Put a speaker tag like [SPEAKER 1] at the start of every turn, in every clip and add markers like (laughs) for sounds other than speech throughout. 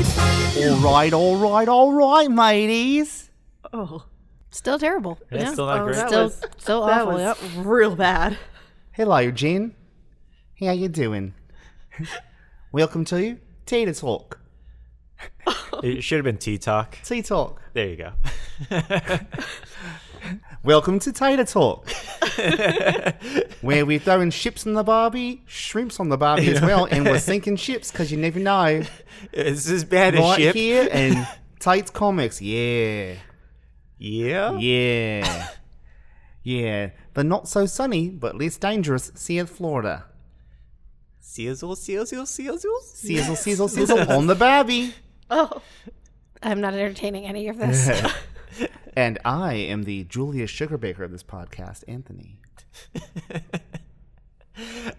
[SPEAKER 1] all right, all right, all right, mateys.
[SPEAKER 2] Oh,
[SPEAKER 3] Still terrible.
[SPEAKER 4] Yeah, it's still not
[SPEAKER 2] Oh,
[SPEAKER 4] great.
[SPEAKER 2] that
[SPEAKER 3] Still,
[SPEAKER 2] was-
[SPEAKER 3] still
[SPEAKER 2] that
[SPEAKER 3] awful.
[SPEAKER 2] was
[SPEAKER 3] Yep.
[SPEAKER 2] real bad.
[SPEAKER 1] Hello, Eugene. How you doing? Welcome to you, Tea to Talk.
[SPEAKER 4] It should have been Tea Talk.
[SPEAKER 1] Tea Talk.
[SPEAKER 4] There you go. (laughs)
[SPEAKER 1] Welcome to Tater Talk, where we're throwing chips on the barbie, shrimps on the barbie as well, and we're sinking ships because you never know.
[SPEAKER 4] It's as bad as
[SPEAKER 1] Right
[SPEAKER 4] ship.
[SPEAKER 1] here and Tate's Comics, yeah,
[SPEAKER 4] Yeah.
[SPEAKER 1] yeah, yeah. The not so sunny but less dangerous South Florida.
[SPEAKER 4] Sizzle, sizzle, sizzle.
[SPEAKER 1] Sizzle, sizzle, sizzle on the barbie.
[SPEAKER 2] Oh,
[SPEAKER 3] I'm not entertaining any of this.
[SPEAKER 1] And I am the Julius Sugarbaker of this podcast, Anthony.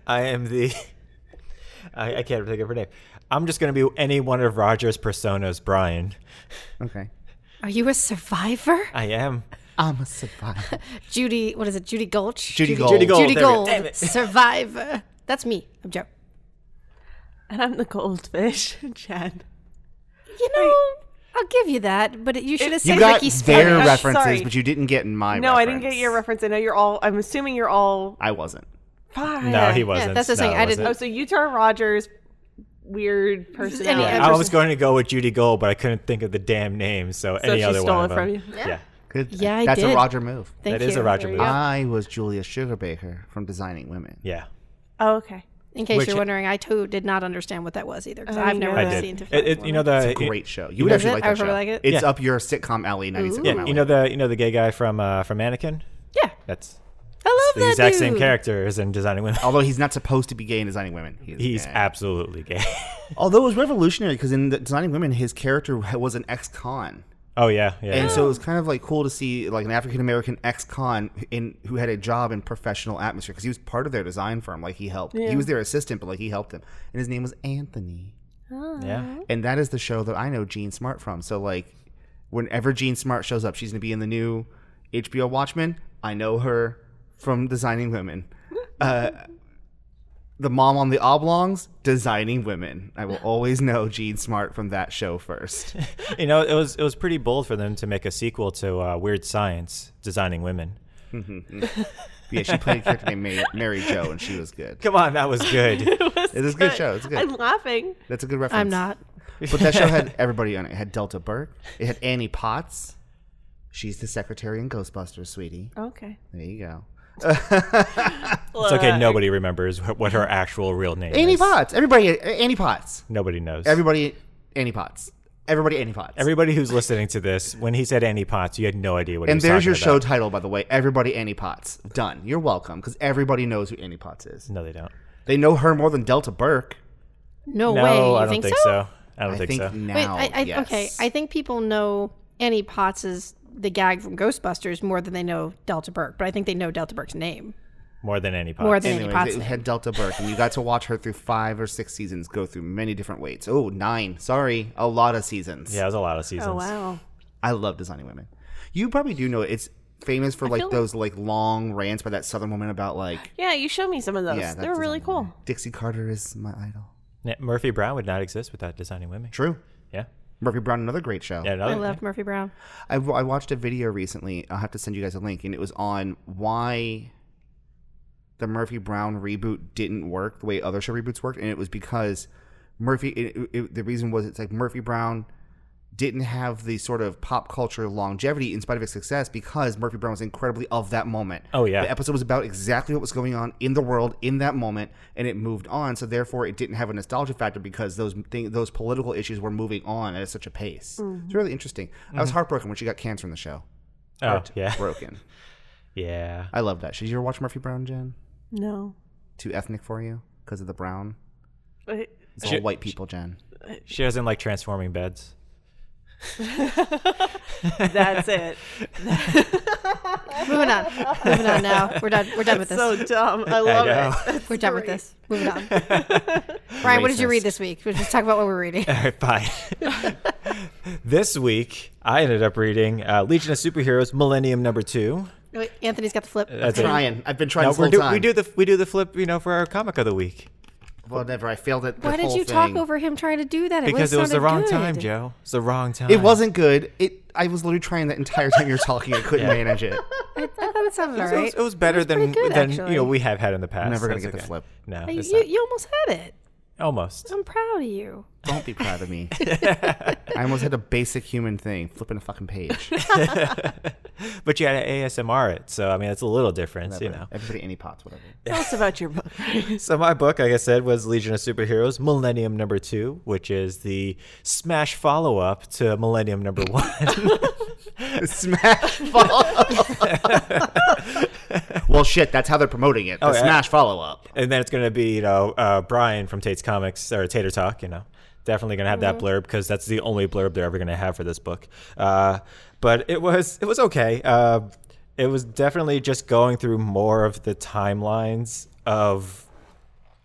[SPEAKER 4] I am the. (laughs) I, I can't think of her name. I'm just going to be any one of Roger's personas, Brian.
[SPEAKER 1] Okay.
[SPEAKER 3] (laughs) Are you a survivor?
[SPEAKER 4] I am.
[SPEAKER 1] I'm a
[SPEAKER 3] (laughs)
[SPEAKER 1] survivor.
[SPEAKER 3] Judy, what is it? Judy Gulch?
[SPEAKER 1] Judy Gold.
[SPEAKER 4] Judy Gold.
[SPEAKER 3] Judy
[SPEAKER 4] there we go.
[SPEAKER 3] Gold.
[SPEAKER 4] Damn it.
[SPEAKER 3] Survivor. That's me. I'm Joe.
[SPEAKER 2] and I'm the goldfish, (laughs) Jen.
[SPEAKER 3] You know, I'll give you that, but it, you should have
[SPEAKER 1] You
[SPEAKER 3] said
[SPEAKER 1] got
[SPEAKER 3] Ricky
[SPEAKER 1] their
[SPEAKER 3] Spanish.
[SPEAKER 2] I'm
[SPEAKER 1] references,
[SPEAKER 2] sorry.
[SPEAKER 1] but you didn't get my
[SPEAKER 2] No, I didn't get your reference. I know you're all. I'm assuming you're all
[SPEAKER 1] I wasn't.
[SPEAKER 2] fine.
[SPEAKER 4] No, he wasn't.
[SPEAKER 3] that's the
[SPEAKER 4] No,
[SPEAKER 3] thing.
[SPEAKER 4] it
[SPEAKER 3] I
[SPEAKER 4] wasn't.
[SPEAKER 3] didn't-
[SPEAKER 2] Oh, so you turn Rogers, weird personality.
[SPEAKER 3] Yeah,
[SPEAKER 4] I was going to go with Judy Gold, but I couldn't think of the damn name, so,
[SPEAKER 2] So
[SPEAKER 4] any
[SPEAKER 2] she
[SPEAKER 4] other
[SPEAKER 2] stole
[SPEAKER 4] one.
[SPEAKER 2] it
[SPEAKER 4] of
[SPEAKER 2] from
[SPEAKER 4] them.
[SPEAKER 2] you?
[SPEAKER 4] Yeah.
[SPEAKER 1] Good.
[SPEAKER 3] Yeah, I
[SPEAKER 1] That's a
[SPEAKER 3] did.
[SPEAKER 1] Roger move.
[SPEAKER 3] Thank
[SPEAKER 4] that is
[SPEAKER 3] you.
[SPEAKER 4] a Roger move.
[SPEAKER 1] I was Julia Sugarbaker from Designing Women.
[SPEAKER 4] Yeah.
[SPEAKER 2] Oh, okay.
[SPEAKER 3] In case
[SPEAKER 4] Which-
[SPEAKER 3] you're wondering, I too did not understand what that was either because
[SPEAKER 2] Oh,
[SPEAKER 3] I've
[SPEAKER 2] no.
[SPEAKER 3] never
[SPEAKER 4] I
[SPEAKER 2] I've
[SPEAKER 4] did.
[SPEAKER 3] seen
[SPEAKER 4] It- it- you know the
[SPEAKER 1] Great show. You would
[SPEAKER 3] Is
[SPEAKER 1] actually
[SPEAKER 3] it?
[SPEAKER 1] like
[SPEAKER 3] I
[SPEAKER 1] that show.
[SPEAKER 3] really like it.
[SPEAKER 1] It's
[SPEAKER 4] Yeah.
[SPEAKER 1] up your sitcom alley, 96
[SPEAKER 3] Ooh.
[SPEAKER 4] Yeah, you know the you know the gay guy from uh, from Anakin.
[SPEAKER 3] Yeah,
[SPEAKER 4] That's
[SPEAKER 3] (laughs) I love
[SPEAKER 4] the
[SPEAKER 3] that
[SPEAKER 4] exact
[SPEAKER 3] dude.
[SPEAKER 4] same character as in Designing Women.
[SPEAKER 1] Although he's not supposed to be gay in Designing Women. He's,
[SPEAKER 4] (laughs) He's
[SPEAKER 1] gay.
[SPEAKER 4] absolutely gay. (laughs)
[SPEAKER 1] Although it was revolutionary because in the Designing Women, his character was an ex-con.
[SPEAKER 4] oh yeah, yeah.
[SPEAKER 1] And
[SPEAKER 4] yeah.
[SPEAKER 1] so it was kind of like cool to see like an African American ex-con in who had a job in professional atmosphere because he was part of their design firm. Like he helped. He was their assistant, but like he helped him. And his name was Anthony.
[SPEAKER 4] yeah.
[SPEAKER 1] And that is the show that I know Gene Smart from. So like whenever Gene Smart shows up, she's gonna be in the new HBO Watchmen. I know her from Designing Women. Uh, the mom on the oblongs, designing women. I will always know Gene Smart from that show first.
[SPEAKER 4] You know, it was it was pretty bold for them to make a sequel to uh, Weird Science, Designing Women.
[SPEAKER 1] Yeah, she played a character named Mary, Mary Jo, and she was good.
[SPEAKER 4] Come on, that was good.
[SPEAKER 1] It is a good show. It's
[SPEAKER 2] I'm
[SPEAKER 1] good.
[SPEAKER 2] laughing.
[SPEAKER 1] That's a good reference.
[SPEAKER 3] I'm not.
[SPEAKER 1] (laughs) But that show
[SPEAKER 3] (laughs)
[SPEAKER 1] had everybody on it. It had Delta Burke. It had Annie Potts. She's the secretary in Ghostbusters, sweetie.
[SPEAKER 2] Okay.
[SPEAKER 1] There you go.
[SPEAKER 4] it's okay. Nobody remembers wh- what her actual real name
[SPEAKER 1] Annie
[SPEAKER 4] is.
[SPEAKER 1] Potts. Everybody, Annie Potts.
[SPEAKER 4] Nobody knows.
[SPEAKER 1] Everybody, Annie Potts. Everybody, Annie Potts.
[SPEAKER 4] Everybody who's listening to this, when he said Annie Potts, you had no idea what. he
[SPEAKER 1] and
[SPEAKER 4] was
[SPEAKER 1] there's your
[SPEAKER 4] talking
[SPEAKER 1] show
[SPEAKER 4] about.
[SPEAKER 1] title, by the way. Everybody, Annie Potts. Done. You're welcome, because everybody knows who Annie Potts is.
[SPEAKER 4] No, they don't.
[SPEAKER 1] They know her more than Delta Burke.
[SPEAKER 3] No,
[SPEAKER 4] No,
[SPEAKER 3] way. You
[SPEAKER 4] I don't
[SPEAKER 3] think,
[SPEAKER 4] think,
[SPEAKER 3] so?
[SPEAKER 4] so? I don't
[SPEAKER 1] I
[SPEAKER 4] think,
[SPEAKER 1] think
[SPEAKER 4] so.
[SPEAKER 1] now.
[SPEAKER 3] Wait, I, I,
[SPEAKER 1] yes.
[SPEAKER 3] okay. I think people know Annie Potts is the gag from Ghostbusters more than they know Delta Burke, but I think they know Delta Burke's name
[SPEAKER 4] More than Annie Potts.
[SPEAKER 3] more than Annie
[SPEAKER 1] Anyways,
[SPEAKER 3] Potts.
[SPEAKER 1] it
[SPEAKER 3] Name.
[SPEAKER 1] had Delta Burke, and you got to watch her through five or six seasons, go through many different weights. Oh, nine. Sorry, a lot of seasons.
[SPEAKER 4] yeah, it was a lot of seasons.
[SPEAKER 2] Oh wow.
[SPEAKER 1] I love Designing Women. You probably do know it. it's famous for like
[SPEAKER 2] feel-
[SPEAKER 1] those like long rants by that Southern woman about like
[SPEAKER 2] Yeah, you showed me some of those.
[SPEAKER 1] yeah,
[SPEAKER 2] they were
[SPEAKER 1] that's
[SPEAKER 2] really
[SPEAKER 1] Designing
[SPEAKER 2] cool.
[SPEAKER 1] Women. Dixie Carter is my idol.
[SPEAKER 4] Yeah, Murphy Brown would not exist without Designing Women.
[SPEAKER 1] True.
[SPEAKER 4] Yeah.
[SPEAKER 1] Murphy Brown, another great show.
[SPEAKER 4] Yeah,
[SPEAKER 3] I
[SPEAKER 4] another-
[SPEAKER 3] love Murphy Brown.
[SPEAKER 1] I, I watched a video recently. I'll have to send you guys a link, and it was on why the Murphy Brown reboot didn't work the way other show reboots worked, and it was because Murphy. It, it, the reason was it's like Murphy Brown didn't have the sort of pop culture longevity in spite of its success because Murphy Brown was incredibly of that moment.
[SPEAKER 4] Oh, yeah.
[SPEAKER 1] the episode was about exactly what was going on in the world in that moment, and it moved on. So therefore, it didn't have a nostalgia factor because those thing, those political issues were moving on at such a pace. It's really interesting. I was heartbroken when she got cancer in the show.
[SPEAKER 4] Mm-hmm. Oh, yeah.
[SPEAKER 1] Broken.
[SPEAKER 4] Yeah.
[SPEAKER 1] I love that. Should you ever watch Murphy Brown, Jen?
[SPEAKER 2] No.
[SPEAKER 1] Too ethnic for you because of the brown.
[SPEAKER 2] (laughs) But-
[SPEAKER 1] It's all
[SPEAKER 4] Should-
[SPEAKER 1] white people, Jen.
[SPEAKER 4] She doesn't like transforming beds. (laughs)
[SPEAKER 2] That's it.
[SPEAKER 3] Moving on. Moving on now. We're done. We're done with this.
[SPEAKER 2] (laughs) so dumb. I love
[SPEAKER 4] know.
[SPEAKER 2] it.
[SPEAKER 3] we're done with this. Moving on. Brian, what did you
[SPEAKER 1] Racist.
[SPEAKER 3] read this week? We'll just talk about what we're reading.
[SPEAKER 4] (laughs) All right, fine. this week, I ended up reading uh, Legion of Superheroes Millennium number two.
[SPEAKER 3] Wait, Anthony's got the flip.
[SPEAKER 4] That's it.
[SPEAKER 1] Trying. I've been trying
[SPEAKER 4] No,
[SPEAKER 1] this
[SPEAKER 4] we're
[SPEAKER 1] whole
[SPEAKER 4] do-
[SPEAKER 1] time.
[SPEAKER 4] we do the we do the flip, you know, for our comic of the week.
[SPEAKER 1] Whatever. I failed at the
[SPEAKER 3] Why did
[SPEAKER 1] whole
[SPEAKER 3] you
[SPEAKER 1] thing.
[SPEAKER 3] talk over him trying to do that?
[SPEAKER 4] because it
[SPEAKER 3] would've
[SPEAKER 4] was the
[SPEAKER 3] sounded
[SPEAKER 4] wrong
[SPEAKER 3] good.
[SPEAKER 4] time, Joe. It's the wrong time.
[SPEAKER 1] It wasn't good. It. I was literally trying that entire time you were talking. I couldn't manage
[SPEAKER 4] (laughs)
[SPEAKER 1] it.
[SPEAKER 3] I, I thought it sounded all
[SPEAKER 4] It was,
[SPEAKER 3] right.
[SPEAKER 4] it was better
[SPEAKER 3] pretty
[SPEAKER 4] than
[SPEAKER 3] good,
[SPEAKER 4] than you
[SPEAKER 3] actually.
[SPEAKER 4] know we have had in the past.
[SPEAKER 1] never gonna
[SPEAKER 4] That's
[SPEAKER 1] get the flip.
[SPEAKER 4] No,
[SPEAKER 3] You,
[SPEAKER 4] it's
[SPEAKER 3] you,
[SPEAKER 4] not.
[SPEAKER 3] you almost had it.
[SPEAKER 4] almost.
[SPEAKER 3] I'm proud of
[SPEAKER 4] (laughs)
[SPEAKER 3] you.
[SPEAKER 1] Don't be proud of me. I almost had a basic human thing, flipping a fucking page.
[SPEAKER 4] But you had to ASMR it, so I mean, it's a little difference, (laughs) you know.
[SPEAKER 1] Everybody, any pots, whatever. (laughs)
[SPEAKER 2] Tell us about your book.
[SPEAKER 4] So my book, like I said, was Legion of Superheroes Millennium Number Two, which is the smash follow-up to Millennium Number (laughs) One.
[SPEAKER 1] Smash follow. well, shit. That's how they're promoting it. The
[SPEAKER 4] Oh, yeah.
[SPEAKER 1] Smash follow up.
[SPEAKER 4] and then it's going to be you know uh, Brian from Tate's Comics or Tater Talk. You know, definitely going to have that blurb because that's the only blurb they're ever going to have for this book. Uh, but it was it was okay. Uh, it was definitely just going through more of the timelines of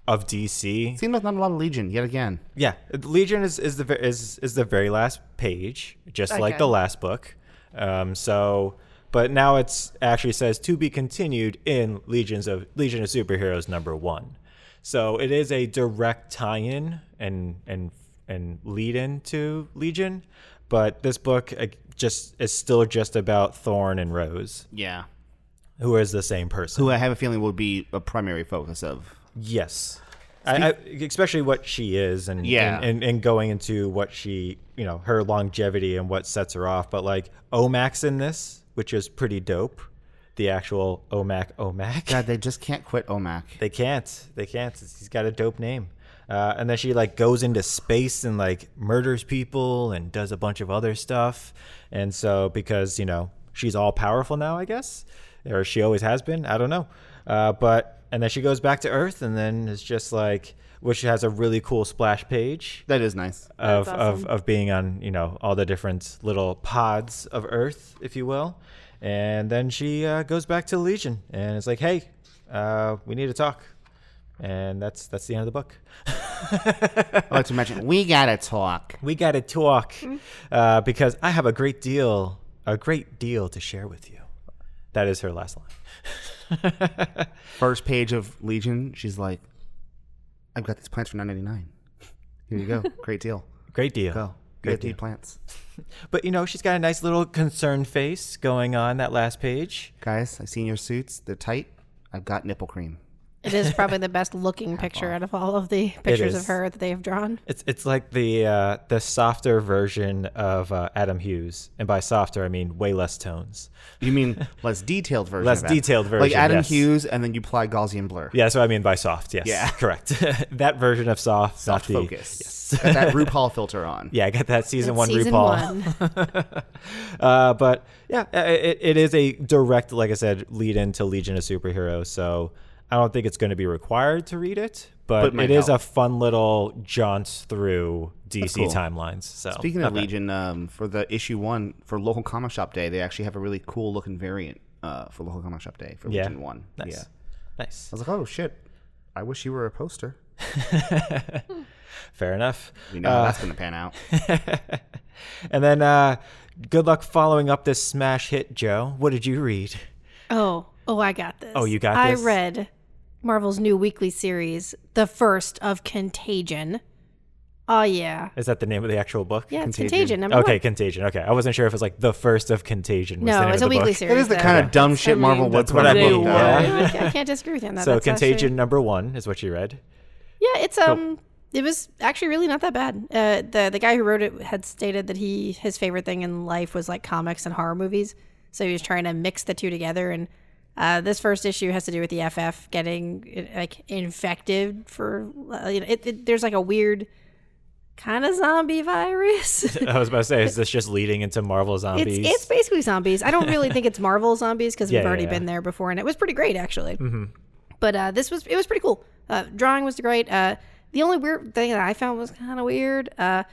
[SPEAKER 4] of DC.
[SPEAKER 1] Seems like not a lot of Legion yet again.
[SPEAKER 4] Yeah, Legion is is the ve- is is the very last page, just like
[SPEAKER 3] Okay.
[SPEAKER 4] the last book. Um, so, but now it's actually says to be continued in Legions of Legion of Superheroes number one. So it is a direct tie-in and and and lead in to Legion, but this book uh, just is still just about Thorn and Rose,
[SPEAKER 1] Yeah.
[SPEAKER 4] who is the same person.
[SPEAKER 1] Who I have a feeling will be a primary focus of.
[SPEAKER 4] Yes. I, I, especially what she is and,
[SPEAKER 1] Yeah.
[SPEAKER 4] and, and and going into what she you know her longevity and what sets her off but like omax in this which is pretty dope the actual omac omac
[SPEAKER 1] God, they just can't quit OMAC.
[SPEAKER 4] they can't they can't It's- he's got a dope name uh, and then she like goes into space and like murders people and does a bunch of other stuff and so because you know she's all powerful now i guess or she always has been i don't know uh, but and then she goes back to earth and then it's just like which has a really cool splash page
[SPEAKER 1] That is nice.
[SPEAKER 4] of, of, of being on you know all the different little pods of earth if you will and then she uh, goes back to legion and it's like hey uh, we need to talk and that's that's the end of the book
[SPEAKER 1] I like to imagine we gotta talk.
[SPEAKER 4] we gotta talk uh, because i have a great deal a great deal to share with you that is her last line
[SPEAKER 1] First page of Legion, she's like, "I've got these plants for nine ninety nine. Here you go, (laughs) great deal.
[SPEAKER 4] great deal
[SPEAKER 1] Go,
[SPEAKER 4] great
[SPEAKER 1] get
[SPEAKER 4] deal
[SPEAKER 1] these plants,
[SPEAKER 4] but you know she's got a nice little concerned face going on that last page
[SPEAKER 1] guys. I've seen your suits; they're tight. I've got nipple cream.
[SPEAKER 3] It is probably the best looking picture out of all of the pictures
[SPEAKER 4] is.
[SPEAKER 3] of her that they have drawn.
[SPEAKER 4] It's it's like the uh, the softer version of uh, Adam Hughes, and by softer I mean way less tones.
[SPEAKER 1] You (laughs) mean less detailed version?
[SPEAKER 4] Less
[SPEAKER 1] of that.
[SPEAKER 4] detailed
[SPEAKER 1] like
[SPEAKER 4] version,
[SPEAKER 1] Adam
[SPEAKER 4] yes.
[SPEAKER 1] Hughes, and then you apply Gaussian blur.
[SPEAKER 4] Yeah, that's what I mean by soft. Yes,
[SPEAKER 1] Yeah.
[SPEAKER 4] (laughs) correct. that version of soft,
[SPEAKER 1] soft
[SPEAKER 4] not the-
[SPEAKER 1] focus. Got (laughs) that RuPaul filter on.
[SPEAKER 4] Yeah, I got that season
[SPEAKER 3] That's
[SPEAKER 4] one
[SPEAKER 3] season
[SPEAKER 4] RuPaul.
[SPEAKER 3] one.
[SPEAKER 4] (laughs) Uh, but yeah, i- i- it, it is a direct, like I said, lead into Legion of Superheroes. So I don't think it's going to be required to read it, but,
[SPEAKER 1] But might
[SPEAKER 4] it is
[SPEAKER 1] help.
[SPEAKER 4] a fun little jaunt through DC
[SPEAKER 1] cool.
[SPEAKER 4] timelines. So
[SPEAKER 1] Speaking
[SPEAKER 4] Oh, not
[SPEAKER 1] of
[SPEAKER 4] bad.
[SPEAKER 1] Legion, um, for the issue one for local comic shop day, they actually have a really cool looking variant uh, for local comic shop day for
[SPEAKER 4] Yeah.
[SPEAKER 1] Legion one.
[SPEAKER 4] nice,
[SPEAKER 1] Yeah, I
[SPEAKER 4] nice.
[SPEAKER 1] was like, oh shit, I wish you were a poster.
[SPEAKER 4] Fair enough.
[SPEAKER 1] You know how that's gonna pan
[SPEAKER 4] (laughs)
[SPEAKER 1] out.
[SPEAKER 4] And then uh, good luck following up this smash hit, Joe. What did you read?
[SPEAKER 3] Oh, oh, I got this.
[SPEAKER 4] Oh, you got
[SPEAKER 3] I
[SPEAKER 4] this?
[SPEAKER 3] read Marvel's new weekly series, the first of Contagion. Oh yeah,
[SPEAKER 4] Is that the name of the actual book?
[SPEAKER 3] yeah, it's
[SPEAKER 1] Contagion.
[SPEAKER 3] Contagion. Number
[SPEAKER 4] Okay,
[SPEAKER 3] one.
[SPEAKER 4] Contagion. Okay, I wasn't sure if it was like the first of Contagion. Was the
[SPEAKER 3] no,
[SPEAKER 4] name
[SPEAKER 3] it's a
[SPEAKER 4] of the
[SPEAKER 3] weekly
[SPEAKER 4] book.
[SPEAKER 3] series.
[SPEAKER 1] That is the
[SPEAKER 3] though.
[SPEAKER 1] kind of dumb shit
[SPEAKER 2] I
[SPEAKER 1] Marvel
[SPEAKER 2] mean,
[SPEAKER 1] wants
[SPEAKER 4] that's what
[SPEAKER 1] from
[SPEAKER 4] I
[SPEAKER 1] a book,
[SPEAKER 4] mean,
[SPEAKER 1] though.
[SPEAKER 4] yeah.
[SPEAKER 3] No, I, I can't disagree with you on that.
[SPEAKER 4] So
[SPEAKER 3] That's actually-
[SPEAKER 4] Contagion number one is what
[SPEAKER 3] (laughs)
[SPEAKER 4] you read.
[SPEAKER 3] yeah, it's um, it was actually really not that bad. Uh, the the guy who wrote it had stated that he his favorite thing in life was like comics and horror movies, so he was trying to mix the two together. And uh, this first issue has to do with the FF getting uh, like infected for uh, you know, it, it, there's like a weird kind of zombie virus. (laughs)
[SPEAKER 4] I was about to say, is this just leading into Marvel zombies?
[SPEAKER 3] It's, it's basically zombies. I don't really think it's Marvel zombies because
[SPEAKER 4] Yeah,
[SPEAKER 3] we've
[SPEAKER 4] yeah,
[SPEAKER 3] already
[SPEAKER 4] yeah.
[SPEAKER 3] been there before, and it was pretty great actually. But uh, this was it was pretty cool. Uh, drawing was great. Uh, the only weird thing that I found was kind of weird. Uh,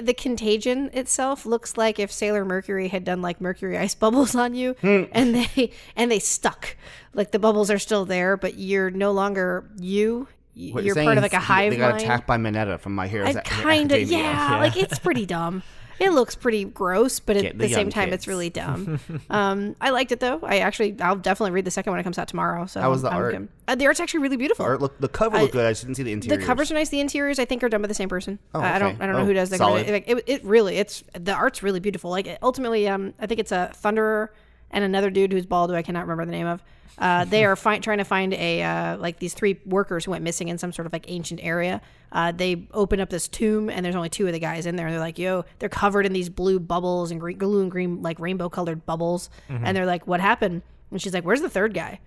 [SPEAKER 3] the contagion itself looks like if Sailor Mercury had done like mercury ice (laughs) bubbles on you, and they and they stuck. Like the bubbles are still there, but you're no longer you. Y-
[SPEAKER 1] What
[SPEAKER 3] you're
[SPEAKER 1] saying
[SPEAKER 3] part of like a
[SPEAKER 1] is
[SPEAKER 3] hive
[SPEAKER 1] They got
[SPEAKER 3] mind.
[SPEAKER 1] attacked by Mineta from My Hero
[SPEAKER 3] I
[SPEAKER 1] Ac-
[SPEAKER 3] kind
[SPEAKER 1] (laughs)
[SPEAKER 3] of
[SPEAKER 1] Academia.
[SPEAKER 3] yeah, like it's pretty dumb. It looks pretty gross, but
[SPEAKER 1] Get
[SPEAKER 3] at
[SPEAKER 1] the
[SPEAKER 3] the, same
[SPEAKER 1] young
[SPEAKER 3] time,
[SPEAKER 1] kids.
[SPEAKER 3] it's really
[SPEAKER 1] (laughs)
[SPEAKER 3] dumb. um, I liked it though. I actually, I'll definitely read the second one. It comes out tomorrow. So
[SPEAKER 1] How was the art?
[SPEAKER 3] good. Uh, the art's actually really beautiful.
[SPEAKER 1] Or look, the cover looked good. I just didn't see the
[SPEAKER 3] the
[SPEAKER 1] interior.
[SPEAKER 3] covers are nice. The interiors, I think, are done by the same person.
[SPEAKER 1] Oh,
[SPEAKER 3] I I don't,
[SPEAKER 1] okay.
[SPEAKER 3] I don't know
[SPEAKER 1] Oh,
[SPEAKER 3] who does the covers.
[SPEAKER 1] solid.
[SPEAKER 3] Like, it, it really, it's the art's really beautiful. Like it- ultimately, um, I think it's a Thunderer and another dude who's bald who I cannot remember the name of. Uh, they are fi- trying to find a uh, like these three workers who went missing in some sort of like ancient area. Uh, they open up this tomb and there's only two of the guys in there. And they're like, "Yo," they're covered in these blue bubbles and green, blue and green like rainbow colored bubbles.
[SPEAKER 4] Mm-hmm.
[SPEAKER 3] And they're like, "What happened?" And she's like, "Where's the third guy?"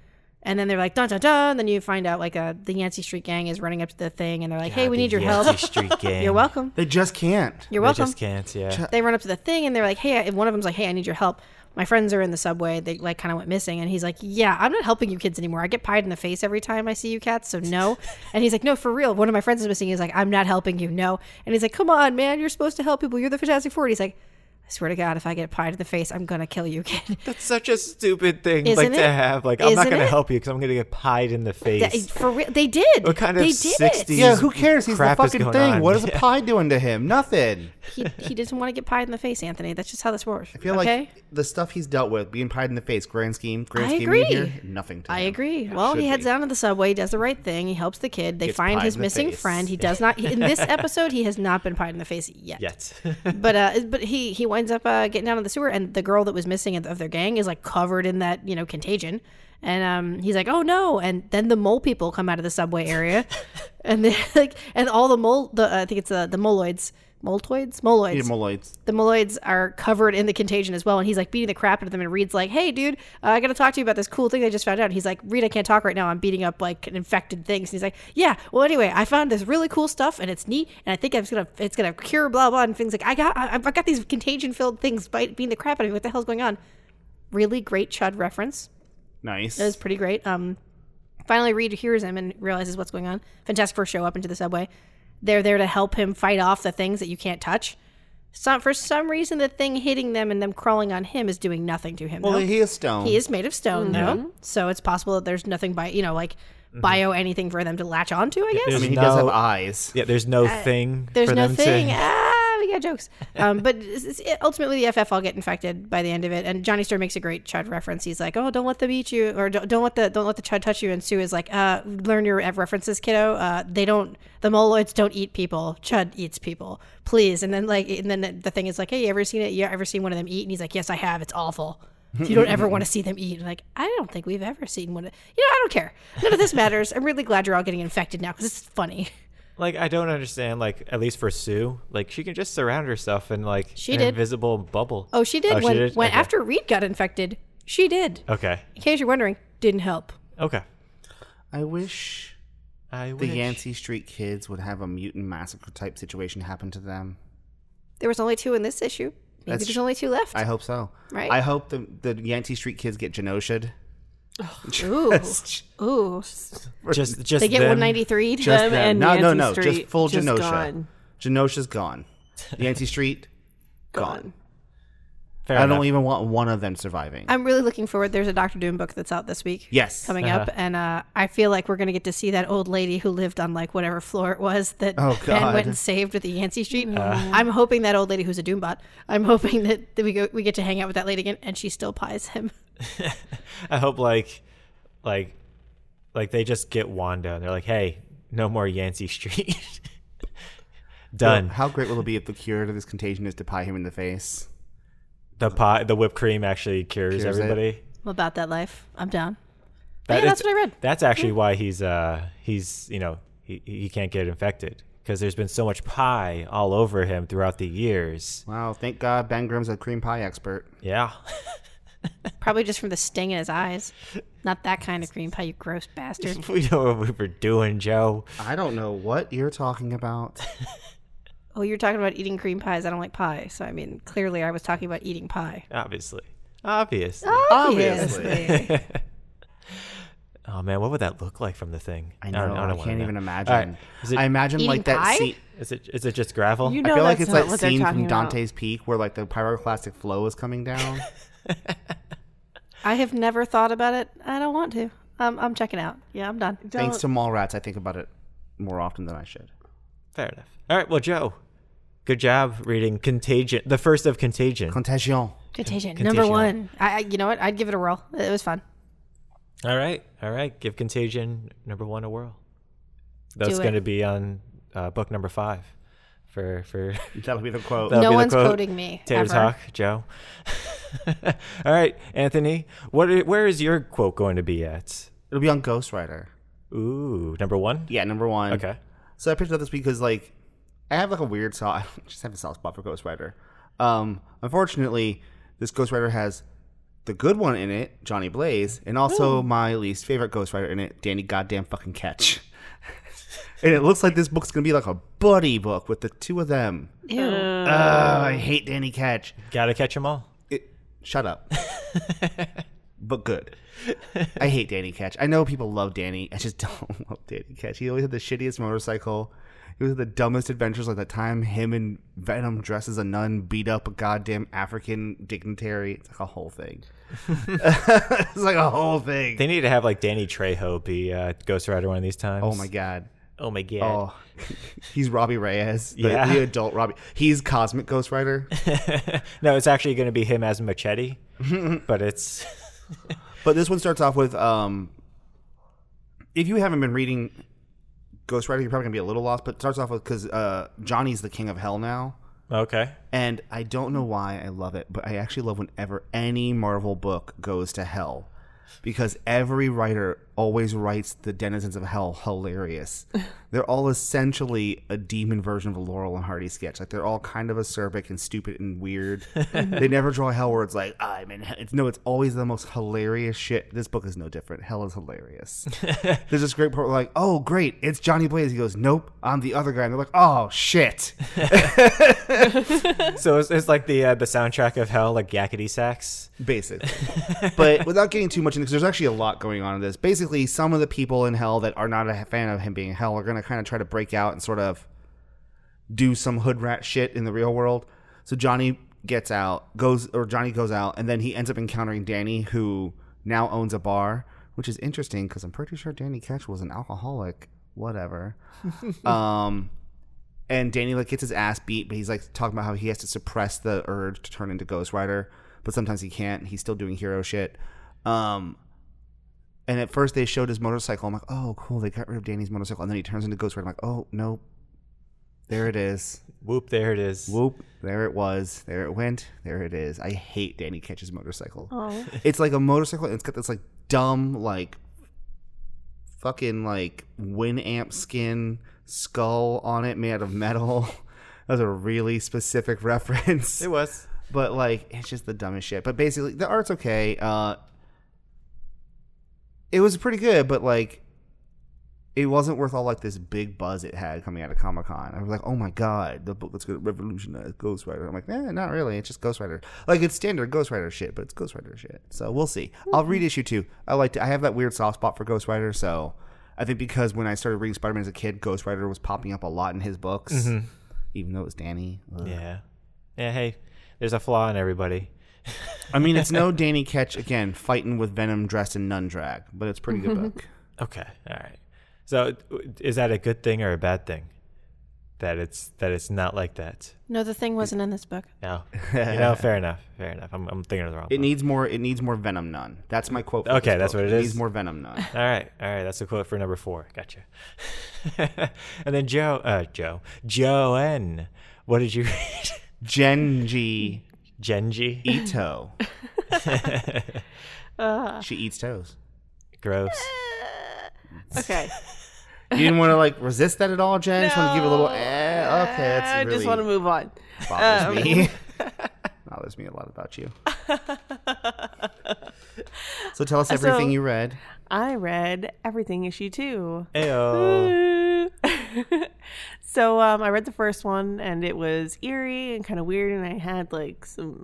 [SPEAKER 3] And then they're like, dun dun dun. And then you find out like uh, the Yancey Street gang is running up to the thing, and they're like, hey, we need your help.
[SPEAKER 4] Street gang.
[SPEAKER 3] (laughs) You're welcome.
[SPEAKER 1] They just can't.
[SPEAKER 3] You're
[SPEAKER 4] They
[SPEAKER 3] welcome.
[SPEAKER 4] just can't. Yeah.
[SPEAKER 3] They run up to the thing, and they're like, hey, I, and one of them's like, hey, I need your help. My friends are in the subway. They like kind of went missing, and he's like, yeah, I'm not helping you kids anymore. I get pied in the face every time I see you cats, so
[SPEAKER 4] (laughs)
[SPEAKER 3] no. and he's like, no, for real. One of my friends is missing. He's like, I'm not helping you, no. And he's like, come on, man, you're supposed to help people. You're the Fantastic Four. And he's like. I swear to God, if I get pied in the face, I'm gonna kill you, kid.
[SPEAKER 4] That's such a stupid thing
[SPEAKER 3] Isn't
[SPEAKER 4] like to
[SPEAKER 3] it?
[SPEAKER 4] have. Like I'm not
[SPEAKER 3] Isn't
[SPEAKER 4] gonna
[SPEAKER 3] it?
[SPEAKER 4] help you because I'm gonna get pied in the face.
[SPEAKER 3] That- for real, they did.
[SPEAKER 4] What kind of
[SPEAKER 3] they did it.
[SPEAKER 4] 60s
[SPEAKER 1] Yeah, who cares? He's the
[SPEAKER 4] crap is
[SPEAKER 1] fucking
[SPEAKER 4] going
[SPEAKER 1] thing.
[SPEAKER 4] on.
[SPEAKER 1] What is
[SPEAKER 4] (laughs) Yeah.
[SPEAKER 1] a pie doing to him? Nothing.
[SPEAKER 3] he, he doesn't want to get pied in the face, Anthony. That's just how this works.
[SPEAKER 1] I feel
[SPEAKER 3] okay?
[SPEAKER 1] like the stuff he's dealt with, being pied in the face, grand scheme, grand
[SPEAKER 3] I
[SPEAKER 1] scheme
[SPEAKER 3] agree.
[SPEAKER 1] in here, nothing to
[SPEAKER 3] I
[SPEAKER 1] him.
[SPEAKER 3] agree.
[SPEAKER 1] Yeah,
[SPEAKER 3] well,
[SPEAKER 1] should
[SPEAKER 3] he heads
[SPEAKER 1] be.
[SPEAKER 3] down to the subway, he does the right thing, he helps the kid. They
[SPEAKER 1] Gets
[SPEAKER 3] find
[SPEAKER 1] pied
[SPEAKER 3] his
[SPEAKER 1] in the
[SPEAKER 3] missing
[SPEAKER 1] face.
[SPEAKER 3] friend. He
[SPEAKER 1] (laughs)
[SPEAKER 3] does not in this episode he has not been pied in the face yet.
[SPEAKER 4] Yet.
[SPEAKER 3] (laughs)
[SPEAKER 4] (laughs)
[SPEAKER 3] But uh but he he winds up uh, getting down to the sewer and the girl that was missing of their gang is like covered in that, you know, contagion. And um, he's like, "Oh no!" And then the mole people come out of the subway
[SPEAKER 1] (laughs)
[SPEAKER 3] area, and they like, and all the mole, the uh, I think it's the the moloids, moltoids, moloids,
[SPEAKER 1] Need moloids.
[SPEAKER 3] the Moloids are covered in the contagion as well, and he's like beating the crap out of them. And Reed's like, "Hey, dude, uh, I gotta talk to you about this cool thing I just found out." And he's like, "Reed, I can't talk right now. I'm beating up like infected things." And he's like, "Yeah, well, anyway, I found this really cool stuff, and it's neat, and I think it's gonna it's gonna cure blah blah." And things like, "I got I, I've got these contagion filled things bite, beating the crap out of me. What the hell's going on?" Really great Chud reference.
[SPEAKER 1] Nice.
[SPEAKER 3] It was pretty great. Um, finally, Reed hears him and realizes what's going on. Fantastic Four show up into the subway. They're there to help him fight off the things that you can't touch. Some, for some reason, the thing hitting them and them crawling on him is doing nothing to him.
[SPEAKER 1] well,
[SPEAKER 3] though.
[SPEAKER 1] he is stone.
[SPEAKER 3] He is made of stone, though, so it's possible that there's nothing by you know like
[SPEAKER 1] Mm-hmm.
[SPEAKER 3] bio anything for them to latch onto. I guess
[SPEAKER 1] I mean, he
[SPEAKER 4] There's
[SPEAKER 1] does have
[SPEAKER 4] no-
[SPEAKER 1] eyes.
[SPEAKER 4] yeah. There's no thing.
[SPEAKER 3] Uh, there's
[SPEAKER 4] for
[SPEAKER 3] no
[SPEAKER 4] them
[SPEAKER 3] thing.
[SPEAKER 4] To,
[SPEAKER 3] Ah, we got
[SPEAKER 4] (laughs)
[SPEAKER 3] jokes. Um, but it's- it's- it- ultimately, the FF all get infected by the end of it. And Johnny Storm makes a great Chud reference. He's like, "Oh, don't let them eat you, or don't, don't let the don't let the Chud touch you." And Sue is like, uh, "Learn your F references, kiddo. Uh, they don't. The moloids don't eat people. Chud eats people. Please." And then like, and then the thing is like, "Hey, you ever seen it? You ever seen one of them eat?" And he's like, "Yes, I have. It's awful." You don't ever
[SPEAKER 4] (laughs)
[SPEAKER 3] want to see them eat. And, Like, I don't think we've ever seen one. Of, you know, I don't care. None of this matters. I'm really glad you're all getting infected now because it's funny.
[SPEAKER 4] like I don't understand. Like at least for Sue, like she can just surround herself in like
[SPEAKER 3] She
[SPEAKER 4] an
[SPEAKER 3] did.
[SPEAKER 4] invisible bubble.
[SPEAKER 3] Oh, she did.
[SPEAKER 4] Oh, she
[SPEAKER 3] when
[SPEAKER 4] did?
[SPEAKER 3] when
[SPEAKER 4] Okay. Uh,
[SPEAKER 3] after Reed got infected, she did.
[SPEAKER 4] Okay.
[SPEAKER 3] In case you're wondering, didn't help.
[SPEAKER 4] Okay.
[SPEAKER 1] I wish
[SPEAKER 4] I
[SPEAKER 1] the
[SPEAKER 4] wish.
[SPEAKER 1] Yancey Street kids would have a mutant massacre type situation happen to them.
[SPEAKER 3] There was only two in this issue. Maybe
[SPEAKER 1] That's
[SPEAKER 3] there's
[SPEAKER 1] tr-
[SPEAKER 3] only two left.
[SPEAKER 1] I hope so.
[SPEAKER 3] Right?
[SPEAKER 1] I hope the the Yancey Street kids get genocided. (laughs)
[SPEAKER 3] Ooh, ooh.
[SPEAKER 4] Just just
[SPEAKER 3] They get
[SPEAKER 4] them.
[SPEAKER 3] 193.
[SPEAKER 2] Just- Them and
[SPEAKER 1] no, no,
[SPEAKER 2] Yancey
[SPEAKER 1] no.
[SPEAKER 2] Street
[SPEAKER 1] just full
[SPEAKER 2] just
[SPEAKER 1] Genosha.
[SPEAKER 2] gone.
[SPEAKER 1] Genosha's
[SPEAKER 3] (laughs)
[SPEAKER 1] gone. Yancey Street gone.
[SPEAKER 4] Fair
[SPEAKER 1] I
[SPEAKER 4] enough.
[SPEAKER 1] don't even want one of them surviving.
[SPEAKER 3] (laughs) I'm really looking forward. There's a Doctor Doom book that's out this week.
[SPEAKER 1] Yes.
[SPEAKER 3] Coming up, and uh, I feel like we're gonna get to see that old lady who lived on like whatever floor it was that
[SPEAKER 1] Oh,
[SPEAKER 3] (laughs) Ben
[SPEAKER 1] God.
[SPEAKER 3] went and saved at the Yancey Street. I'm hoping that old lady who's a Doombot. I'm hoping that, that we go we get to hang out with that lady again, and she still pies him. (laughs)
[SPEAKER 1] e-
[SPEAKER 4] I hope like like like they just get Wanda and they're like, hey, no more Yancey Street. (laughs) Done.
[SPEAKER 1] How great will it be if the cure to this contagion is to pie him in the face?
[SPEAKER 4] The pie, the whipped cream actually cures,
[SPEAKER 1] Cures it.
[SPEAKER 4] everybody.
[SPEAKER 3] I'm about that life. I'm down.
[SPEAKER 4] That
[SPEAKER 3] yeah,
[SPEAKER 4] is-
[SPEAKER 3] that's what I read.
[SPEAKER 4] That's actually why he's uh he's you know he he can't get infected because there's been so much pie all over him throughout the years.
[SPEAKER 1] Wow, thank God Ben Grimm's a cream pie expert.
[SPEAKER 4] Yeah.
[SPEAKER 3] Probably just from the sting in his eyes. Not that kind of cream pie, you gross
[SPEAKER 4] (laughs)
[SPEAKER 3] bastard.
[SPEAKER 4] we know what we were doing, Joe.
[SPEAKER 1] I don't know what you're talking
[SPEAKER 4] (laughs)
[SPEAKER 1] about.
[SPEAKER 3] Oh, you're talking about eating cream pies. I don't like pie. So, I mean, clearly I was talking about eating pie.
[SPEAKER 4] Obviously. Obviously.
[SPEAKER 1] Ah. Obviously.
[SPEAKER 4] Oh man, what would that look like from the thing?
[SPEAKER 1] I know. I,
[SPEAKER 4] don't- don't wanna
[SPEAKER 1] can't
[SPEAKER 4] know.
[SPEAKER 1] even
[SPEAKER 4] All
[SPEAKER 1] imagine.
[SPEAKER 4] right. Is it,
[SPEAKER 1] I imagine
[SPEAKER 3] Eating
[SPEAKER 1] like that
[SPEAKER 3] pie?
[SPEAKER 1] scene.
[SPEAKER 4] is it is it just gravel?
[SPEAKER 2] You
[SPEAKER 1] I
[SPEAKER 2] know
[SPEAKER 1] feel like
[SPEAKER 2] that's
[SPEAKER 1] it's
[SPEAKER 2] not
[SPEAKER 1] that
[SPEAKER 2] what they're
[SPEAKER 1] scene
[SPEAKER 2] talking
[SPEAKER 1] from
[SPEAKER 2] about.
[SPEAKER 1] Dante's Peak where like the pyroclastic flow is coming
[SPEAKER 2] (laughs)
[SPEAKER 1] down.
[SPEAKER 3] I have never thought about it. I don't want to. Um, I'm checking out. Yeah, I'm done.
[SPEAKER 1] Thanks to Mallrats, I think about it more often than I should.
[SPEAKER 4] Fair enough. All right, well, Joe, Good job reading Contagion, the first of Contagion.
[SPEAKER 1] Contagion.
[SPEAKER 3] Contagion,
[SPEAKER 4] Contagion.
[SPEAKER 3] number one. I, I, you know what? I'd give it a whirl. It was fun.
[SPEAKER 4] all right, all right. Give Contagion number one a whirl. That's
[SPEAKER 3] Do it.
[SPEAKER 4] going to be on uh, book number five for
[SPEAKER 1] (laughs)
[SPEAKER 4] for
[SPEAKER 1] That'll be the quote.
[SPEAKER 4] That'll
[SPEAKER 3] no
[SPEAKER 4] be the
[SPEAKER 3] one's
[SPEAKER 4] quote.
[SPEAKER 3] quoting me.
[SPEAKER 4] Tater
[SPEAKER 3] ever.
[SPEAKER 4] Talk, Joe. (laughs) all right, Anthony. What? i- Where is your quote going to be at?
[SPEAKER 1] It'll be on Ghost Rider.
[SPEAKER 4] Ooh, number one.
[SPEAKER 1] Yeah, number one.
[SPEAKER 4] Okay.
[SPEAKER 1] So I picked it up this week because like I have like a weird saw. (laughs) I just have a soft spot for Ghost Rider. Um, unfortunately, this Ghost Rider has the good one in it, Johnny Blaze, and also my least favorite Ghost Rider in it, Danny Goddamn Fucking Catch. (laughs) and it looks like this book's gonna be like a buddy book with the two of them.
[SPEAKER 3] Ew.
[SPEAKER 2] Oh.
[SPEAKER 1] Ugh, I hate Danny Catch.
[SPEAKER 4] Gotta catch them all.
[SPEAKER 1] It, shut up. but good. I hate Danny Ketch. I know people love Danny. I just (laughs) don't love Danny Ketch. He always had the shittiest motorcycle. He was the dumbest adventures at the time. Him and Venom dress as a nun, beat up a goddamn African dignitary. It's like a whole thing. (laughs) it's like a whole thing.
[SPEAKER 4] They need to have like Danny Trejo be uh, Ghost Rider one of these times.
[SPEAKER 1] oh my god.
[SPEAKER 4] Oh my god.
[SPEAKER 1] Oh, he's Robbie Reyes, the,
[SPEAKER 4] Yeah.
[SPEAKER 1] the adult Robbie. He's Cosmic Ghost Rider. oh.
[SPEAKER 4] no, it's actually going to be him
[SPEAKER 1] (laughs)
[SPEAKER 4] as Machete, but it's (laughs)
[SPEAKER 1] But this one starts off with um, if you haven't been reading Ghost Rider, you're probably gonna be a little lost. But it starts off with because uh, Johnny's the king of hell now,
[SPEAKER 4] okay.
[SPEAKER 1] (laughs) and I don't know why I love it, but I actually love whenever any Marvel book goes to hell, because every writer always writes the denizens of hell hilarious. they're all essentially a demon version of a Laurel and Hardy sketch. Like they're all kind of acerbic and stupid and weird. they never draw hell where it's like I'm in. Hell. It's, no, it's always the most hilarious shit. This book is no different. Hell is hilarious. There's this great part where like, oh great, it's Johnny Blaze. He goes, nope, I'm the other guy. And they're like, oh shit.
[SPEAKER 4] So it's, it's like the uh, the soundtrack of Hell, like Yakety Sax.
[SPEAKER 1] basically. but without getting too much into, because there's actually a lot going on in this. Basically, some of the people in hell that are not a fan of him being in hell are going to kind of try to break out and sort of do some hood rat shit in the real world. So Johnny gets out, goes or Johnny goes out, and then he ends up encountering Danny, who now owns a bar, which is interesting because I'm pretty sure Danny Ketch was an alcoholic. Whatever. um. And Danny like gets his ass beat, but he's like talking about how he has to suppress the urge to turn into Ghost Rider, but sometimes he can't. and He's still doing hero shit. Um, and at first they showed his motorcycle. I'm like, oh, cool. They got rid of Danny's motorcycle, and then he turns into Ghost Rider. I'm like, oh no, there it is.
[SPEAKER 4] Whoop! There it is.
[SPEAKER 1] Whoop! There it was. There it went. There it is. I hate Danny Ketch's motorcycle.
[SPEAKER 2] Oh,
[SPEAKER 1] It's like a motorcycle, and it's got this like dumb, like fucking like wind amp skin skull on it made out of metal. (laughs) that was a really specific reference
[SPEAKER 4] It was.
[SPEAKER 1] but like it's just the dumbest shit. But basically, the art's okay. Uh, it was pretty good, but like, it wasn't worth all like this big buzz it had coming out of Comic Con. I was like, oh my god, the book that's gonna revolutionize Ghost Rider. I'm like, nah, not really. It's just Ghost Rider. Like it's standard Ghost Rider shit, but it's Ghost Rider shit. So we'll see. I'll read issue two. I like. to- I have that weird soft spot for Ghost Rider, so. I think because when I started reading Spider Man as a kid, Ghost Rider was popping up a lot in his books, even though it was Danny. Ugh.
[SPEAKER 4] Yeah. Yeah. Hey, there's a flaw in everybody.
[SPEAKER 1] I mean, it's no Danny Ketch again fighting with Venom dressed in nun drag, but it's a pretty good book.
[SPEAKER 4] Okay. All right. So is that a good thing or a bad thing? That it's that it's not like that.
[SPEAKER 3] No, the thing wasn't in this
[SPEAKER 4] (laughs)
[SPEAKER 3] book.
[SPEAKER 1] (laughs)
[SPEAKER 4] No. you know, fair enough. Fair enough. I'm, I'm thinking of the wrong.
[SPEAKER 1] It
[SPEAKER 4] book.
[SPEAKER 1] needs more. It needs more Venom nun. That's my quote. for
[SPEAKER 4] Okay,
[SPEAKER 1] this
[SPEAKER 4] that's
[SPEAKER 1] book.
[SPEAKER 4] what it
[SPEAKER 1] It
[SPEAKER 4] is.
[SPEAKER 1] needs more Venom nun.
[SPEAKER 4] All right, all right. That's the quote for number four. Gotcha. (laughs) and then Joe, uh, Joe, Joanne. What did you (laughs) read?
[SPEAKER 1] Genji
[SPEAKER 4] Genji.
[SPEAKER 1] Ito. she eats toes.
[SPEAKER 4] Gross.
[SPEAKER 2] okay.
[SPEAKER 1] You didn't want to like resist that at all, Jen. Just want to give it a little.
[SPEAKER 2] No.
[SPEAKER 1] Eh, okay, that's
[SPEAKER 2] I
[SPEAKER 1] really
[SPEAKER 2] just want to move on.
[SPEAKER 1] bothers me. bothers me a lot about you. so tell us everything you read.
[SPEAKER 2] I read everything issue two. (laughs)
[SPEAKER 4] Ayo.
[SPEAKER 2] so um, I read the first one, and it was eerie and kind of weird, and I had like some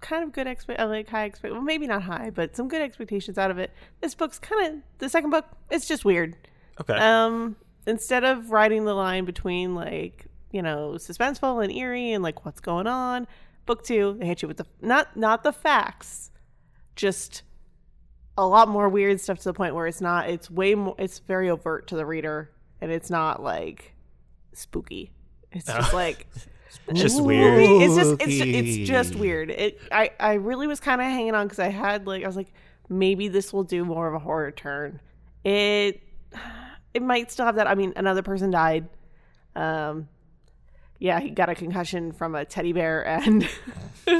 [SPEAKER 2] kind of good expe- uh, like high expect well maybe not high but some good expectations out of it this book's kind of the second book it's just weird
[SPEAKER 4] Okay.
[SPEAKER 2] um instead of writing the line between like you know suspenseful and eerie and like what's going on book two they hit you with the not not the facts just a lot more weird stuff to the point where it's not it's way more it's
[SPEAKER 4] (laughs)
[SPEAKER 2] very overt to the reader and it's not like spooky it's just like
[SPEAKER 4] It's just weird.
[SPEAKER 2] It's just it's just, it's just
[SPEAKER 1] Spooky.
[SPEAKER 2] weird. It I I really was kind of hanging on because I had like I was like maybe this will do more of a horror turn. It it might still have that. I mean, another person died. Um, yeah, he got a concussion from a teddy bear and (laughs)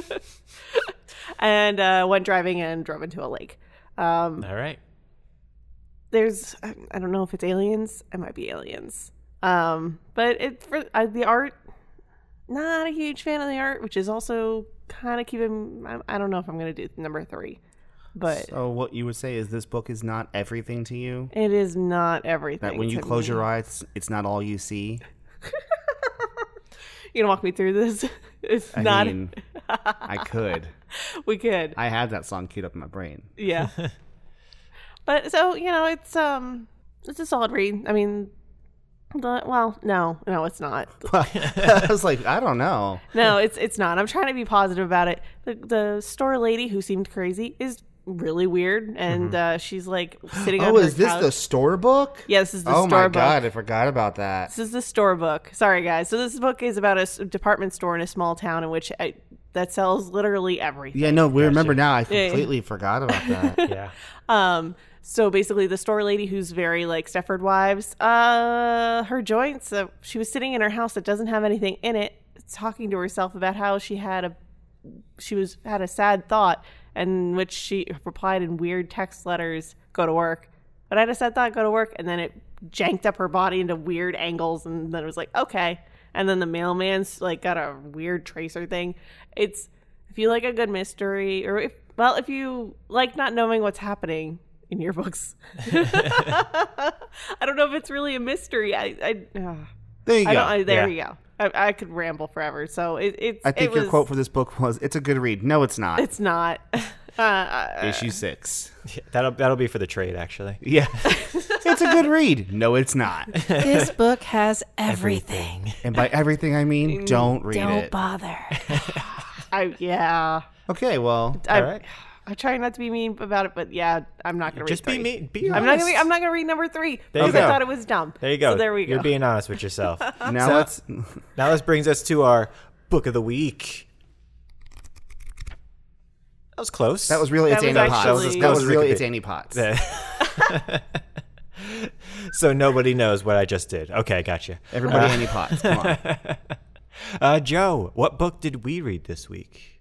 [SPEAKER 2] and uh, went driving and drove into a lake. Um,
[SPEAKER 4] All right.
[SPEAKER 2] there's I I don't know if it's aliens. It might be aliens. Um, but it for uh, the art, not a huge fan of the art, which is also kind of keeping. I, I don't know if I'm gonna do number three, but
[SPEAKER 1] So what you would say is this book is not everything to you.
[SPEAKER 2] it is not everything.
[SPEAKER 1] That when you
[SPEAKER 2] to
[SPEAKER 1] close
[SPEAKER 2] me.
[SPEAKER 1] your eyes, it's not all you see.
[SPEAKER 2] you gonna walk me through this. (laughs) It's
[SPEAKER 1] I
[SPEAKER 2] not.
[SPEAKER 1] mean, I could.
[SPEAKER 2] we could.
[SPEAKER 1] I had that song queued up in my
[SPEAKER 2] (laughs)
[SPEAKER 1] brain. (laughs)
[SPEAKER 2] yeah. but so you know, it's um, it's a solid read. I mean, the, well, no, no, it's not.
[SPEAKER 1] I was like, I don't know.
[SPEAKER 2] no, it's it's not. I'm trying to be positive about it. The the store lady who seemed crazy is really weird, and uh, she's like sitting. on
[SPEAKER 1] Mm-hmm. Oh,
[SPEAKER 2] her
[SPEAKER 1] is this
[SPEAKER 2] couch.
[SPEAKER 1] the store book?
[SPEAKER 2] Yeah, this is the
[SPEAKER 1] oh
[SPEAKER 2] store
[SPEAKER 1] my
[SPEAKER 2] book.
[SPEAKER 1] god, I forgot about that.
[SPEAKER 2] This is the store book. Sorry, guys. So this book is about a s- department store in a small town in which I, that sells literally everything.
[SPEAKER 1] Yeah, no, we remember now. I
[SPEAKER 2] Yeah.
[SPEAKER 1] completely forgot about that.
[SPEAKER 2] (laughs)
[SPEAKER 4] Yeah.
[SPEAKER 2] Um, so basically, the store lady who's very like Stefford Wives, uh, her joints. Uh, she was sitting in her house that doesn't have anything in it, talking to herself about how she had a she was had a sad thought, and which she replied in weird text letters, "Go to work." But I had a sad thought, "Go to work," and then it janked up her body into weird angles, and then it was like, "Okay." And then the mailman's like got a weird tracer thing. It's if you like a good mystery, or if well, if you like not knowing what's happening in your books, (laughs) I don't know if it's really a mystery. I, I, ugh.
[SPEAKER 1] There you
[SPEAKER 2] I
[SPEAKER 1] go.
[SPEAKER 2] don't. I, there
[SPEAKER 4] Yeah.
[SPEAKER 2] you go. I, I could ramble forever. So it, it's.
[SPEAKER 1] I think
[SPEAKER 2] it
[SPEAKER 1] your
[SPEAKER 2] was,
[SPEAKER 1] quote for this book was, "It's a good read." No, it's not.
[SPEAKER 2] It's not. (laughs) Uh,
[SPEAKER 1] Issue six.
[SPEAKER 4] Yeah, That'll that'll be for the trade actually.
[SPEAKER 2] (laughs)
[SPEAKER 1] Yeah, it's a good read. No, it's not.
[SPEAKER 3] this book has everything.
[SPEAKER 1] And by everything, I
[SPEAKER 2] (laughs)
[SPEAKER 1] mean don't read
[SPEAKER 3] Don't
[SPEAKER 1] it.
[SPEAKER 3] bother.
[SPEAKER 2] I yeah.
[SPEAKER 1] Okay, well,
[SPEAKER 2] I,
[SPEAKER 4] All right.
[SPEAKER 2] I'm trying not to be mean about it, but yeah, I'm not gonna read
[SPEAKER 4] Just be
[SPEAKER 2] three.
[SPEAKER 4] mean. Be
[SPEAKER 2] I'm not gonna.
[SPEAKER 4] honest.
[SPEAKER 2] Be, I'm not gonna read number three
[SPEAKER 4] There you
[SPEAKER 2] because I
[SPEAKER 4] go.
[SPEAKER 2] thought it was dumb.
[SPEAKER 4] There you go.
[SPEAKER 2] So there we go.
[SPEAKER 4] You're being honest with yourself.
[SPEAKER 1] now
[SPEAKER 4] So-
[SPEAKER 1] let's.
[SPEAKER 4] now this brings us to our book of the week. That was close.
[SPEAKER 1] That was really
[SPEAKER 2] That
[SPEAKER 1] it's
[SPEAKER 2] was
[SPEAKER 1] Annie Potts.
[SPEAKER 2] actually-
[SPEAKER 1] That was
[SPEAKER 2] (laughs)
[SPEAKER 1] really
[SPEAKER 4] That-
[SPEAKER 1] it's Annie Potts.
[SPEAKER 4] so nobody knows what I just did. Okay, gotcha.
[SPEAKER 1] Everybody Annie Potts. Come
[SPEAKER 3] (laughs)
[SPEAKER 1] on.
[SPEAKER 4] Uh, Joe, what book did we read this week?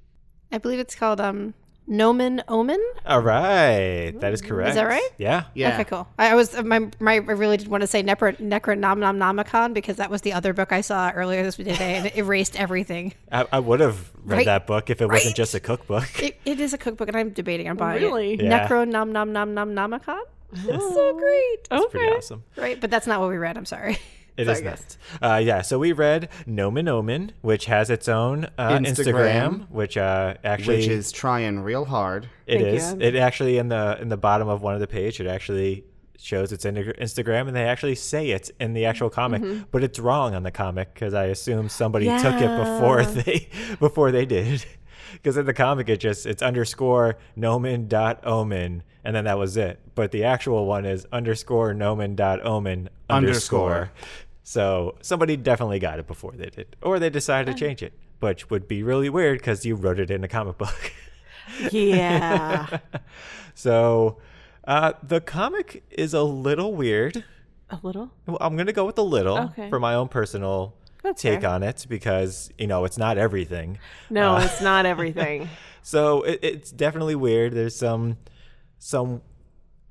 [SPEAKER 3] I believe it's called um Nomen Omen.
[SPEAKER 4] All right, that is correct.
[SPEAKER 3] right?
[SPEAKER 4] Yeah.
[SPEAKER 1] Yeah.
[SPEAKER 3] Okay, cool. I, I was my, my I really did want to say Necro Necronomicon because that was the other book I saw earlier this day and it erased everything.
[SPEAKER 4] I, I would have read
[SPEAKER 3] Right.
[SPEAKER 4] that book if it wasn't just a cookbook.
[SPEAKER 3] (laughs)
[SPEAKER 4] (laughs)
[SPEAKER 3] It, it is a cookbook and I'm debating on buying
[SPEAKER 2] Really?
[SPEAKER 3] it.
[SPEAKER 4] Yeah.
[SPEAKER 3] Necronomicon. That's so great.
[SPEAKER 2] okay.
[SPEAKER 4] Pretty awesome.
[SPEAKER 3] Right, but that's not what we read. I'm sorry.
[SPEAKER 4] It is nuts. Uh, yeah, so we read Nomen Omen, which has its own uh,
[SPEAKER 1] Instagram.
[SPEAKER 4] Instagram. which uh, actually
[SPEAKER 1] Which is trying real hard.
[SPEAKER 4] it
[SPEAKER 2] Thank
[SPEAKER 4] is.
[SPEAKER 2] you.
[SPEAKER 4] It actually in the in the bottom of one of the page, it actually shows its in- Instagram, and they actually say it in the actual comic,
[SPEAKER 2] Mm-hmm.
[SPEAKER 4] but it's wrong on the comic because I assume somebody took it before they (laughs) before they did. (laughs) Because in the comic, it just it's underscore nomen dot omen, and then that was it. But the actual one is underscore nomen dot omen
[SPEAKER 1] Underscore.
[SPEAKER 4] underscore. So somebody definitely got it before they did, or they decided to change it, which would be really weird because you wrote it in a comic book.
[SPEAKER 2] (laughs)
[SPEAKER 4] (laughs)
[SPEAKER 2] Yeah.
[SPEAKER 4] So uh, the comic is a little weird.
[SPEAKER 2] a little.
[SPEAKER 4] Well, I'm going to go with a little
[SPEAKER 2] Okay.
[SPEAKER 4] for my own personal
[SPEAKER 2] That's
[SPEAKER 4] take
[SPEAKER 2] fair.
[SPEAKER 4] on it because, you know, it's not everything.
[SPEAKER 2] No,
[SPEAKER 4] Uh.
[SPEAKER 2] it's not everything.
[SPEAKER 4] (laughs) So it, it's definitely weird. There's some, some,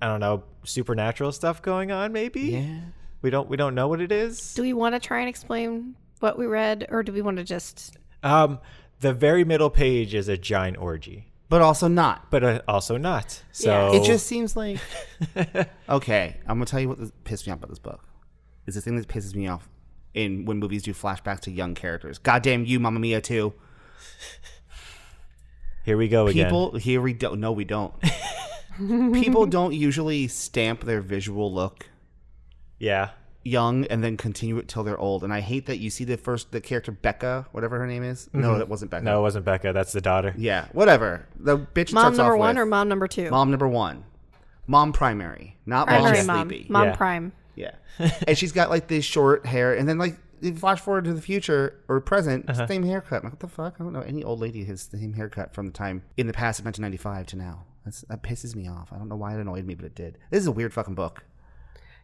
[SPEAKER 4] I don't know, supernatural stuff going on. Maybe
[SPEAKER 1] Yeah.
[SPEAKER 4] we don't we don't know what it is.
[SPEAKER 3] Do we want to try and explain what we read, or do we want to just?
[SPEAKER 4] Um, the very middle page is a giant orgy,
[SPEAKER 1] But also not.
[SPEAKER 4] but uh, also not. So
[SPEAKER 1] It just seems
[SPEAKER 4] (laughs)
[SPEAKER 1] like. okay, I'm gonna tell you what this- pissed me off about this book. Is the thing that pisses me off in when movies do flashbacks to young characters. Goddamn you, Mamma Mia too.
[SPEAKER 4] here we go again.
[SPEAKER 1] People here we don't. No, we
[SPEAKER 3] (laughs)
[SPEAKER 1] don't. People don't usually stamp their visual look
[SPEAKER 4] yeah,
[SPEAKER 1] young and then continue it till they're old. And I hate that you see the first the character Becca, whatever her name is. No, that wasn't Becca.
[SPEAKER 4] Mm-hmm. no, it wasn't Becca. That's the daughter.
[SPEAKER 1] Yeah, whatever. The bitch
[SPEAKER 3] Mom
[SPEAKER 1] starts
[SPEAKER 3] number
[SPEAKER 1] off
[SPEAKER 3] one
[SPEAKER 1] with
[SPEAKER 3] or mom number two?
[SPEAKER 1] mom number one. Mom primary, not
[SPEAKER 3] primary
[SPEAKER 1] mom
[SPEAKER 3] mom.
[SPEAKER 1] sleepy.
[SPEAKER 3] Mom
[SPEAKER 4] Yeah.
[SPEAKER 1] (laughs)
[SPEAKER 3] prime.
[SPEAKER 1] Yeah. and she's got like this short hair and then like you flash forward to the future or present,
[SPEAKER 4] Uh-huh.
[SPEAKER 1] same haircut. I'm like, what the fuck? I don't know any old lady has the same haircut from the time in the past of 1995 to now. That's, that pisses me off. I don't know why it annoyed me, but it did. This is a weird fucking book.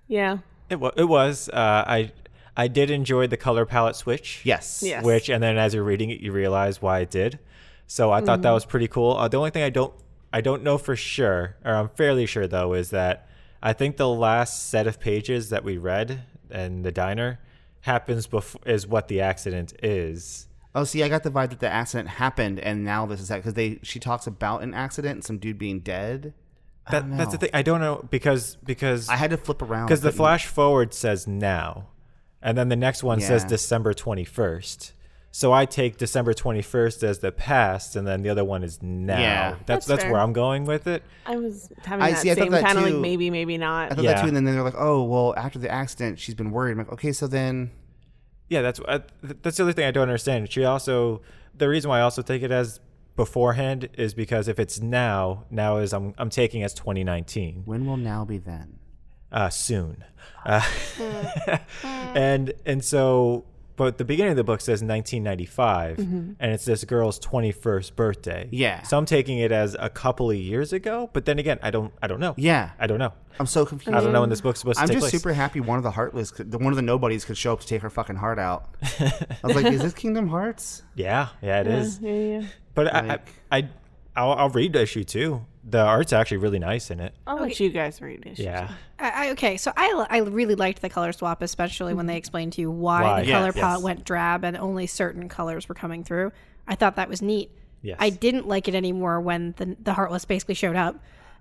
[SPEAKER 2] Yeah.
[SPEAKER 4] It, wa- it was. Uh, I I did enjoy the color palette switch.
[SPEAKER 1] Yes.
[SPEAKER 2] Yeah. Yes.
[SPEAKER 4] Which, and then as you're reading it, you realize why it did. So I thought that was pretty cool. Uh, the only thing I don't I don't know for sure, or I'm fairly sure though, is that I think the last set of pages that we read in the diner happens before is what the accident is.
[SPEAKER 1] Oh, see, I got the vibe that the accident happened, and now this is that because they she talks about an accident and some dude being dead.
[SPEAKER 4] That, that's the thing. I don't know because because
[SPEAKER 1] I had to flip around
[SPEAKER 4] because the
[SPEAKER 1] couldn't-
[SPEAKER 4] flash forward says now and then the next one says
[SPEAKER 1] Yeah.
[SPEAKER 4] december 21st so i take december 21st as the past and then the other one is now
[SPEAKER 1] Yeah.
[SPEAKER 4] that's
[SPEAKER 2] That's
[SPEAKER 4] that's
[SPEAKER 2] fair.
[SPEAKER 4] where i'm going with it
[SPEAKER 2] I was having
[SPEAKER 1] I
[SPEAKER 2] that
[SPEAKER 1] see, I thought
[SPEAKER 2] same
[SPEAKER 1] that
[SPEAKER 2] kind of like
[SPEAKER 1] too.
[SPEAKER 2] maybe, maybe not.
[SPEAKER 1] I thought that
[SPEAKER 4] Yeah.
[SPEAKER 1] too, and then they're like, "Oh, well, after the accident, she's been worried." I'm like, "Okay, so then
[SPEAKER 4] yeah that's I, th- that's the other thing i don't understand she also the reason why i also take it as beforehand is because if it's now now is i'm, I'm taking as 2019
[SPEAKER 1] when will now be then?"
[SPEAKER 4] uh, soon.
[SPEAKER 1] Ah.
[SPEAKER 4] Uh,
[SPEAKER 1] Hmm.
[SPEAKER 4] (laughs) and and so, but the beginning of the book says 1995, and it's this girl's 21st birthday.
[SPEAKER 1] Mm-hmm. Yeah.
[SPEAKER 4] So I'm taking it as a couple of years ago. But then again, I don't I don't know.
[SPEAKER 1] Yeah,
[SPEAKER 4] I don't know.
[SPEAKER 1] I'm so confused.
[SPEAKER 4] I don't know when this book's supposed to
[SPEAKER 1] I'm
[SPEAKER 4] take
[SPEAKER 1] just
[SPEAKER 4] place.
[SPEAKER 1] super happy one of the heartless, could- the one of the nobodies, could show up to take her fucking heart out. I was like, "Is this Kingdom Hearts?"
[SPEAKER 4] yeah, yeah, it is.
[SPEAKER 2] Yeah, yeah. yeah.
[SPEAKER 4] But I I, I I'll, I'll read issue two. The art's actually really nice in it.
[SPEAKER 2] I'll let you guys read it.
[SPEAKER 4] Yeah.
[SPEAKER 3] I, I, okay, so I, li- I really liked the color swap, especially when they explained to you why,
[SPEAKER 4] Why,
[SPEAKER 3] the
[SPEAKER 4] yes,
[SPEAKER 3] color palette
[SPEAKER 4] yes.
[SPEAKER 3] went drab and only certain colors were coming through. I thought that was neat.
[SPEAKER 4] Yes.
[SPEAKER 3] I didn't like it anymore when the, the Heartless basically showed up.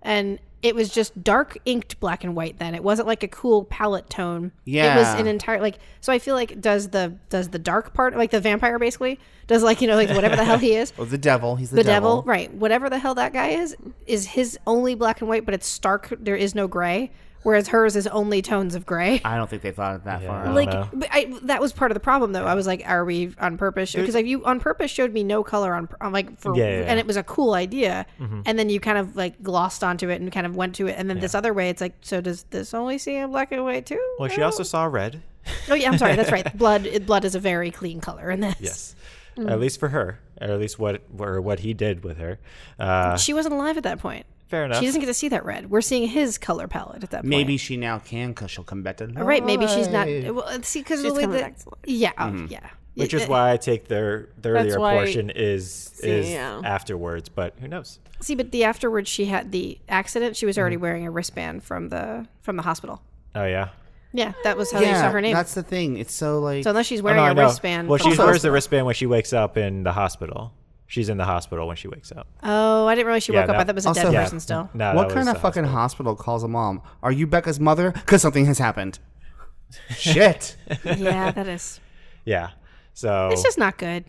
[SPEAKER 3] And it was just dark inked black and white then. It wasn't like a cool palette tone. It was
[SPEAKER 1] Yeah.
[SPEAKER 3] an entire like so I feel like does the does the dark part like the vampire basically does like you know like whatever the hell he is
[SPEAKER 1] Oh, the devil. He's the,
[SPEAKER 3] the devil. right whatever the hell that guy is is his only black and white but it's stark there is no gray whereas hers is only tones of gray
[SPEAKER 1] I don't think they thought it that far.
[SPEAKER 4] don't
[SPEAKER 3] like
[SPEAKER 4] know.
[SPEAKER 3] but I, that was part of the problem though i was like are we on purpose because like you on purpose showed me no color on on, like for
[SPEAKER 4] Yeah, Mm-hmm. yeah, yeah.
[SPEAKER 3] and it was a cool idea and then you kind of like glossed onto it and kind of went to it and then this other way it's like so does this only see in black and white too
[SPEAKER 4] Well, she
[SPEAKER 3] I
[SPEAKER 1] Oh.
[SPEAKER 4] also saw red.
[SPEAKER 3] don't- oh yeah i'm sorry that's
[SPEAKER 4] (laughs)
[SPEAKER 3] right blood it- blood is a very clean color in this
[SPEAKER 4] Yes.
[SPEAKER 1] Hmm.
[SPEAKER 4] At least for her, or at least what or what he did with her. Uh,
[SPEAKER 3] she wasn't alive at that point
[SPEAKER 4] fair enough.
[SPEAKER 3] she doesn't get to see that red. We're seeing his color palette at that point.
[SPEAKER 1] Maybe she now can because she'll come back to life.
[SPEAKER 3] Right, maybe she's not. Well, uh, see, because the
[SPEAKER 2] She's
[SPEAKER 3] way
[SPEAKER 2] coming
[SPEAKER 3] that
[SPEAKER 2] back to life.
[SPEAKER 3] yeah, oh, yeah,
[SPEAKER 4] Mm-hmm. which
[SPEAKER 3] It-
[SPEAKER 4] is
[SPEAKER 3] it-
[SPEAKER 4] why I take their the earlier
[SPEAKER 2] why-
[SPEAKER 4] portion is is
[SPEAKER 2] yeah.
[SPEAKER 4] afterwards, but who knows?
[SPEAKER 3] See, but the afterwards she had the accident. She was already
[SPEAKER 4] Mm-hmm.
[SPEAKER 3] wearing a wristband from the from the hospital.
[SPEAKER 4] Oh yeah,
[SPEAKER 3] Yeah, that was how
[SPEAKER 1] Yeah,
[SPEAKER 3] you saw her name.
[SPEAKER 1] that's the thing. It's so like
[SPEAKER 3] so unless she's
[SPEAKER 4] oh,
[SPEAKER 3] wearing
[SPEAKER 4] no, I
[SPEAKER 3] a
[SPEAKER 4] know.
[SPEAKER 3] wristband,
[SPEAKER 4] Well, she
[SPEAKER 3] Also-
[SPEAKER 4] wears the wristband when she wakes up in the hospital. She's in the hospital when she wakes up.
[SPEAKER 3] oh, I didn't realize she woke up.
[SPEAKER 4] that-
[SPEAKER 3] I thought it was a
[SPEAKER 1] Also-
[SPEAKER 3] dead
[SPEAKER 1] Yeah.
[SPEAKER 3] person
[SPEAKER 4] (laughs)
[SPEAKER 3] still.
[SPEAKER 4] No,
[SPEAKER 1] what
[SPEAKER 4] that
[SPEAKER 1] kind
[SPEAKER 4] was uh,
[SPEAKER 1] of
[SPEAKER 4] the
[SPEAKER 1] fucking hospital calls a mom? Are you Becca's mother? Because something has
[SPEAKER 4] (laughs)
[SPEAKER 1] happened. Shit.
[SPEAKER 3] yeah, that is.
[SPEAKER 4] hosp- Yeah, so
[SPEAKER 3] It's just not good.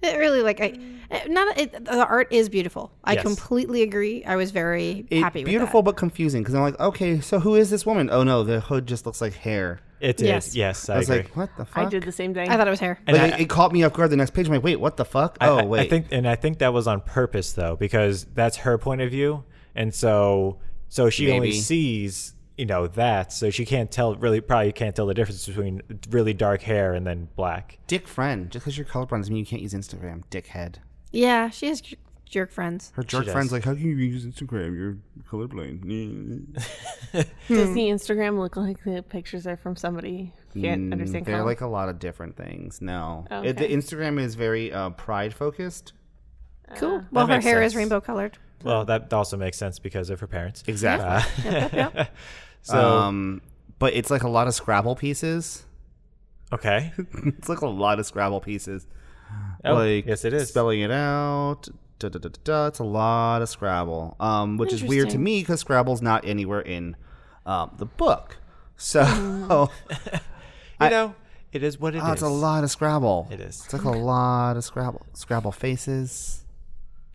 [SPEAKER 3] It really like I I- not it, the art is beautiful. I
[SPEAKER 4] Yes.
[SPEAKER 3] completely agree. I was very
[SPEAKER 1] It-
[SPEAKER 3] (laughs) happy. with
[SPEAKER 1] beautiful but confusing because I'm like, okay, so who is this woman? Oh no, the hood just looks like hair.
[SPEAKER 4] it is.
[SPEAKER 3] Yes.
[SPEAKER 4] Yes, I,
[SPEAKER 1] I was
[SPEAKER 4] agree.
[SPEAKER 1] like, what the
[SPEAKER 2] I
[SPEAKER 1] fuck?
[SPEAKER 2] did the same thing.
[SPEAKER 3] That. I thought it was hair.
[SPEAKER 1] But
[SPEAKER 4] And
[SPEAKER 1] it, it caught me off guard. The next page, I'm like, wait, what the fuck?
[SPEAKER 4] I-
[SPEAKER 1] oh
[SPEAKER 4] I-
[SPEAKER 1] wait,
[SPEAKER 4] I think, and I think that was on purpose though, because that's her point of view, and so so she only
[SPEAKER 1] Maybe.
[SPEAKER 4] sees you know that, so she can't tell really probably can't tell the difference between really dark hair and then black.
[SPEAKER 1] dick friend. Just because you're colorblind doesn't mean you can't use Instagram, dickhead.
[SPEAKER 3] Yeah, she has jer- jerk friends.
[SPEAKER 1] Her jerk
[SPEAKER 4] does.
[SPEAKER 1] friend's like, how can you use Instagram? You're colorblind. (laughs)
[SPEAKER 2] Does the Instagram look like the pictures are from somebody who
[SPEAKER 4] Mm,
[SPEAKER 2] can't understand
[SPEAKER 1] They're
[SPEAKER 2] color? Oh,
[SPEAKER 1] like a lot of different things. No,
[SPEAKER 2] Okay.
[SPEAKER 1] It- the Instagram is very uh, pride focused.
[SPEAKER 3] Cool. well, her
[SPEAKER 4] makes
[SPEAKER 3] hair is
[SPEAKER 4] sense.
[SPEAKER 3] rainbow colored.
[SPEAKER 4] Well, that also makes sense because of her parents. Uh,
[SPEAKER 1] Exactly.
[SPEAKER 4] (laughs) So
[SPEAKER 1] Um, but it's like a lot of Scrabble pieces. (laughs)
[SPEAKER 4] okay,
[SPEAKER 1] It's like a lot of Scrabble pieces.
[SPEAKER 4] Oh,
[SPEAKER 1] like
[SPEAKER 4] yes, it is.
[SPEAKER 1] spelling it out. Da, da, da, da, da. It's a lot of Scrabble, um, which is weird to
[SPEAKER 2] Interesting.
[SPEAKER 1] me because Scrabble's not anywhere in um, the book. So (laughs)
[SPEAKER 4] you know, it is what it is.
[SPEAKER 1] Oh, it's a lot of Scrabble.
[SPEAKER 4] It is.
[SPEAKER 1] It's like a lot of Scrabble. Scrabble faces.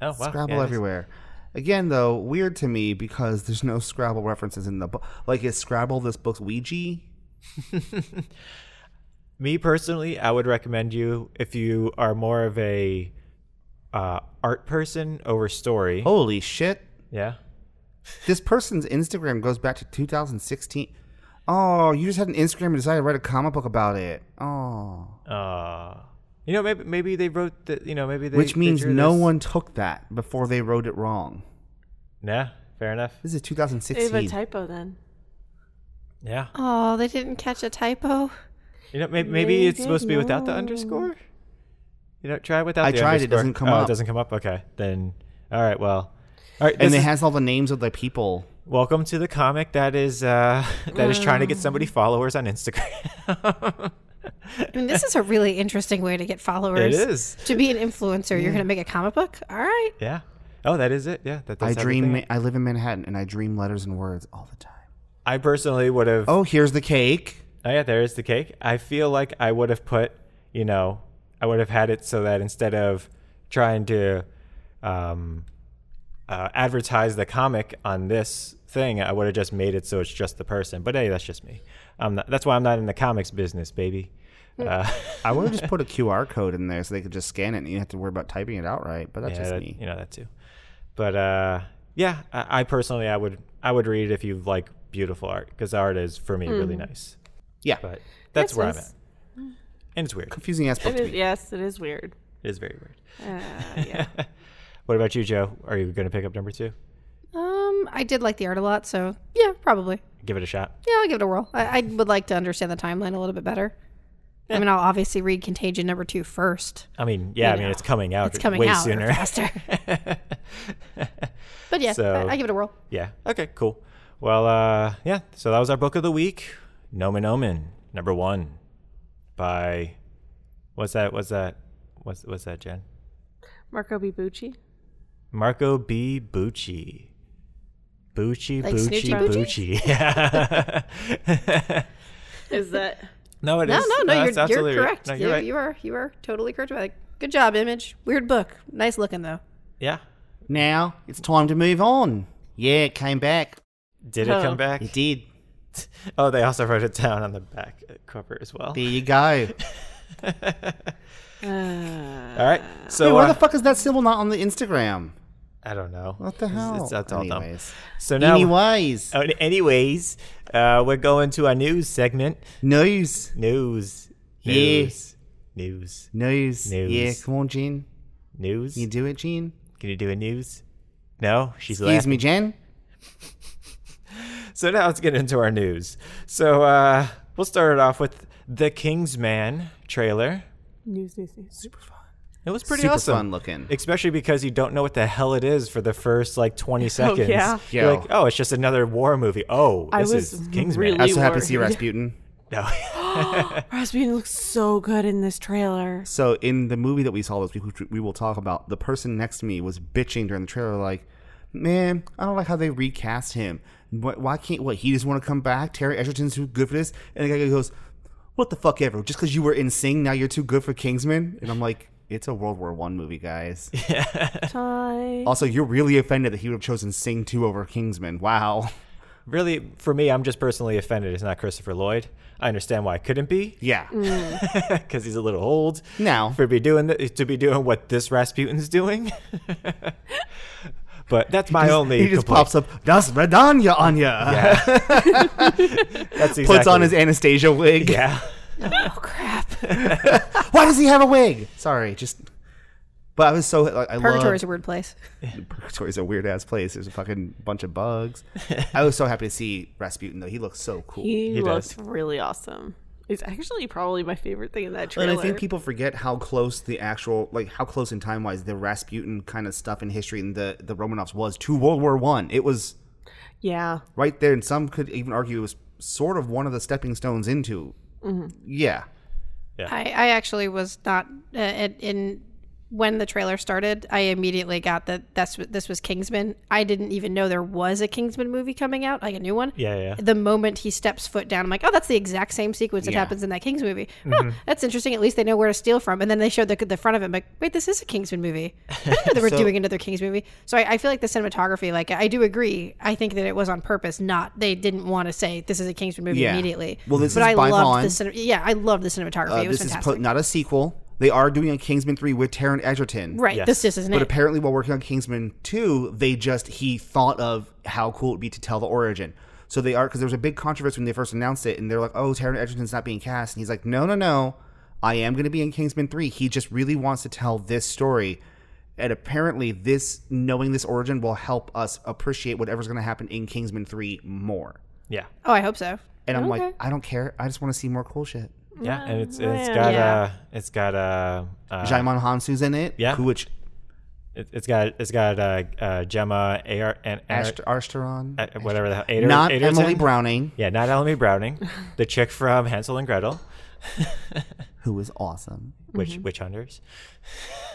[SPEAKER 4] Oh, wow.
[SPEAKER 1] Scrabble
[SPEAKER 4] Yeah, it is.
[SPEAKER 1] everywhere. Again, though, weird to me because there's no Scrabble references in the book. Like, is Scrabble this book's Ouija?
[SPEAKER 4] Me personally, I would recommend you if you are more of a uh, art person over story.
[SPEAKER 1] Oh. Holy shit!
[SPEAKER 4] Yeah.
[SPEAKER 1] This person's Instagram goes back to 2016. Oh, you just had an Instagram and decided to write a comic book about it. Oh,
[SPEAKER 4] Uh, you know, maybe maybe they wrote that. You know, maybe they.
[SPEAKER 1] which
[SPEAKER 4] they
[SPEAKER 1] means
[SPEAKER 4] drew
[SPEAKER 1] no
[SPEAKER 4] this.
[SPEAKER 1] one took that before they wrote it wrong.
[SPEAKER 4] Nah, fair enough.
[SPEAKER 1] This is
[SPEAKER 2] They have a
[SPEAKER 1] 2016.
[SPEAKER 2] typo then.
[SPEAKER 4] Yeah,
[SPEAKER 3] Oh, they didn't catch a typo.
[SPEAKER 4] you know, maybe, maybe it's supposed to be without the underscore. You know, try without.
[SPEAKER 1] I
[SPEAKER 4] the
[SPEAKER 1] tried, it
[SPEAKER 4] underscore.
[SPEAKER 1] doesn't come
[SPEAKER 4] oh,
[SPEAKER 1] up.
[SPEAKER 4] It doesn't come up. Okay, then. All right. Well. All right.
[SPEAKER 1] and
[SPEAKER 4] this
[SPEAKER 1] it
[SPEAKER 4] is-
[SPEAKER 1] has all the names of the people.
[SPEAKER 4] welcome to the comic that is uh (laughs) that is trying to get somebody followers on Instagram. (laughs)
[SPEAKER 3] I mean, this is a really interesting way to get
[SPEAKER 4] it
[SPEAKER 3] followers.
[SPEAKER 4] is.
[SPEAKER 3] To be an influencer, you're going to make a comic book? All right.
[SPEAKER 4] Yeah. Oh, that is it. Yeah. That does
[SPEAKER 1] I
[SPEAKER 4] have the
[SPEAKER 1] dream.
[SPEAKER 4] thing.
[SPEAKER 1] ma- I live in Manhattan, and I dream letters and words all the time.
[SPEAKER 4] I personally would have.
[SPEAKER 1] Oh, here's the cake.
[SPEAKER 4] Oh yeah, there is the cake. I feel like I would have put, you know, I would have had it so that instead of trying to um, uh, advertise the comic on this thing, I would have just made it so it's just the person. But hey, that's just me. I'm not, that's why I'm not in the comics business, baby.
[SPEAKER 1] Hmm.
[SPEAKER 4] Uh,
[SPEAKER 1] I would have just put a QR code in there so they could just scan it, and you have to worry about typing it out right. But that's
[SPEAKER 4] (laughs) yeah,
[SPEAKER 1] just
[SPEAKER 4] that-
[SPEAKER 1] me.
[SPEAKER 4] you know that too. But uh, yeah, I, I personally, I would, I would read it if you like beautiful art because art is for me really
[SPEAKER 1] Hmm.
[SPEAKER 4] nice.
[SPEAKER 1] Yeah,
[SPEAKER 4] But that's
[SPEAKER 2] Makes
[SPEAKER 4] where I'm at,
[SPEAKER 2] sense.
[SPEAKER 4] and it's weird.
[SPEAKER 1] confusing ass book
[SPEAKER 2] It
[SPEAKER 1] to
[SPEAKER 2] is,
[SPEAKER 1] me.
[SPEAKER 2] yes, it is weird.
[SPEAKER 4] It is very weird.
[SPEAKER 2] Uh, yeah.
[SPEAKER 4] What about you, Joe? Are you going to pick up number two?
[SPEAKER 3] Um, I did like the art a lot, so yeah, probably.
[SPEAKER 4] Give it a shot.
[SPEAKER 3] Yeah, I'll give it a whirl. I, I would like to understand the timeline a little bit better. I mean, I'll obviously read Contagion number two first.
[SPEAKER 4] I mean, yeah, I mean, it's coming out
[SPEAKER 3] It's coming
[SPEAKER 4] way
[SPEAKER 3] out (laughs)
[SPEAKER 4] sooner.
[SPEAKER 3] faster. but yeah,
[SPEAKER 4] So-
[SPEAKER 3] I, I give it a whirl.
[SPEAKER 4] (laughs) yeah. Okay, cool. Well, uh, yeah, so that was our book of the week Nomen Omen, number one by. What's that? What's that? What's, what's that, Jen?
[SPEAKER 2] Marco Bibucci.
[SPEAKER 4] Marco B. Bucci. Bucci,
[SPEAKER 3] Like
[SPEAKER 4] Bucci,
[SPEAKER 3] Snoochie
[SPEAKER 4] Bucci.
[SPEAKER 3] (laughs)
[SPEAKER 4] (laughs) Yeah.
[SPEAKER 2] Is that
[SPEAKER 4] no, it is.
[SPEAKER 3] No, no, no,
[SPEAKER 4] that's
[SPEAKER 3] you're,
[SPEAKER 4] absolutely
[SPEAKER 3] you're
[SPEAKER 4] right.
[SPEAKER 3] correct.
[SPEAKER 4] No,
[SPEAKER 3] you,
[SPEAKER 4] you're right.
[SPEAKER 3] you are you are totally correct about it. Good job, Image. Weird book. Nice looking though.
[SPEAKER 4] Yeah.
[SPEAKER 1] Now it's time to move on. Yeah, it came back.
[SPEAKER 4] Did it
[SPEAKER 2] Huh.
[SPEAKER 4] come back?
[SPEAKER 1] It did.
[SPEAKER 4] Oh, they also wrote it down on the back cover as well.
[SPEAKER 1] There you go.
[SPEAKER 4] All right. So
[SPEAKER 1] Wait, why
[SPEAKER 4] uh,
[SPEAKER 1] the fuck is that symbol not on the Instagram?
[SPEAKER 4] I don't know.
[SPEAKER 1] What the
[SPEAKER 4] It's-
[SPEAKER 1] hell?
[SPEAKER 4] It's, that's all dumb.
[SPEAKER 1] Anyways.
[SPEAKER 4] So now,
[SPEAKER 1] Anyways,
[SPEAKER 4] Oh, and anyways, uh, we're going to our news segment.
[SPEAKER 1] news,
[SPEAKER 4] News.
[SPEAKER 1] Yeah.
[SPEAKER 4] News. News.
[SPEAKER 1] news,
[SPEAKER 4] News.
[SPEAKER 1] Yeah, come on, Jean.
[SPEAKER 4] News.
[SPEAKER 1] Can you do it, Jean?
[SPEAKER 4] Can you do a news? No, she's
[SPEAKER 1] Excuse
[SPEAKER 4] laughing.
[SPEAKER 1] me, Jen.
[SPEAKER 4] So now let's get into our news. So uh, we'll start it off with the Kingsman trailer.
[SPEAKER 2] news? News? News?
[SPEAKER 4] It was pretty
[SPEAKER 1] Super
[SPEAKER 4] awesome.
[SPEAKER 1] fun looking.
[SPEAKER 4] especially because you don't know what the hell it is for the first like
[SPEAKER 1] (laughs)
[SPEAKER 4] 20 seconds.
[SPEAKER 2] yeah.
[SPEAKER 1] Oh, Yeah.
[SPEAKER 4] You're like, oh, it's just another war movie. Oh,
[SPEAKER 2] I
[SPEAKER 4] this
[SPEAKER 2] was
[SPEAKER 4] is Kingsman.
[SPEAKER 2] really-
[SPEAKER 1] I was so happy to see
[SPEAKER 2] worried.
[SPEAKER 1] Rasputin.
[SPEAKER 4] no. (laughs)
[SPEAKER 2] Rasputin looks so good in
[SPEAKER 4] (laughs)
[SPEAKER 2] this trailer.
[SPEAKER 1] So in the movie that we saw this week, which we will talk about, the person next to me was bitching during the trailer, like, "Man, I don't like how they recast him. Why, why can't what he just want to come back? Terry Edgerton's too good for this." And the guy goes, "What the fuck ever? Just because you were in Sing, now you're too good for Kingsman?" And I'm like, "It's a World War One movie, guys."
[SPEAKER 2] Time.
[SPEAKER 1] also, you're really offended that he would have chosen Sing two over Kingsman. Wow. (laughs)
[SPEAKER 4] really, for me, I'm just personally offended. It's not Christopher Lloyd. I understand why it couldn't be (laughs)
[SPEAKER 1] Yeah.
[SPEAKER 4] because he's a little old.
[SPEAKER 1] Now.
[SPEAKER 4] for be doing th- to be doing what this Rasputin's doing. (laughs) but that's my only.
[SPEAKER 1] he just
[SPEAKER 4] complaint.
[SPEAKER 1] pops up, das Redanya Anya,
[SPEAKER 4] That's
[SPEAKER 1] (laughs)
[SPEAKER 4] exactly,
[SPEAKER 1] puts on his Anastasia wig.
[SPEAKER 4] yeah.
[SPEAKER 3] Oh crap.
[SPEAKER 1] Why does he have a wig? Sorry, just. But I was so like, I
[SPEAKER 3] Purgatory's
[SPEAKER 1] love
[SPEAKER 3] a weird place.
[SPEAKER 1] Purgatory's a weird ass place. There's a fucking bunch of
[SPEAKER 3] (laughs)
[SPEAKER 1] bugs. I was so happy to see Rasputin though. He looks so cool.
[SPEAKER 2] He,
[SPEAKER 4] He
[SPEAKER 2] looks
[SPEAKER 4] does.
[SPEAKER 2] really awesome. He's actually probably my favorite thing in that trailer.
[SPEAKER 1] and I think people forget how close the actual, like how close in time wise the Rasputin kind of stuff in history and the the Romanovs was to World War One. It was
[SPEAKER 2] yeah.
[SPEAKER 1] right there, and some could even argue it was sort of one of the stepping stones into.
[SPEAKER 3] Mm-hmm.
[SPEAKER 1] Yeah,
[SPEAKER 3] I, I actually was not uh, in, in when the trailer started. I immediately got that that's what- this was Kingsman. I didn't even know there was a Kingsman movie coming out, like a new one.
[SPEAKER 4] Yeah, yeah.
[SPEAKER 3] The moment he steps foot down, I'm like, oh, that's the exact same sequence that
[SPEAKER 1] Yeah. Mm-hmm.
[SPEAKER 3] happens in that Kings movie. Huh, that's interesting. At least they know where to steal from. And then they showed the, the front of it. I'm like, wait, this is a Kingsman movie. I didn't
[SPEAKER 1] (laughs)
[SPEAKER 3] know they were doing another Kings movie. So I, I feel like the cinematography, like I do agree. I think that it was on purpose. Not they didn't want to say this is a Kingsman movie
[SPEAKER 1] Yeah.
[SPEAKER 3] immediately.
[SPEAKER 1] Well, this
[SPEAKER 3] but
[SPEAKER 1] is
[SPEAKER 3] I
[SPEAKER 1] by
[SPEAKER 3] loved
[SPEAKER 1] Vaughn.
[SPEAKER 3] the cine- yeah, I loved the cinematography.
[SPEAKER 1] Uh,
[SPEAKER 3] it was
[SPEAKER 1] this
[SPEAKER 3] fantastic.
[SPEAKER 1] is po- not a sequel. They are doing a Kingsman three with Taron Egerton.
[SPEAKER 3] Right.
[SPEAKER 4] Yes.
[SPEAKER 3] This just isn't
[SPEAKER 1] But
[SPEAKER 3] it.
[SPEAKER 1] apparently, while working on Kingsman 2, they just, he thought of how cool it would be to tell the origin. So they are because there was a big controversy when they first announced it, and they're like, "Oh, Taron Egerton's not being cast," and he's like, "No, no, no, I am going to be in Kingsman three. He just really wants to tell this story." And apparently, this knowing this origin will help us appreciate whatever's going to happen in Kingsman three more.
[SPEAKER 4] Yeah.
[SPEAKER 3] Oh, I hope so.
[SPEAKER 1] And I'm like,
[SPEAKER 2] Okay.
[SPEAKER 1] I don't care. I just want to see more cool shit. (laughs)
[SPEAKER 4] Yeah, and it's it's
[SPEAKER 2] Yeah.
[SPEAKER 4] got
[SPEAKER 3] Yeah.
[SPEAKER 4] uh it's got uh, uh
[SPEAKER 1] Jaimon Hansu's in it.
[SPEAKER 4] Yeah.
[SPEAKER 1] who- Which
[SPEAKER 4] it, it's got it's got uh, uh Gemma Ar- and Ar-
[SPEAKER 1] Asht- Ashtaron,
[SPEAKER 4] uh, whatever the hell Ader-
[SPEAKER 1] not
[SPEAKER 4] Aderton?
[SPEAKER 1] Emily Browning,
[SPEAKER 4] Yeah, not Emily Browning,
[SPEAKER 1] (laughs)
[SPEAKER 4] the chick from Hansel and Gretel,
[SPEAKER 1] who is awesome.
[SPEAKER 4] which witch hunters.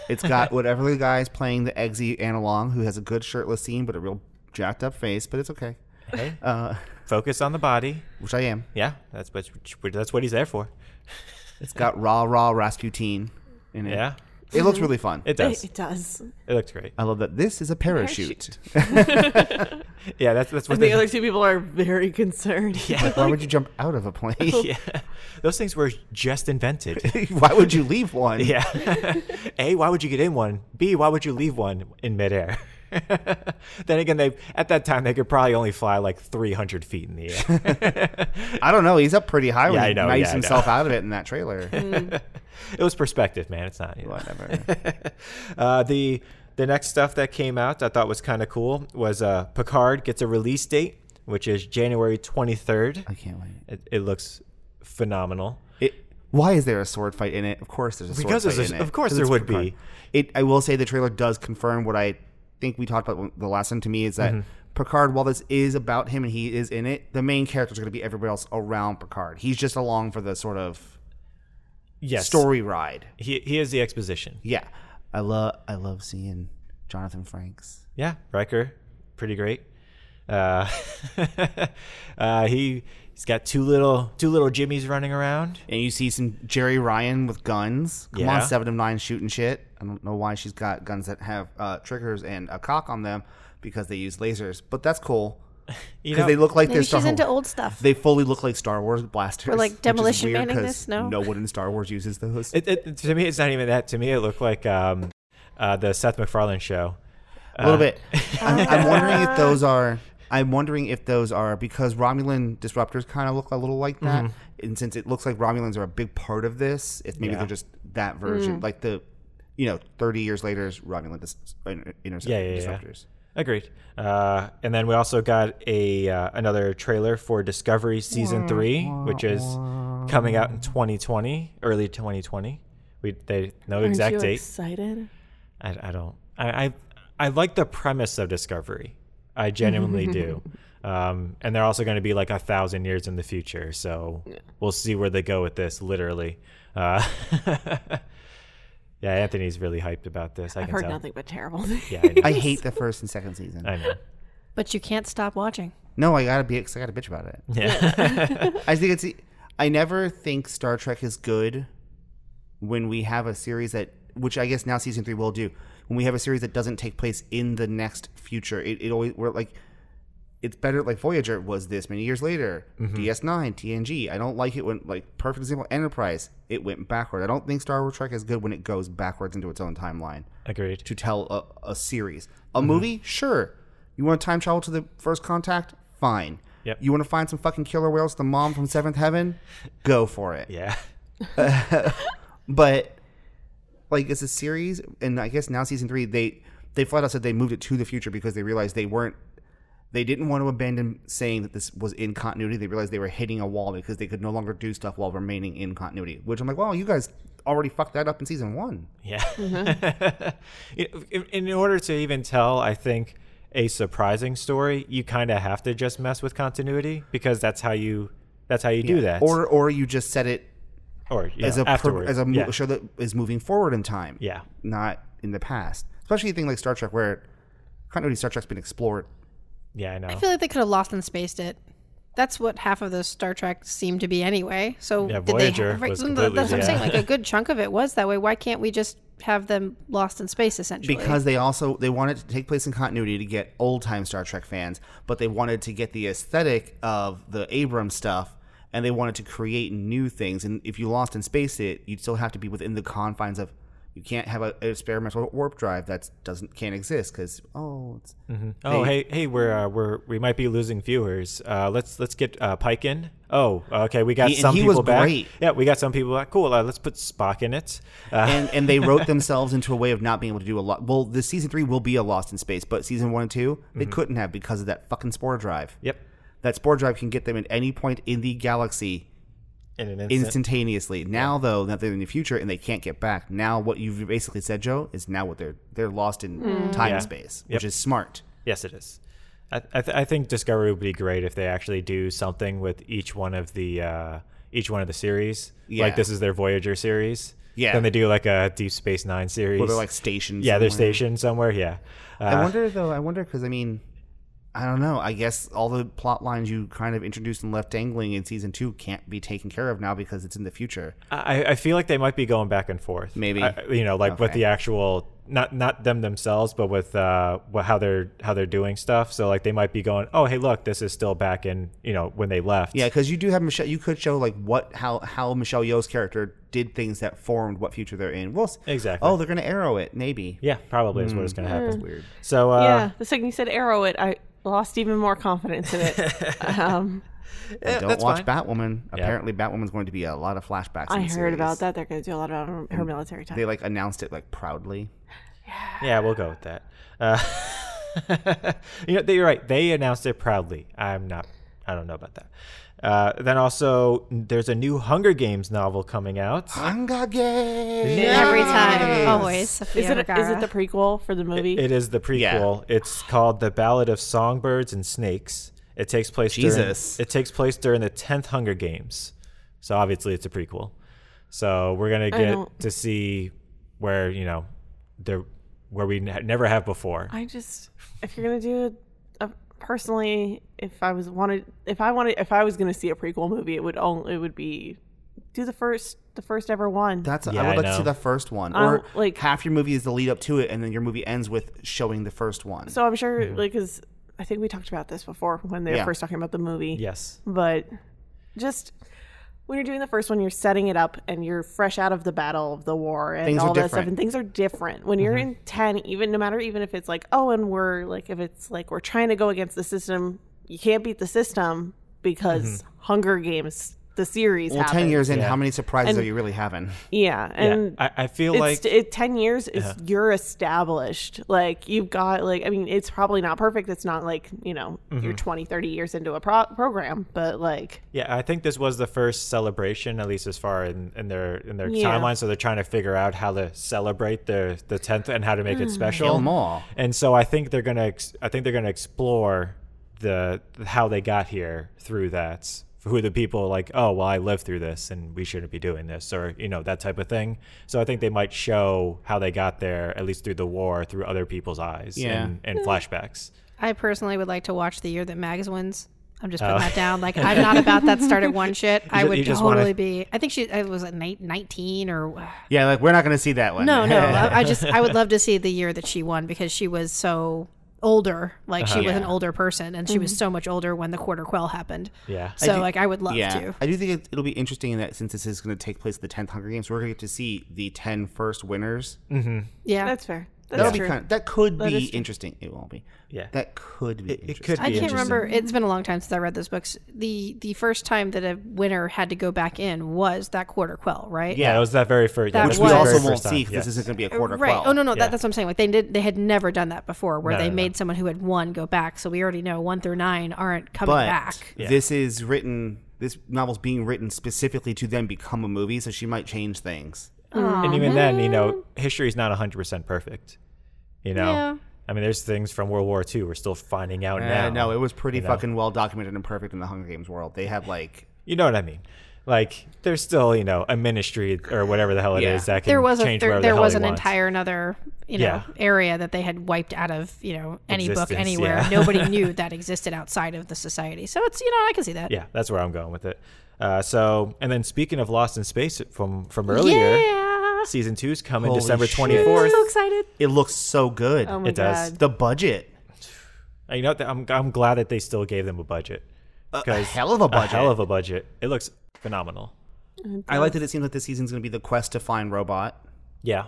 [SPEAKER 1] It's
[SPEAKER 4] (laughs)
[SPEAKER 1] got whatever the guy's playing the Eggsy analog, who has a good shirtless scene but a real jacked up face, but it's okay.
[SPEAKER 4] Hey,
[SPEAKER 1] Uh,
[SPEAKER 4] focus on the body.
[SPEAKER 1] which I am.
[SPEAKER 4] Yeah, that's what that's what he's there for.
[SPEAKER 1] It's
[SPEAKER 4] (laughs)
[SPEAKER 1] got raw, raw Rasputin in it.
[SPEAKER 4] Yeah,
[SPEAKER 1] It looks really fun.
[SPEAKER 4] it
[SPEAKER 2] (laughs)
[SPEAKER 4] does.
[SPEAKER 2] It does.
[SPEAKER 4] It looks great.
[SPEAKER 1] I love that. This is a parachute. (laughs)
[SPEAKER 4] Yeah, that's that's what
[SPEAKER 2] And the other two people are very concerned. (laughs) Yeah.
[SPEAKER 1] Why would you jump out of a plane?
[SPEAKER 4] (laughs)
[SPEAKER 1] (laughs)
[SPEAKER 4] yeah. Those things were just invented.
[SPEAKER 1] Why would you leave one?
[SPEAKER 4] Yeah. (laughs) A, why would you get in one? B, why would you leave one in midair? (laughs) then again, they at that time they could probably only fly like 300 feet in the air. (laughs)
[SPEAKER 1] I don't know. He's up pretty high
[SPEAKER 4] Yeah,
[SPEAKER 1] when
[SPEAKER 4] I
[SPEAKER 1] he
[SPEAKER 4] know,
[SPEAKER 1] knifes
[SPEAKER 4] yeah, I know.
[SPEAKER 1] himself out of it in that
[SPEAKER 4] (laughs)
[SPEAKER 1] trailer.
[SPEAKER 4] it was perspective, man. It's not. You know.
[SPEAKER 1] Whatever.
[SPEAKER 4] Uh, the the next stuff that came out I thought was kind of cool was uh, Picard gets a release date, which is January 23rd.
[SPEAKER 1] I can't wait.
[SPEAKER 4] It, it looks phenomenal.
[SPEAKER 1] It, why is there a sword fight in it? Of course, there's a sword
[SPEAKER 4] Because
[SPEAKER 1] fight
[SPEAKER 4] there's a-
[SPEAKER 1] in it.
[SPEAKER 4] of course
[SPEAKER 1] Because
[SPEAKER 4] there
[SPEAKER 1] it's
[SPEAKER 4] would
[SPEAKER 1] Picard.
[SPEAKER 4] be.
[SPEAKER 1] It. I will say the trailer does confirm what I think we talked about when- the last one to me is that
[SPEAKER 4] Mm-hmm.
[SPEAKER 1] Picard, while this is about him and he is in it, the main character is going to be everybody else around Picard. He's just along for the sort of
[SPEAKER 4] Yes.
[SPEAKER 1] story ride.
[SPEAKER 4] He, he is the exposition.
[SPEAKER 1] Yeah, I love. I love seeing Jonathan Franks.
[SPEAKER 4] Yeah, Riker, pretty great. Uh, (laughs) uh, he he's got two little two little Jimmys running around.
[SPEAKER 1] And you see some Jerry Ryan with guns. Come
[SPEAKER 4] Yeah.
[SPEAKER 1] on, seven of nine shooting shit. I don't know why she's got guns that have uh, triggers and a cock on them because they use lasers, but that's cool.
[SPEAKER 4] You
[SPEAKER 1] Because
[SPEAKER 4] know,
[SPEAKER 1] they look like
[SPEAKER 3] Maybe
[SPEAKER 1] they're Star
[SPEAKER 3] she's into
[SPEAKER 1] Wars-
[SPEAKER 3] old stuff.
[SPEAKER 1] They fully look like Star Wars blasters.
[SPEAKER 3] Or like
[SPEAKER 1] which is
[SPEAKER 3] Demolition
[SPEAKER 1] weird
[SPEAKER 3] Man in
[SPEAKER 1] 'cause
[SPEAKER 3] this? No?
[SPEAKER 1] no one in Star Wars uses
[SPEAKER 4] (laughs)
[SPEAKER 1] those.
[SPEAKER 4] it, it, to me, it's not even that. To me, it looked like um, uh, the Seth MacFarlane show.
[SPEAKER 1] a little bit. Uh, (laughs) I'm, I'm wondering if those are. I'm wondering if those are because Romulan disruptors kind of look a little like that, and since it looks like Romulans are a big part of this, if maybe
[SPEAKER 4] Mm-hmm. Yeah.
[SPEAKER 1] they're just that version, like the, you know, 30 years later's Romulan dis- uh, inter- intercept-
[SPEAKER 4] Yeah, yeah, yeah.
[SPEAKER 1] disruptors.
[SPEAKER 4] Agreed. Uh, and then we also got a uh, another trailer for Discovery season three, which is coming out in 2020, early 2020. We they no exact
[SPEAKER 2] Aren't you
[SPEAKER 4] date.
[SPEAKER 2] excited?
[SPEAKER 4] I, I don't. I, I I like the premise of Discovery. I genuinely
[SPEAKER 2] (laughs)
[SPEAKER 4] do. Um, and they're also going to be like a thousand years in the future, so we'll see where they go with this. Literally. Uh, (laughs) yeah, Anthony's really hyped about this. I
[SPEAKER 2] I've
[SPEAKER 4] can
[SPEAKER 2] heard
[SPEAKER 4] tell.
[SPEAKER 2] nothing but terrible things.
[SPEAKER 4] Yeah, I know.
[SPEAKER 1] I hate the first and second season.
[SPEAKER 4] I know.
[SPEAKER 3] But you can't stop watching.
[SPEAKER 1] No, I gotta be. 'cause I gotta bitch about it.
[SPEAKER 4] Yeah.
[SPEAKER 1] I think it's. e, I never think Star Trek is good when we have a series that, which I guess now season three will do, when we have a series that doesn't take place in the next future. It, it always we're like, it's better. Like Voyager was this many years later. DS9, TNG. I don't like it when like perfect example Enterprise. It went backward. I don't think Star Wars Trek is good when it goes backwards into its own timeline
[SPEAKER 4] (laughs) Agreed.
[SPEAKER 1] to tell a, a series. A
[SPEAKER 4] Mm-hmm.
[SPEAKER 1] movie, sure. You want to time travel to the first contact? Fine.
[SPEAKER 4] Yep.
[SPEAKER 1] You want to find some fucking killer whales, the mom from Seventh
[SPEAKER 4] (laughs)
[SPEAKER 1] Heaven? Go for it.
[SPEAKER 4] Yeah.
[SPEAKER 1] But like it's a series, and I guess now season three, they they flat out said they moved it to the future because they realized they weren't they didn't want to abandon saying that this was in continuity. They realized they were hitting a wall because they could no longer do stuff while remaining in continuity. Which I'm like, well, you guys already fucked that up in season one.
[SPEAKER 4] Yeah.
[SPEAKER 2] Mm-hmm.
[SPEAKER 4] (laughs) You- in, in order to even tell, I think a surprising story, you kind of have to just mess with continuity because that's how you that's how you do that.
[SPEAKER 1] Or or you just set it
[SPEAKER 4] or yeah,
[SPEAKER 1] as a pro-
[SPEAKER 4] afterwards.
[SPEAKER 1] as a mo-
[SPEAKER 4] yeah.
[SPEAKER 1] show that is moving forward in time.
[SPEAKER 4] Yeah.
[SPEAKER 1] not in the past. Especially a thing like Star Trek, where continuity of Star Trek's been explored.
[SPEAKER 4] Yeah, I know.
[SPEAKER 3] I feel like they could have lost and spaced it. That's what half of those Star Trek seem to be anyway. So
[SPEAKER 4] Yeah,
[SPEAKER 3] did they
[SPEAKER 4] Voyager
[SPEAKER 3] have, right,
[SPEAKER 4] was
[SPEAKER 3] so
[SPEAKER 4] completely-
[SPEAKER 3] that's what I'm saying.
[SPEAKER 4] yeah.
[SPEAKER 3] Like
[SPEAKER 4] (laughs)
[SPEAKER 3] a good chunk of it was that way. Why can't we just have them lost in space essentially?
[SPEAKER 1] Because they also they wanted to take place in continuity to get old time Star Trek fans, but they wanted to get the aesthetic of the Abrams stuff, and they wanted to create new things. And if you lost and spaced it, you'd still have to be within the confines of You can't have a, an experimental warp drive that doesn't can't exist because oh, it's,
[SPEAKER 4] Oh hey hey we're uh, we're we might be losing viewers. Uh, let's let's get uh, Pike in. Oh okay we got
[SPEAKER 1] He- and
[SPEAKER 4] some
[SPEAKER 1] he was
[SPEAKER 4] people back.
[SPEAKER 1] great.
[SPEAKER 4] Yeah we got some people back. Cool uh, let's put Spock in it. Uh,
[SPEAKER 1] and and they
[SPEAKER 4] (laughs)
[SPEAKER 1] wrote themselves into a way of not being able to do a lot. Well, the season three will be a Lost in Space, but season one and 2 they
[SPEAKER 4] Mm-hmm.
[SPEAKER 1] couldn't have because of that fucking spore drive.
[SPEAKER 4] yep
[SPEAKER 1] That spore drive can get them at any point in the galaxy
[SPEAKER 4] in an instant.
[SPEAKER 1] instantaneously. Now though, that they're in the future and they can't get back. Now what you've basically said, Joe, is now what they're they're lost in time
[SPEAKER 4] Yeah.
[SPEAKER 1] and space,
[SPEAKER 4] Yep.
[SPEAKER 1] which is smart.
[SPEAKER 4] Yes, it is. I, I, th- I think Discovery would be great if they actually do something with each one of the uh, each one of the series.
[SPEAKER 1] Yeah.
[SPEAKER 4] Like this is their Voyager series.
[SPEAKER 1] Yeah.
[SPEAKER 4] Then they do like a Deep Space Nine series.
[SPEAKER 1] Where they're like stationed.
[SPEAKER 4] yeah, they're
[SPEAKER 1] somewhere.
[SPEAKER 4] stationed somewhere. Yeah. Uh,
[SPEAKER 1] I wonder though. I wonder because I mean, I don't know. I guess all the plot lines you kind of introduced and left dangling in season two can't be taken care of now because it's in the future.
[SPEAKER 4] I, I feel like they might be going back and forth.
[SPEAKER 1] Maybe.
[SPEAKER 4] I- you know, like with the actual not not them themselves, but with uh, wha- how they're how they're doing stuff. So like they might be going, oh hey look, this is still back in you know when they left.
[SPEAKER 1] Yeah, because you do have Michelle. You could show like what how how Michelle Yeoh's character did things that formed what future they're in. Well, s-
[SPEAKER 4] Exactly.
[SPEAKER 1] Oh, they're gonna arrow it. Maybe.
[SPEAKER 4] Yeah, probably is what is going to happen.
[SPEAKER 1] Mm. Weird.
[SPEAKER 4] So uh,
[SPEAKER 2] (laughs) yeah, the second you said arrow it, I lost even more confidence
[SPEAKER 4] (laughs)
[SPEAKER 2] in it. um,
[SPEAKER 1] And don't
[SPEAKER 4] eh, that's
[SPEAKER 1] watch
[SPEAKER 4] fine.
[SPEAKER 1] Batwoman. Apparently, Batwoman's going to be a lot of flashbacks.
[SPEAKER 2] I
[SPEAKER 1] in the
[SPEAKER 2] heard
[SPEAKER 1] series.
[SPEAKER 2] about that. They're going to do a lot about her, her military time.
[SPEAKER 1] They like announced it like proudly.
[SPEAKER 4] Yeah, we'll go with that. Uh, (laughs) you know, they- you're right. They announced it proudly. I'm not. I don't know about that. Uh, then also, there's a new Hunger Games novel coming out.
[SPEAKER 1] Hunger Games.
[SPEAKER 3] Every time, always. Sofia
[SPEAKER 2] is it is it
[SPEAKER 3] Vergara.
[SPEAKER 2] the prequel for the movie?
[SPEAKER 4] It is the prequel. It's called The Ballad of Songbirds and Snakes. It takes place.
[SPEAKER 1] Jesus.
[SPEAKER 4] During, it takes place during the tenth Hunger Games. So obviously, it's a prequel. So we're gonna get
[SPEAKER 2] don't-
[SPEAKER 4] to see where you know there where we n- never have before.
[SPEAKER 2] I just if you're gonna do a, a personally, if I was wanted, if I wanted, if I was gonna see a prequel movie, it would only it would be do the first the first ever one.
[SPEAKER 1] That's
[SPEAKER 4] Yeah,
[SPEAKER 1] I would
[SPEAKER 4] I
[SPEAKER 1] like to see
[SPEAKER 4] know.
[SPEAKER 1] the first one,
[SPEAKER 2] I'll-
[SPEAKER 1] or like
[SPEAKER 2] like-
[SPEAKER 1] half your movie is the lead up to it, and then your movie ends with showing the first one.
[SPEAKER 2] so I'm sure like because I think we talked about this before when they were
[SPEAKER 1] Mm-hmm. Yeah.
[SPEAKER 2] first talking about the movie.
[SPEAKER 4] Yes.
[SPEAKER 2] but just. When you're doing the first one, you're setting it up and you're fresh out of the battle of the war and
[SPEAKER 1] Things are
[SPEAKER 2] all that stuff.
[SPEAKER 1] different. Mm-hmm.
[SPEAKER 2] And things are different. When you're in 10, even no matter even if it's like, oh, and we're like, if it's like we're trying to go against the system, you can't beat the system because Hunger Games, the series
[SPEAKER 1] Mm-hmm. well, ten
[SPEAKER 2] happened.
[SPEAKER 1] years in,
[SPEAKER 4] Yeah.
[SPEAKER 1] how many surprises are you really
[SPEAKER 2] (laughs)
[SPEAKER 1] having?
[SPEAKER 2] Yeah.
[SPEAKER 4] Yeah.
[SPEAKER 2] And
[SPEAKER 4] I, I feel
[SPEAKER 2] it's
[SPEAKER 4] like
[SPEAKER 2] it, 10 years is you're established like you've got like i mean it's probably not perfect it's not like you know
[SPEAKER 1] Mm-hmm.
[SPEAKER 2] you're 20 30 years into a pro- program but like
[SPEAKER 4] Yeah, I think this was the first celebration, at least as far in, in their in their
[SPEAKER 2] Yeah.
[SPEAKER 4] timeline. So they're trying to figure out how to celebrate the the tenth and how to
[SPEAKER 2] Mm.
[SPEAKER 4] make it special.
[SPEAKER 1] Kill 'em all.
[SPEAKER 4] And so I think they're gonna ex- I think they're gonna explore the how they got here through that. Who the people like? Oh well, I lived through this, and we shouldn't be doing this, or you know that type of thing. So I think they might show how they got there, at least through the war, through other people's eyes
[SPEAKER 1] Yeah.
[SPEAKER 4] and,
[SPEAKER 3] Hmm.
[SPEAKER 4] and flashbacks.
[SPEAKER 3] I personally would like to watch the year that Mags wins. I'm just putting that down.
[SPEAKER 4] (laughs)
[SPEAKER 3] Like I'm not about that start at one shit. I
[SPEAKER 4] ju-
[SPEAKER 3] would
[SPEAKER 4] Oh. you just
[SPEAKER 3] totally
[SPEAKER 4] wanna-
[SPEAKER 3] be. I think she it was at ni- 19 or
[SPEAKER 1] Yeah, like we're not going to see that one.
[SPEAKER 3] no, no.
[SPEAKER 4] (laughs)
[SPEAKER 3] I, I just I would love to see the year that she won because she was so older. Like
[SPEAKER 4] Uh-huh.
[SPEAKER 3] she was an
[SPEAKER 1] Yeah.
[SPEAKER 3] older person and she was so much older when the quarter quell happened.
[SPEAKER 4] Yeah.
[SPEAKER 3] So like I would love
[SPEAKER 1] yeah,
[SPEAKER 3] to.
[SPEAKER 1] I do think it, it'll be interesting in that since this is going to take place at the tenth Hunger Games, we're going to get to see the 10 first winners.
[SPEAKER 3] Yeah.
[SPEAKER 2] that's fair that's
[SPEAKER 1] That'll
[SPEAKER 2] true
[SPEAKER 1] be kind of, that could be
[SPEAKER 2] is true.
[SPEAKER 1] interesting. It won't be.
[SPEAKER 4] Yeah.
[SPEAKER 1] that could be.
[SPEAKER 4] It
[SPEAKER 1] interesting.
[SPEAKER 4] could. Be
[SPEAKER 3] I can't
[SPEAKER 4] interesting.
[SPEAKER 3] remember. It's been a long time since I read those books. The the first time that a winner had to go back in was that quarter quell, right?
[SPEAKER 4] Yeah, it was that very first. yeah,
[SPEAKER 3] That
[SPEAKER 4] that
[SPEAKER 1] Which
[SPEAKER 4] was
[SPEAKER 1] we
[SPEAKER 4] the
[SPEAKER 3] was-
[SPEAKER 4] very
[SPEAKER 1] also won't
[SPEAKER 4] first time,
[SPEAKER 1] see because
[SPEAKER 4] yes.
[SPEAKER 1] this isn't going to be a quarter
[SPEAKER 3] Right.
[SPEAKER 1] quell.
[SPEAKER 3] Oh no, no,
[SPEAKER 4] Yeah.
[SPEAKER 3] that, that's what I'm saying. Like they did, they had never done that before, where
[SPEAKER 4] No,
[SPEAKER 3] they
[SPEAKER 4] no, no.
[SPEAKER 3] made someone who had won go back. So we already know one through nine aren't coming
[SPEAKER 1] but
[SPEAKER 3] back.
[SPEAKER 1] this is written. This novel's being written specifically to then become a movie, so she might change things.
[SPEAKER 4] and even then, you know, history's not 100% perfect. You know?
[SPEAKER 3] Yeah.
[SPEAKER 4] I mean, there's things from World War II we're still finding out
[SPEAKER 1] Yeah,
[SPEAKER 4] now.
[SPEAKER 1] Uh, no, it was pretty fucking well documented and perfect in the Hunger Games world. They had like
[SPEAKER 4] You know what I mean? Like, there's still, you know, a ministry or whatever the hell it is
[SPEAKER 1] Yeah.
[SPEAKER 4] that can
[SPEAKER 3] There was a
[SPEAKER 4] change
[SPEAKER 3] there,
[SPEAKER 4] wherever the
[SPEAKER 3] there
[SPEAKER 4] hell
[SPEAKER 3] was
[SPEAKER 4] they
[SPEAKER 3] an
[SPEAKER 4] want.
[SPEAKER 3] entire another you know
[SPEAKER 4] Yeah.
[SPEAKER 3] area that they had wiped out of you know any book
[SPEAKER 4] Existence,
[SPEAKER 3] anywhere.
[SPEAKER 4] yeah.
[SPEAKER 3] Nobody (laughs) knew that existed outside of the society. So it's you know I can see that.
[SPEAKER 4] Yeah, that's where I'm going with it. Uh, so, and then speaking of Lost in Space from from
[SPEAKER 1] Oh,
[SPEAKER 4] earlier,
[SPEAKER 3] Yeah.
[SPEAKER 4] season two's coming
[SPEAKER 1] Holy
[SPEAKER 4] December
[SPEAKER 1] shit.
[SPEAKER 4] 24th.
[SPEAKER 3] So excited.
[SPEAKER 1] it looks so good.
[SPEAKER 2] oh my
[SPEAKER 4] It does.
[SPEAKER 2] god
[SPEAKER 1] the budget,
[SPEAKER 4] Uh, You know, th- I'm I'm glad that they still gave them a budget
[SPEAKER 1] a
[SPEAKER 4] because
[SPEAKER 1] hell of a budget.
[SPEAKER 4] hell of a budget. It looks phenomenal.
[SPEAKER 1] I like that it seems like this season's going to be the quest to find robot.
[SPEAKER 4] Yeah,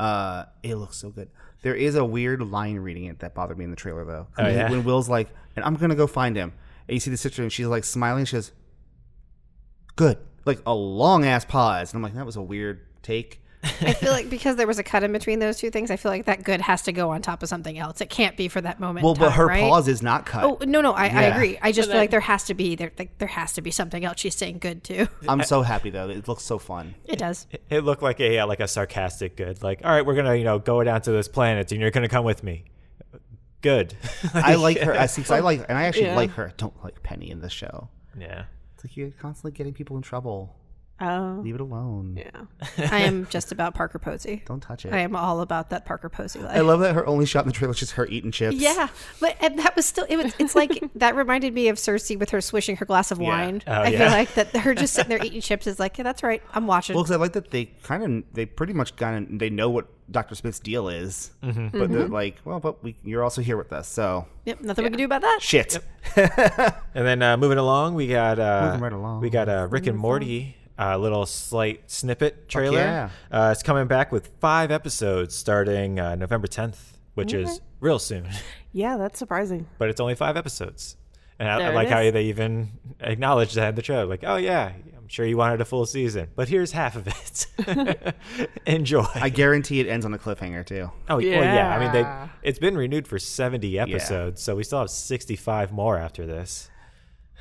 [SPEAKER 1] Uh, it looks so good. There is a weird line reading it that bothered me in the trailer though.
[SPEAKER 4] Oh,
[SPEAKER 1] When-
[SPEAKER 4] yeah?
[SPEAKER 1] When Will's like, and I'm gonna go find him, and you see the sister, and she's like smiling. She goes, "Good," like a long ass pause, and I'm like, that was a weird take.
[SPEAKER 3] (laughs) I feel like because there was a cut in between those two things, I feel like that good has to go on top of something else. It can't be for that moment.
[SPEAKER 1] Well,
[SPEAKER 3] in
[SPEAKER 1] but
[SPEAKER 3] time,
[SPEAKER 1] her
[SPEAKER 3] right?
[SPEAKER 1] pause is not cut.
[SPEAKER 3] Oh no, no, I, I
[SPEAKER 4] Yeah.
[SPEAKER 3] agree. I just
[SPEAKER 2] So
[SPEAKER 3] feel like
[SPEAKER 2] then-
[SPEAKER 3] there has to be there like there has to be something else she's saying good too.
[SPEAKER 1] I'm
[SPEAKER 3] (laughs)
[SPEAKER 1] so happy though. It looks so
[SPEAKER 4] (laughs)
[SPEAKER 1] fun.
[SPEAKER 3] It (laughs) does.
[SPEAKER 4] It looked like a uh, like a sarcastic good. Like, all right, we're gonna you know go down to this planet, and you're gonna come with me. Good. (laughs)
[SPEAKER 1] I like her. I see. 'cause I like, and I actually
[SPEAKER 2] Yeah.
[SPEAKER 1] like her. I don't like Penny in the show.
[SPEAKER 4] yeah.
[SPEAKER 1] It's like you're constantly getting people in trouble.
[SPEAKER 2] Oh,
[SPEAKER 1] Leave it alone.
[SPEAKER 2] yeah.
[SPEAKER 3] I am just about Parker Posey.
[SPEAKER 1] Don't touch it.
[SPEAKER 3] I
[SPEAKER 1] I,
[SPEAKER 3] am all about that Parker Posey life.
[SPEAKER 1] love that her only shot in the trailer is just her eating chips.
[SPEAKER 3] yeah, but and that was still it was. It's
[SPEAKER 4] (laughs)
[SPEAKER 3] like that reminded me of Cersei with her swishing her glass of wine.
[SPEAKER 4] Oh,
[SPEAKER 3] I
[SPEAKER 4] yeah.
[SPEAKER 3] feel like that her just sitting
[SPEAKER 4] (laughs)
[SPEAKER 3] there eating chips is like, yeah, that's right. I'm watching.
[SPEAKER 1] Well, 'cause I like that they kind of, they pretty much kind of, they know what Dr. Smith's deal is, but they're like, well, but we, you're also here with us, so
[SPEAKER 3] yep, nothing we can do about that.
[SPEAKER 1] shit.
[SPEAKER 4] And then uh, moving along, we got uh,
[SPEAKER 1] Moving right along.
[SPEAKER 4] We got uh, Rick and Morty. A little slight snippet trailer.
[SPEAKER 1] yeah.
[SPEAKER 4] uh, it's coming back with five episodes starting uh, November 10th, which is real soon. (laughs)
[SPEAKER 2] Yeah, that's surprising.
[SPEAKER 4] But it's only five episodes, and I, I
[SPEAKER 2] There it
[SPEAKER 4] like how
[SPEAKER 2] is.
[SPEAKER 4] they even acknowledged that in the trailer. Like, oh yeah, I'm sure you wanted a full season, but here's half of it. (laughs) Enjoy.
[SPEAKER 1] I guarantee it ends on a cliffhanger, too.
[SPEAKER 4] oh yeah. Well, yeah. I mean,
[SPEAKER 2] Yeah.
[SPEAKER 4] they it's been renewed for 70 episodes, so we still have 65 more after this.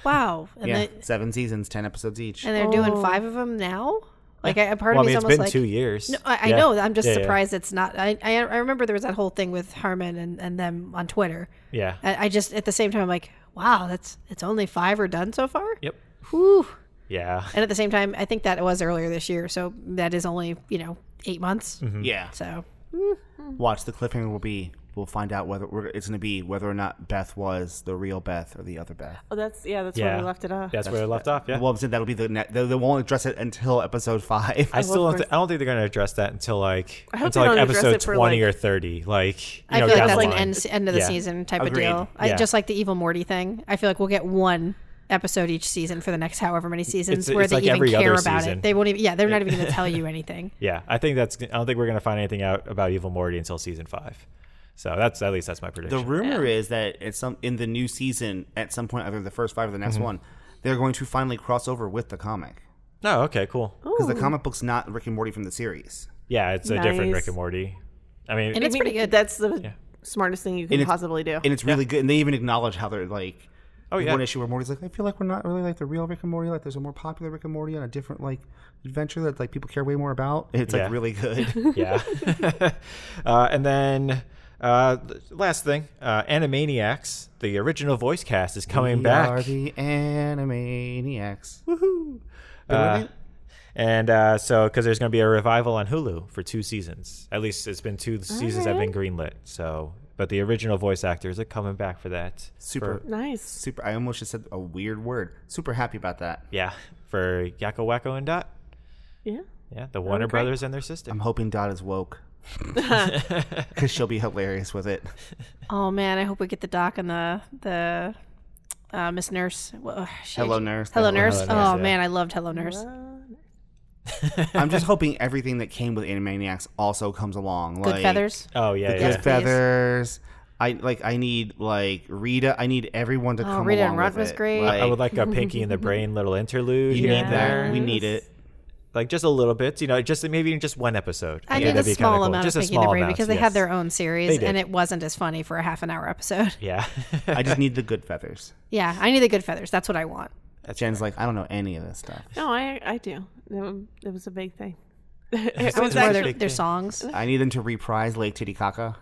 [SPEAKER 3] Wow. And,
[SPEAKER 1] yeah.
[SPEAKER 3] they,
[SPEAKER 1] Seven seasons, 10 episodes each.
[SPEAKER 3] and they're doing five of them now. Like, I, part
[SPEAKER 4] Well, I
[SPEAKER 3] of me
[SPEAKER 4] mean,
[SPEAKER 3] is
[SPEAKER 4] it's
[SPEAKER 3] almost
[SPEAKER 4] been
[SPEAKER 3] like
[SPEAKER 4] two years.
[SPEAKER 3] No, I, I
[SPEAKER 4] Yeah.
[SPEAKER 3] know. I'm just
[SPEAKER 4] Yeah, yeah.
[SPEAKER 3] surprised it's not. I, I I remember there was that whole thing with Harmon and, and them on Twitter.
[SPEAKER 4] Yeah.
[SPEAKER 3] I, I just at the same time I'm like, wow, that's it's only five are done so far.
[SPEAKER 4] Yep.
[SPEAKER 3] Whew.
[SPEAKER 4] Yeah.
[SPEAKER 3] And at the same time, I think that was earlier this year, so that is only you know eight months.
[SPEAKER 4] Mm-hmm.
[SPEAKER 1] yeah.
[SPEAKER 3] So
[SPEAKER 1] Watch, the cliffhanger will be, we'll find out whether, we're, it's going to be whether or not Beth was the real Beth or the other Beth.
[SPEAKER 2] Oh, that's yeah. That's
[SPEAKER 4] yeah.
[SPEAKER 2] where we left it off.
[SPEAKER 4] That's, where it left off. Yeah.
[SPEAKER 1] Well, I'm saying that'll be the, ne- they, they won't address it until episode five.
[SPEAKER 4] I (laughs) still
[SPEAKER 2] of
[SPEAKER 4] don't. Th- I don't think they're going to address that until like
[SPEAKER 2] hope
[SPEAKER 4] until
[SPEAKER 2] they
[SPEAKER 4] like
[SPEAKER 2] don't address
[SPEAKER 4] episode
[SPEAKER 2] it for,
[SPEAKER 4] twenty
[SPEAKER 2] like-
[SPEAKER 4] or thirty. Like you
[SPEAKER 3] I
[SPEAKER 4] know,
[SPEAKER 3] feel like
[SPEAKER 4] down
[SPEAKER 3] that's
[SPEAKER 4] the
[SPEAKER 3] like
[SPEAKER 4] line.
[SPEAKER 3] end, end of the
[SPEAKER 4] Yeah.
[SPEAKER 3] season type
[SPEAKER 1] Agreed.
[SPEAKER 3] of deal.
[SPEAKER 4] Yeah.
[SPEAKER 3] I, just like the evil Morty thing. I feel like we'll get one episode each season for the next however many seasons
[SPEAKER 4] It's-
[SPEAKER 3] where
[SPEAKER 4] it's
[SPEAKER 3] they
[SPEAKER 4] like
[SPEAKER 3] even
[SPEAKER 4] every
[SPEAKER 3] care
[SPEAKER 4] other
[SPEAKER 3] about
[SPEAKER 4] season.
[SPEAKER 3] it. They won't even. Yeah, they're not even going to tell
[SPEAKER 4] (laughs)
[SPEAKER 3] you anything.
[SPEAKER 4] Yeah, I think that's. I don't think we're going to find anything out about Evil Morty until season five. So that's at least that's my prediction.
[SPEAKER 1] The rumor is that at some in the new season, at some point, either the first five or the next one, they're going to finally cross over with the comic
[SPEAKER 4] no, okay, cool.
[SPEAKER 2] Oh,
[SPEAKER 1] because the comic book's not Rick and Morty from the series,
[SPEAKER 4] Yeah, it's a different
[SPEAKER 2] Nice.
[SPEAKER 4] Rick and Morty. I mean,
[SPEAKER 3] And
[SPEAKER 2] I
[SPEAKER 3] it's
[SPEAKER 2] mean,
[SPEAKER 3] pretty good.
[SPEAKER 2] That's the smartest thing you can
[SPEAKER 1] it's-
[SPEAKER 2] possibly do.
[SPEAKER 1] and it's really good. And they even acknowledge how they're like.
[SPEAKER 4] Oh, yeah.
[SPEAKER 1] One issue where Morty's like, I feel like we're not really like the real Rick and Morty. Like, there's a more popular Rick and Morty on a different like adventure that like people care way more about. It's
[SPEAKER 4] Yeah.
[SPEAKER 1] like really
[SPEAKER 4] (laughs)
[SPEAKER 1] good.
[SPEAKER 4] (laughs)
[SPEAKER 2] (laughs)
[SPEAKER 4] yeah. uh, and then uh, th- last thing, uh, Animaniacs, the original voice cast is coming
[SPEAKER 1] We
[SPEAKER 4] back.
[SPEAKER 1] are the Animaniacs.
[SPEAKER 4] Uh, and uh, so, because there's going to be a revival on Hulu for two seasons, at least it's been two seasons that have been greenlit. So, but the original voice actors are coming back for that.
[SPEAKER 1] Super,
[SPEAKER 4] For,
[SPEAKER 2] nice.
[SPEAKER 1] super. I almost just said a weird word. Super happy about that.
[SPEAKER 4] yeah, for Yakko Wacko and Dot.
[SPEAKER 2] Yeah.
[SPEAKER 4] Yeah,
[SPEAKER 1] Oh,
[SPEAKER 4] the Warner
[SPEAKER 2] great.
[SPEAKER 4] Brothers and their sister.
[SPEAKER 1] I'm hoping Dot is
[SPEAKER 4] (laughs)
[SPEAKER 1] woke. Because she'll be hilarious with it.
[SPEAKER 3] Oh man, I hope we get the doc and the the uh, Miss Nurse. Wha- oh, she-
[SPEAKER 1] Hello, nurse.
[SPEAKER 3] Hello, Nurse.
[SPEAKER 4] Hello, Nurse,
[SPEAKER 3] oh
[SPEAKER 4] yeah.
[SPEAKER 3] man, I loved Hello Nurse.
[SPEAKER 2] Uh,
[SPEAKER 1] I'm
[SPEAKER 4] (laughs)
[SPEAKER 1] just hoping everything that came with Animaniacs also comes along.
[SPEAKER 3] Good
[SPEAKER 1] like,
[SPEAKER 3] feathers.
[SPEAKER 4] Oh yeah,
[SPEAKER 1] Good
[SPEAKER 4] yeah.
[SPEAKER 3] please.
[SPEAKER 1] feathers. I like. I need like Rita. I need everyone to come
[SPEAKER 3] Oh, Rita and
[SPEAKER 1] along
[SPEAKER 3] Runt
[SPEAKER 1] with
[SPEAKER 3] was
[SPEAKER 1] it.
[SPEAKER 3] great.
[SPEAKER 1] Like,
[SPEAKER 4] I would like a
[SPEAKER 1] (laughs)
[SPEAKER 4] Pinky and the Brain little interlude
[SPEAKER 1] you
[SPEAKER 4] here
[SPEAKER 1] need
[SPEAKER 4] and
[SPEAKER 1] that.
[SPEAKER 4] there.
[SPEAKER 1] We need it.
[SPEAKER 4] like just a little bit, you know, just maybe even just one episode.
[SPEAKER 3] I
[SPEAKER 4] think
[SPEAKER 3] did a
[SPEAKER 4] that'd be kinda
[SPEAKER 3] small
[SPEAKER 4] cool.
[SPEAKER 3] amount
[SPEAKER 4] just
[SPEAKER 3] of
[SPEAKER 4] a
[SPEAKER 3] Pinky
[SPEAKER 4] small
[SPEAKER 3] and the Brain
[SPEAKER 4] amount,
[SPEAKER 3] because they
[SPEAKER 4] yes.
[SPEAKER 3] had their own
[SPEAKER 4] They
[SPEAKER 3] series
[SPEAKER 4] did.
[SPEAKER 3] and it wasn't as funny for a half an hour episode. (laughs)
[SPEAKER 4] Yeah. (laughs)
[SPEAKER 1] I just need the good feathers.
[SPEAKER 3] yeah, I need the good feathers. That's what I want.
[SPEAKER 1] Jen's like, I don't know any of this stuff.
[SPEAKER 2] No, I I do. No, It was a big thing.
[SPEAKER 4] I was
[SPEAKER 3] Or
[SPEAKER 4] That's
[SPEAKER 3] their,
[SPEAKER 4] big
[SPEAKER 3] their
[SPEAKER 4] thing.
[SPEAKER 3] songs.
[SPEAKER 1] I need them to reprise Lake Titicaca.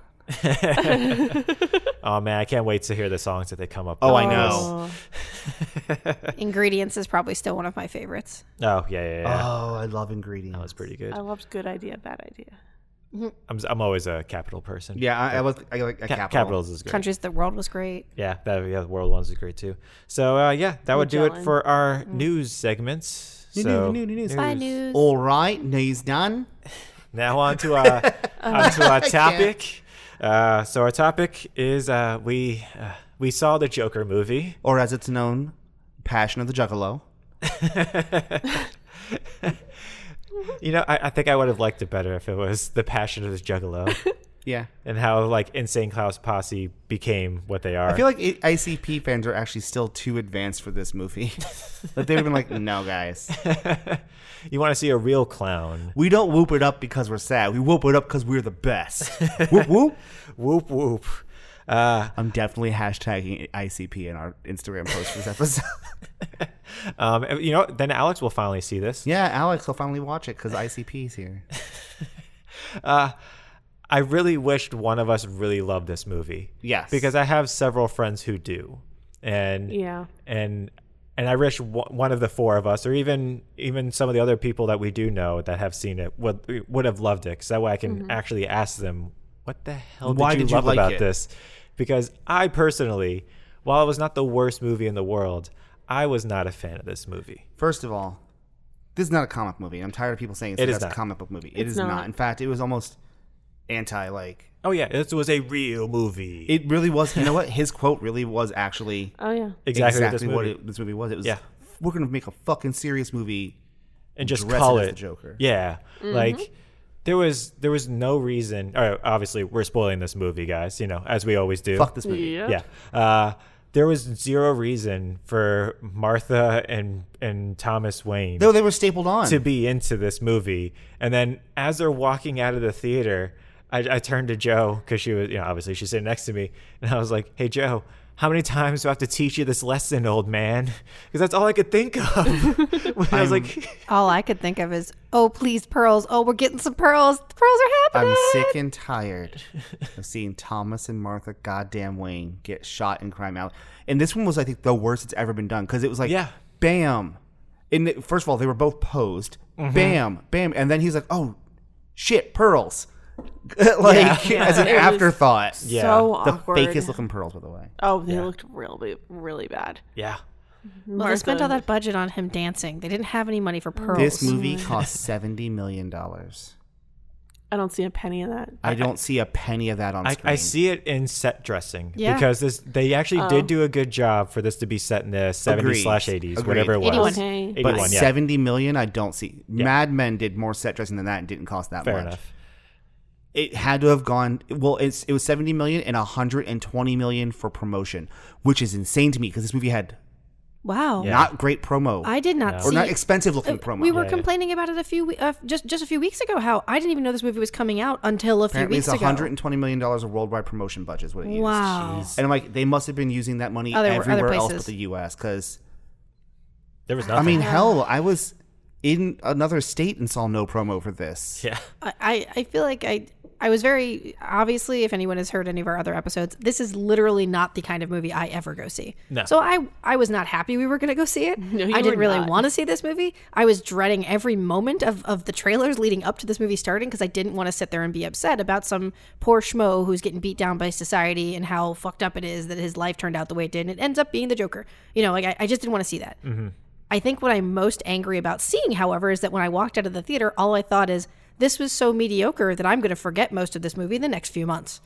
[SPEAKER 4] oh man, I can't wait to hear the songs that they come up.
[SPEAKER 1] Oh,
[SPEAKER 4] with.
[SPEAKER 1] I know.
[SPEAKER 3] Ingredients is probably still one of my favorites.
[SPEAKER 4] Oh yeah, yeah, yeah.
[SPEAKER 1] Oh, I love ingredients.
[SPEAKER 4] that was pretty good.
[SPEAKER 3] Oh.
[SPEAKER 2] I loved good idea, bad idea.
[SPEAKER 4] I'm, I'm always a capital person.
[SPEAKER 1] Yeah, I, I was. I like a
[SPEAKER 4] Ca-
[SPEAKER 1] capital.
[SPEAKER 4] capitals is great.
[SPEAKER 3] Countries, the world was great.
[SPEAKER 4] Yeah, that yeah, the world ones is great too. So uh, yeah, that would do it for our news segments.
[SPEAKER 1] New,
[SPEAKER 4] So
[SPEAKER 1] new, new, new, news.
[SPEAKER 3] Bye, news.
[SPEAKER 1] All right, news done.
[SPEAKER 4] now
[SPEAKER 1] (laughs)
[SPEAKER 4] on to our
[SPEAKER 1] Uh-huh.
[SPEAKER 4] onto our topic. Uh, so our topic is uh, we uh, we saw the Joker movie.
[SPEAKER 1] Or as it's known, Passion of the Juggalo.
[SPEAKER 4] You know, I, I think I would have liked it better if it was the passion of
[SPEAKER 1] (laughs)
[SPEAKER 4] this juggalo
[SPEAKER 1] Yeah.
[SPEAKER 4] and how like Insane Klaus Posse became what they are.
[SPEAKER 1] I feel like I- ICP fans are actually still too advanced for this movie. (laughs) like they've been like, no, guys,
[SPEAKER 4] you want to see a real clown.
[SPEAKER 1] we don't whoop it up because we're sad. We whoop it up because we're the (laughs) best. whoop whoop.
[SPEAKER 4] Whoop whoop. Uh,
[SPEAKER 1] I'm definitely hashtagging ICP in our Instagram post for this episode. (laughs)
[SPEAKER 4] um, and, you know, then Alex will finally see this.
[SPEAKER 1] yeah, Alex will finally watch it because ICP's here.
[SPEAKER 4] I really wished one of us really loved this movie.
[SPEAKER 1] Yes.
[SPEAKER 4] Because I have several friends who do. And
[SPEAKER 2] Yeah.
[SPEAKER 4] and and I wish one one of the four of us, or even even some of the other people that we do know that have seen it, would would have loved it. Because that way, I can actually ask them, "What the hell did
[SPEAKER 1] Why
[SPEAKER 4] you
[SPEAKER 1] did you
[SPEAKER 4] love
[SPEAKER 1] like
[SPEAKER 4] about
[SPEAKER 1] it?"
[SPEAKER 4] this?" Because I personally, while it was not the worst movie in the world, I was not a fan of this movie.
[SPEAKER 1] First of all, this is not a comic movie. I'm tired of people saying it's
[SPEAKER 4] It
[SPEAKER 1] the
[SPEAKER 4] is
[SPEAKER 1] best
[SPEAKER 4] not.
[SPEAKER 1] comic book movie. It
[SPEAKER 2] It's
[SPEAKER 1] is not.
[SPEAKER 2] not.
[SPEAKER 1] In fact, it was almost anti like.
[SPEAKER 4] Oh yeah, this was a real movie.
[SPEAKER 1] It really was. You know what? His quote really was actually
[SPEAKER 2] Oh yeah.
[SPEAKER 4] exactly, what this
[SPEAKER 1] what
[SPEAKER 4] movie-
[SPEAKER 1] it, this movie was. It was.
[SPEAKER 4] Yeah.
[SPEAKER 1] We're gonna make a fucking serious movie.
[SPEAKER 4] and just
[SPEAKER 1] dress it
[SPEAKER 4] call
[SPEAKER 1] as the
[SPEAKER 4] it
[SPEAKER 1] Joker.
[SPEAKER 4] Yeah, like there was there was no reason. All right, obviously, we're spoiling this movie, guys. You know, as we always do.
[SPEAKER 1] Fuck this movie.
[SPEAKER 2] Yeah.
[SPEAKER 4] Yeah. Uh, there was zero reason for Martha and and Thomas Wayne
[SPEAKER 1] No, they were stapled on. (laughs)
[SPEAKER 4] to be into this movie. And then as they're walking out of the theater, I, I turned to Joe because she was, you know, obviously she's sitting next to me, and I was like, "Hey, Joe." How many times do I have to teach you this lesson, old man? (laughs) Because that's all I could think of. when I was like, (laughs)
[SPEAKER 3] All I could think of is, oh, please, pearls. Oh, we're getting some pearls. The pearls are happening.
[SPEAKER 1] (laughs) I'm sick and tired of seeing Thomas and Martha goddamn Wayne get shot in Crime Alley. And this one was, I think, the worst it's ever been done because it was like,
[SPEAKER 4] Yeah.
[SPEAKER 1] bam. And it- first of all, they were both posed,
[SPEAKER 4] Mm-hmm.
[SPEAKER 1] bam, bam, and then he's like, oh, shit, pearls, (laughs) like (laughs) as an
[SPEAKER 2] It was
[SPEAKER 1] afterthought.
[SPEAKER 4] Yeah.
[SPEAKER 2] So
[SPEAKER 1] The
[SPEAKER 2] awkward.
[SPEAKER 1] fakest looking pearls, by the way.
[SPEAKER 2] Oh, they looked really, really bad.
[SPEAKER 4] yeah,
[SPEAKER 3] Well, they spent
[SPEAKER 2] Martha.
[SPEAKER 3] all that budget on him dancing. They didn't have any money for
[SPEAKER 2] Oh,
[SPEAKER 3] pearls.
[SPEAKER 1] This movie cost seventy million dollars.
[SPEAKER 2] I don't see a penny in that.
[SPEAKER 1] I don't see a penny of that on
[SPEAKER 4] I,
[SPEAKER 1] screen.
[SPEAKER 4] I see it in set dressing
[SPEAKER 3] Yeah.
[SPEAKER 4] because this they actually did do a good job for this to be set in the 70s
[SPEAKER 1] Agreed.
[SPEAKER 4] slash 80s,
[SPEAKER 1] Agreed.
[SPEAKER 4] whatever it was.
[SPEAKER 3] 81.
[SPEAKER 2] Okay.
[SPEAKER 4] 81,
[SPEAKER 1] But
[SPEAKER 4] yeah.
[SPEAKER 1] seventy million, I don't see. Mad Men did more set dressing than that and didn't cost that
[SPEAKER 4] Fair
[SPEAKER 1] much.
[SPEAKER 4] enough.
[SPEAKER 1] It had to have gone well. It's it was seventy million and hundred and twenty million for promotion, which is insane to me because this movie had
[SPEAKER 3] Wow.
[SPEAKER 4] Yeah.
[SPEAKER 1] not great promo
[SPEAKER 3] I did not
[SPEAKER 1] or
[SPEAKER 3] see.
[SPEAKER 1] not expensive looking
[SPEAKER 3] Uh,
[SPEAKER 1] promo.
[SPEAKER 3] we were complaining about it a few we- uh, just just a few weeks ago. How I didn't even know this movie was coming out until a few
[SPEAKER 1] Apparently, it's
[SPEAKER 3] weeks
[SPEAKER 1] one hundred
[SPEAKER 3] ago.
[SPEAKER 1] and twenty million dollars of worldwide promotion budget is what it used.
[SPEAKER 3] Wow.
[SPEAKER 1] And I'm like, they must have been using that money
[SPEAKER 3] Other- other
[SPEAKER 1] everywhere else but
[SPEAKER 3] places.
[SPEAKER 1] the U.S. Because
[SPEAKER 4] There was
[SPEAKER 1] I
[SPEAKER 4] nothing.
[SPEAKER 1] mean, hell, I was in another state and saw no promo for this.
[SPEAKER 4] yeah.
[SPEAKER 3] I- I, I feel like I I was very obviously if anyone has heard any of our other episodes, this is literally not the kind of movie I ever go see.
[SPEAKER 4] No.
[SPEAKER 3] So I I was not happy we were going to go see it.
[SPEAKER 2] you
[SPEAKER 3] I didn't
[SPEAKER 2] were
[SPEAKER 3] really
[SPEAKER 2] not.
[SPEAKER 3] want to see this movie. I was dreading every moment of of the trailers leading up to this movie starting because I didn't want to sit there and be upset about some poor schmo who's getting beat down by society and how fucked up it is that his life turned out the way it did. And it ends up being the Joker. You know, like I, I just didn't want to see that. I think what I'm most angry about seeing, however, is that when I walked out of the theater, all I thought is, this was so mediocre that I'm going to forget most of this movie in the next few months.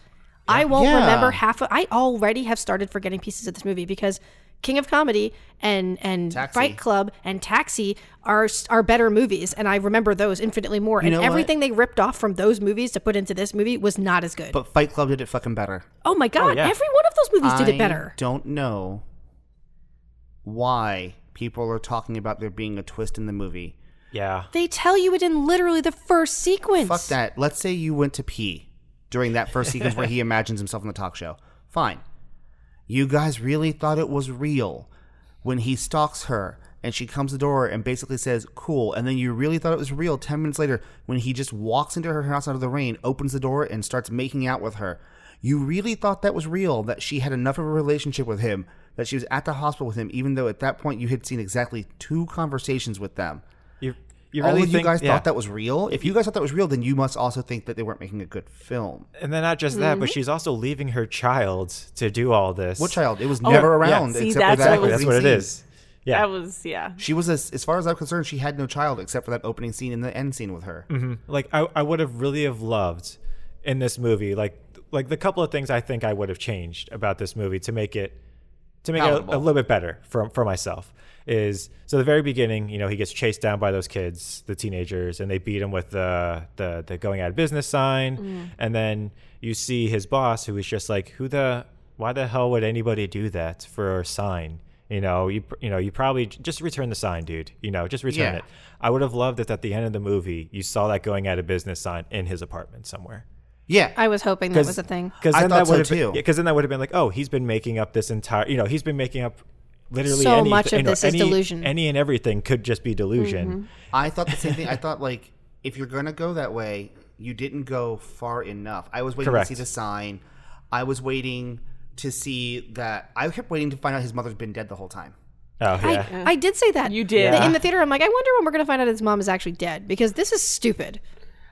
[SPEAKER 3] I won't
[SPEAKER 1] Yeah.
[SPEAKER 3] remember half of I already have started forgetting pieces of this movie because King of Comedy and and
[SPEAKER 1] Taxi.
[SPEAKER 3] Fight Club and Taxi are s- are better movies and I remember those infinitely more and
[SPEAKER 1] know what?
[SPEAKER 3] everything they ripped off from those movies to put into this movie was not as good.
[SPEAKER 1] But Fight Club did it fucking better.
[SPEAKER 3] oh my god,
[SPEAKER 4] yeah.
[SPEAKER 3] every one of those movies did
[SPEAKER 1] I
[SPEAKER 3] it better.
[SPEAKER 1] Don't know why people are talking about there being a twist in the movie.
[SPEAKER 4] Yeah.
[SPEAKER 3] They tell you it in literally the first sequence.
[SPEAKER 1] Fuck that. Let's say you went to pee during that first sequence where he imagines himself on the talk show. Fine. You guys really thought it was real when he stalks her and she comes to the door and basically says, cool. And then you really thought it was real 10 minutes later when he just walks into her house out of the rain, opens the door, and starts making out with her. You really thought that was real, that she had enough of a relationship with him, that she was at the hospital with him, even though at that point you had seen exactly two conversations with them
[SPEAKER 4] You, you
[SPEAKER 1] all
[SPEAKER 4] really
[SPEAKER 1] of you
[SPEAKER 4] think,
[SPEAKER 1] guys
[SPEAKER 4] yeah.
[SPEAKER 1] thought that was real. If you guys thought that was real, then you must also think that they weren't making a good film.
[SPEAKER 4] And then not just that, but she's also leaving her child to do all this.
[SPEAKER 1] What child? It was never
[SPEAKER 4] Oh, yeah.
[SPEAKER 1] around.
[SPEAKER 2] See,
[SPEAKER 1] except for
[SPEAKER 2] that's
[SPEAKER 1] that
[SPEAKER 2] what
[SPEAKER 4] Exactly.
[SPEAKER 2] was-
[SPEAKER 4] That's
[SPEAKER 1] opening
[SPEAKER 4] what it
[SPEAKER 1] scene.
[SPEAKER 4] is. Yeah.
[SPEAKER 2] That was yeah.
[SPEAKER 1] She was, as, as far as I'm concerned, she had no child except for that opening scene and the end scene with her.
[SPEAKER 4] like I, I would have really have loved in this movie like like the couple of things I think I would have changed about this movie to make it to make it a- a,
[SPEAKER 1] Palatable.
[SPEAKER 4] little bit better for for myself is so the very beginning, you know, he gets chased down by those kids, the teenagers, and they beat him with the the, the going out of business sign,
[SPEAKER 1] Mm.
[SPEAKER 4] and then you see his boss, who is just like, who the why the hell would anybody do that for a sign? You know, you pr- you know, you probably j- just return the sign, dude. You know, just return
[SPEAKER 1] Yeah.
[SPEAKER 4] it. I would have loved if at the end of the movie you saw that going out of business sign in his apartment somewhere.
[SPEAKER 1] Yeah.
[SPEAKER 3] I was hoping that was a thing.
[SPEAKER 4] Because
[SPEAKER 1] I
[SPEAKER 4] then
[SPEAKER 1] thought
[SPEAKER 4] that
[SPEAKER 1] so,
[SPEAKER 4] would have
[SPEAKER 1] too.
[SPEAKER 4] been because then that would have been like, oh, he's been making up this entire, you know, he's been making up literally
[SPEAKER 3] So
[SPEAKER 4] anything-
[SPEAKER 3] much of
[SPEAKER 4] you know,
[SPEAKER 3] this is
[SPEAKER 4] any-
[SPEAKER 3] delusion.
[SPEAKER 4] Any and everything could just be delusion.
[SPEAKER 1] I thought the same thing. I thought like if you're gonna go that way, you didn't go far enough. I was waiting
[SPEAKER 4] Correct.
[SPEAKER 1] to see the sign. I was waiting to see that. I kept waiting to find out his mother's been dead the whole time.
[SPEAKER 4] Oh yeah,
[SPEAKER 3] Mm-hmm. I, I did say that.
[SPEAKER 2] You did.
[SPEAKER 3] The- In the theater, I'm like, I wonder when we're going to find out his mom is actually dead because this is stupid.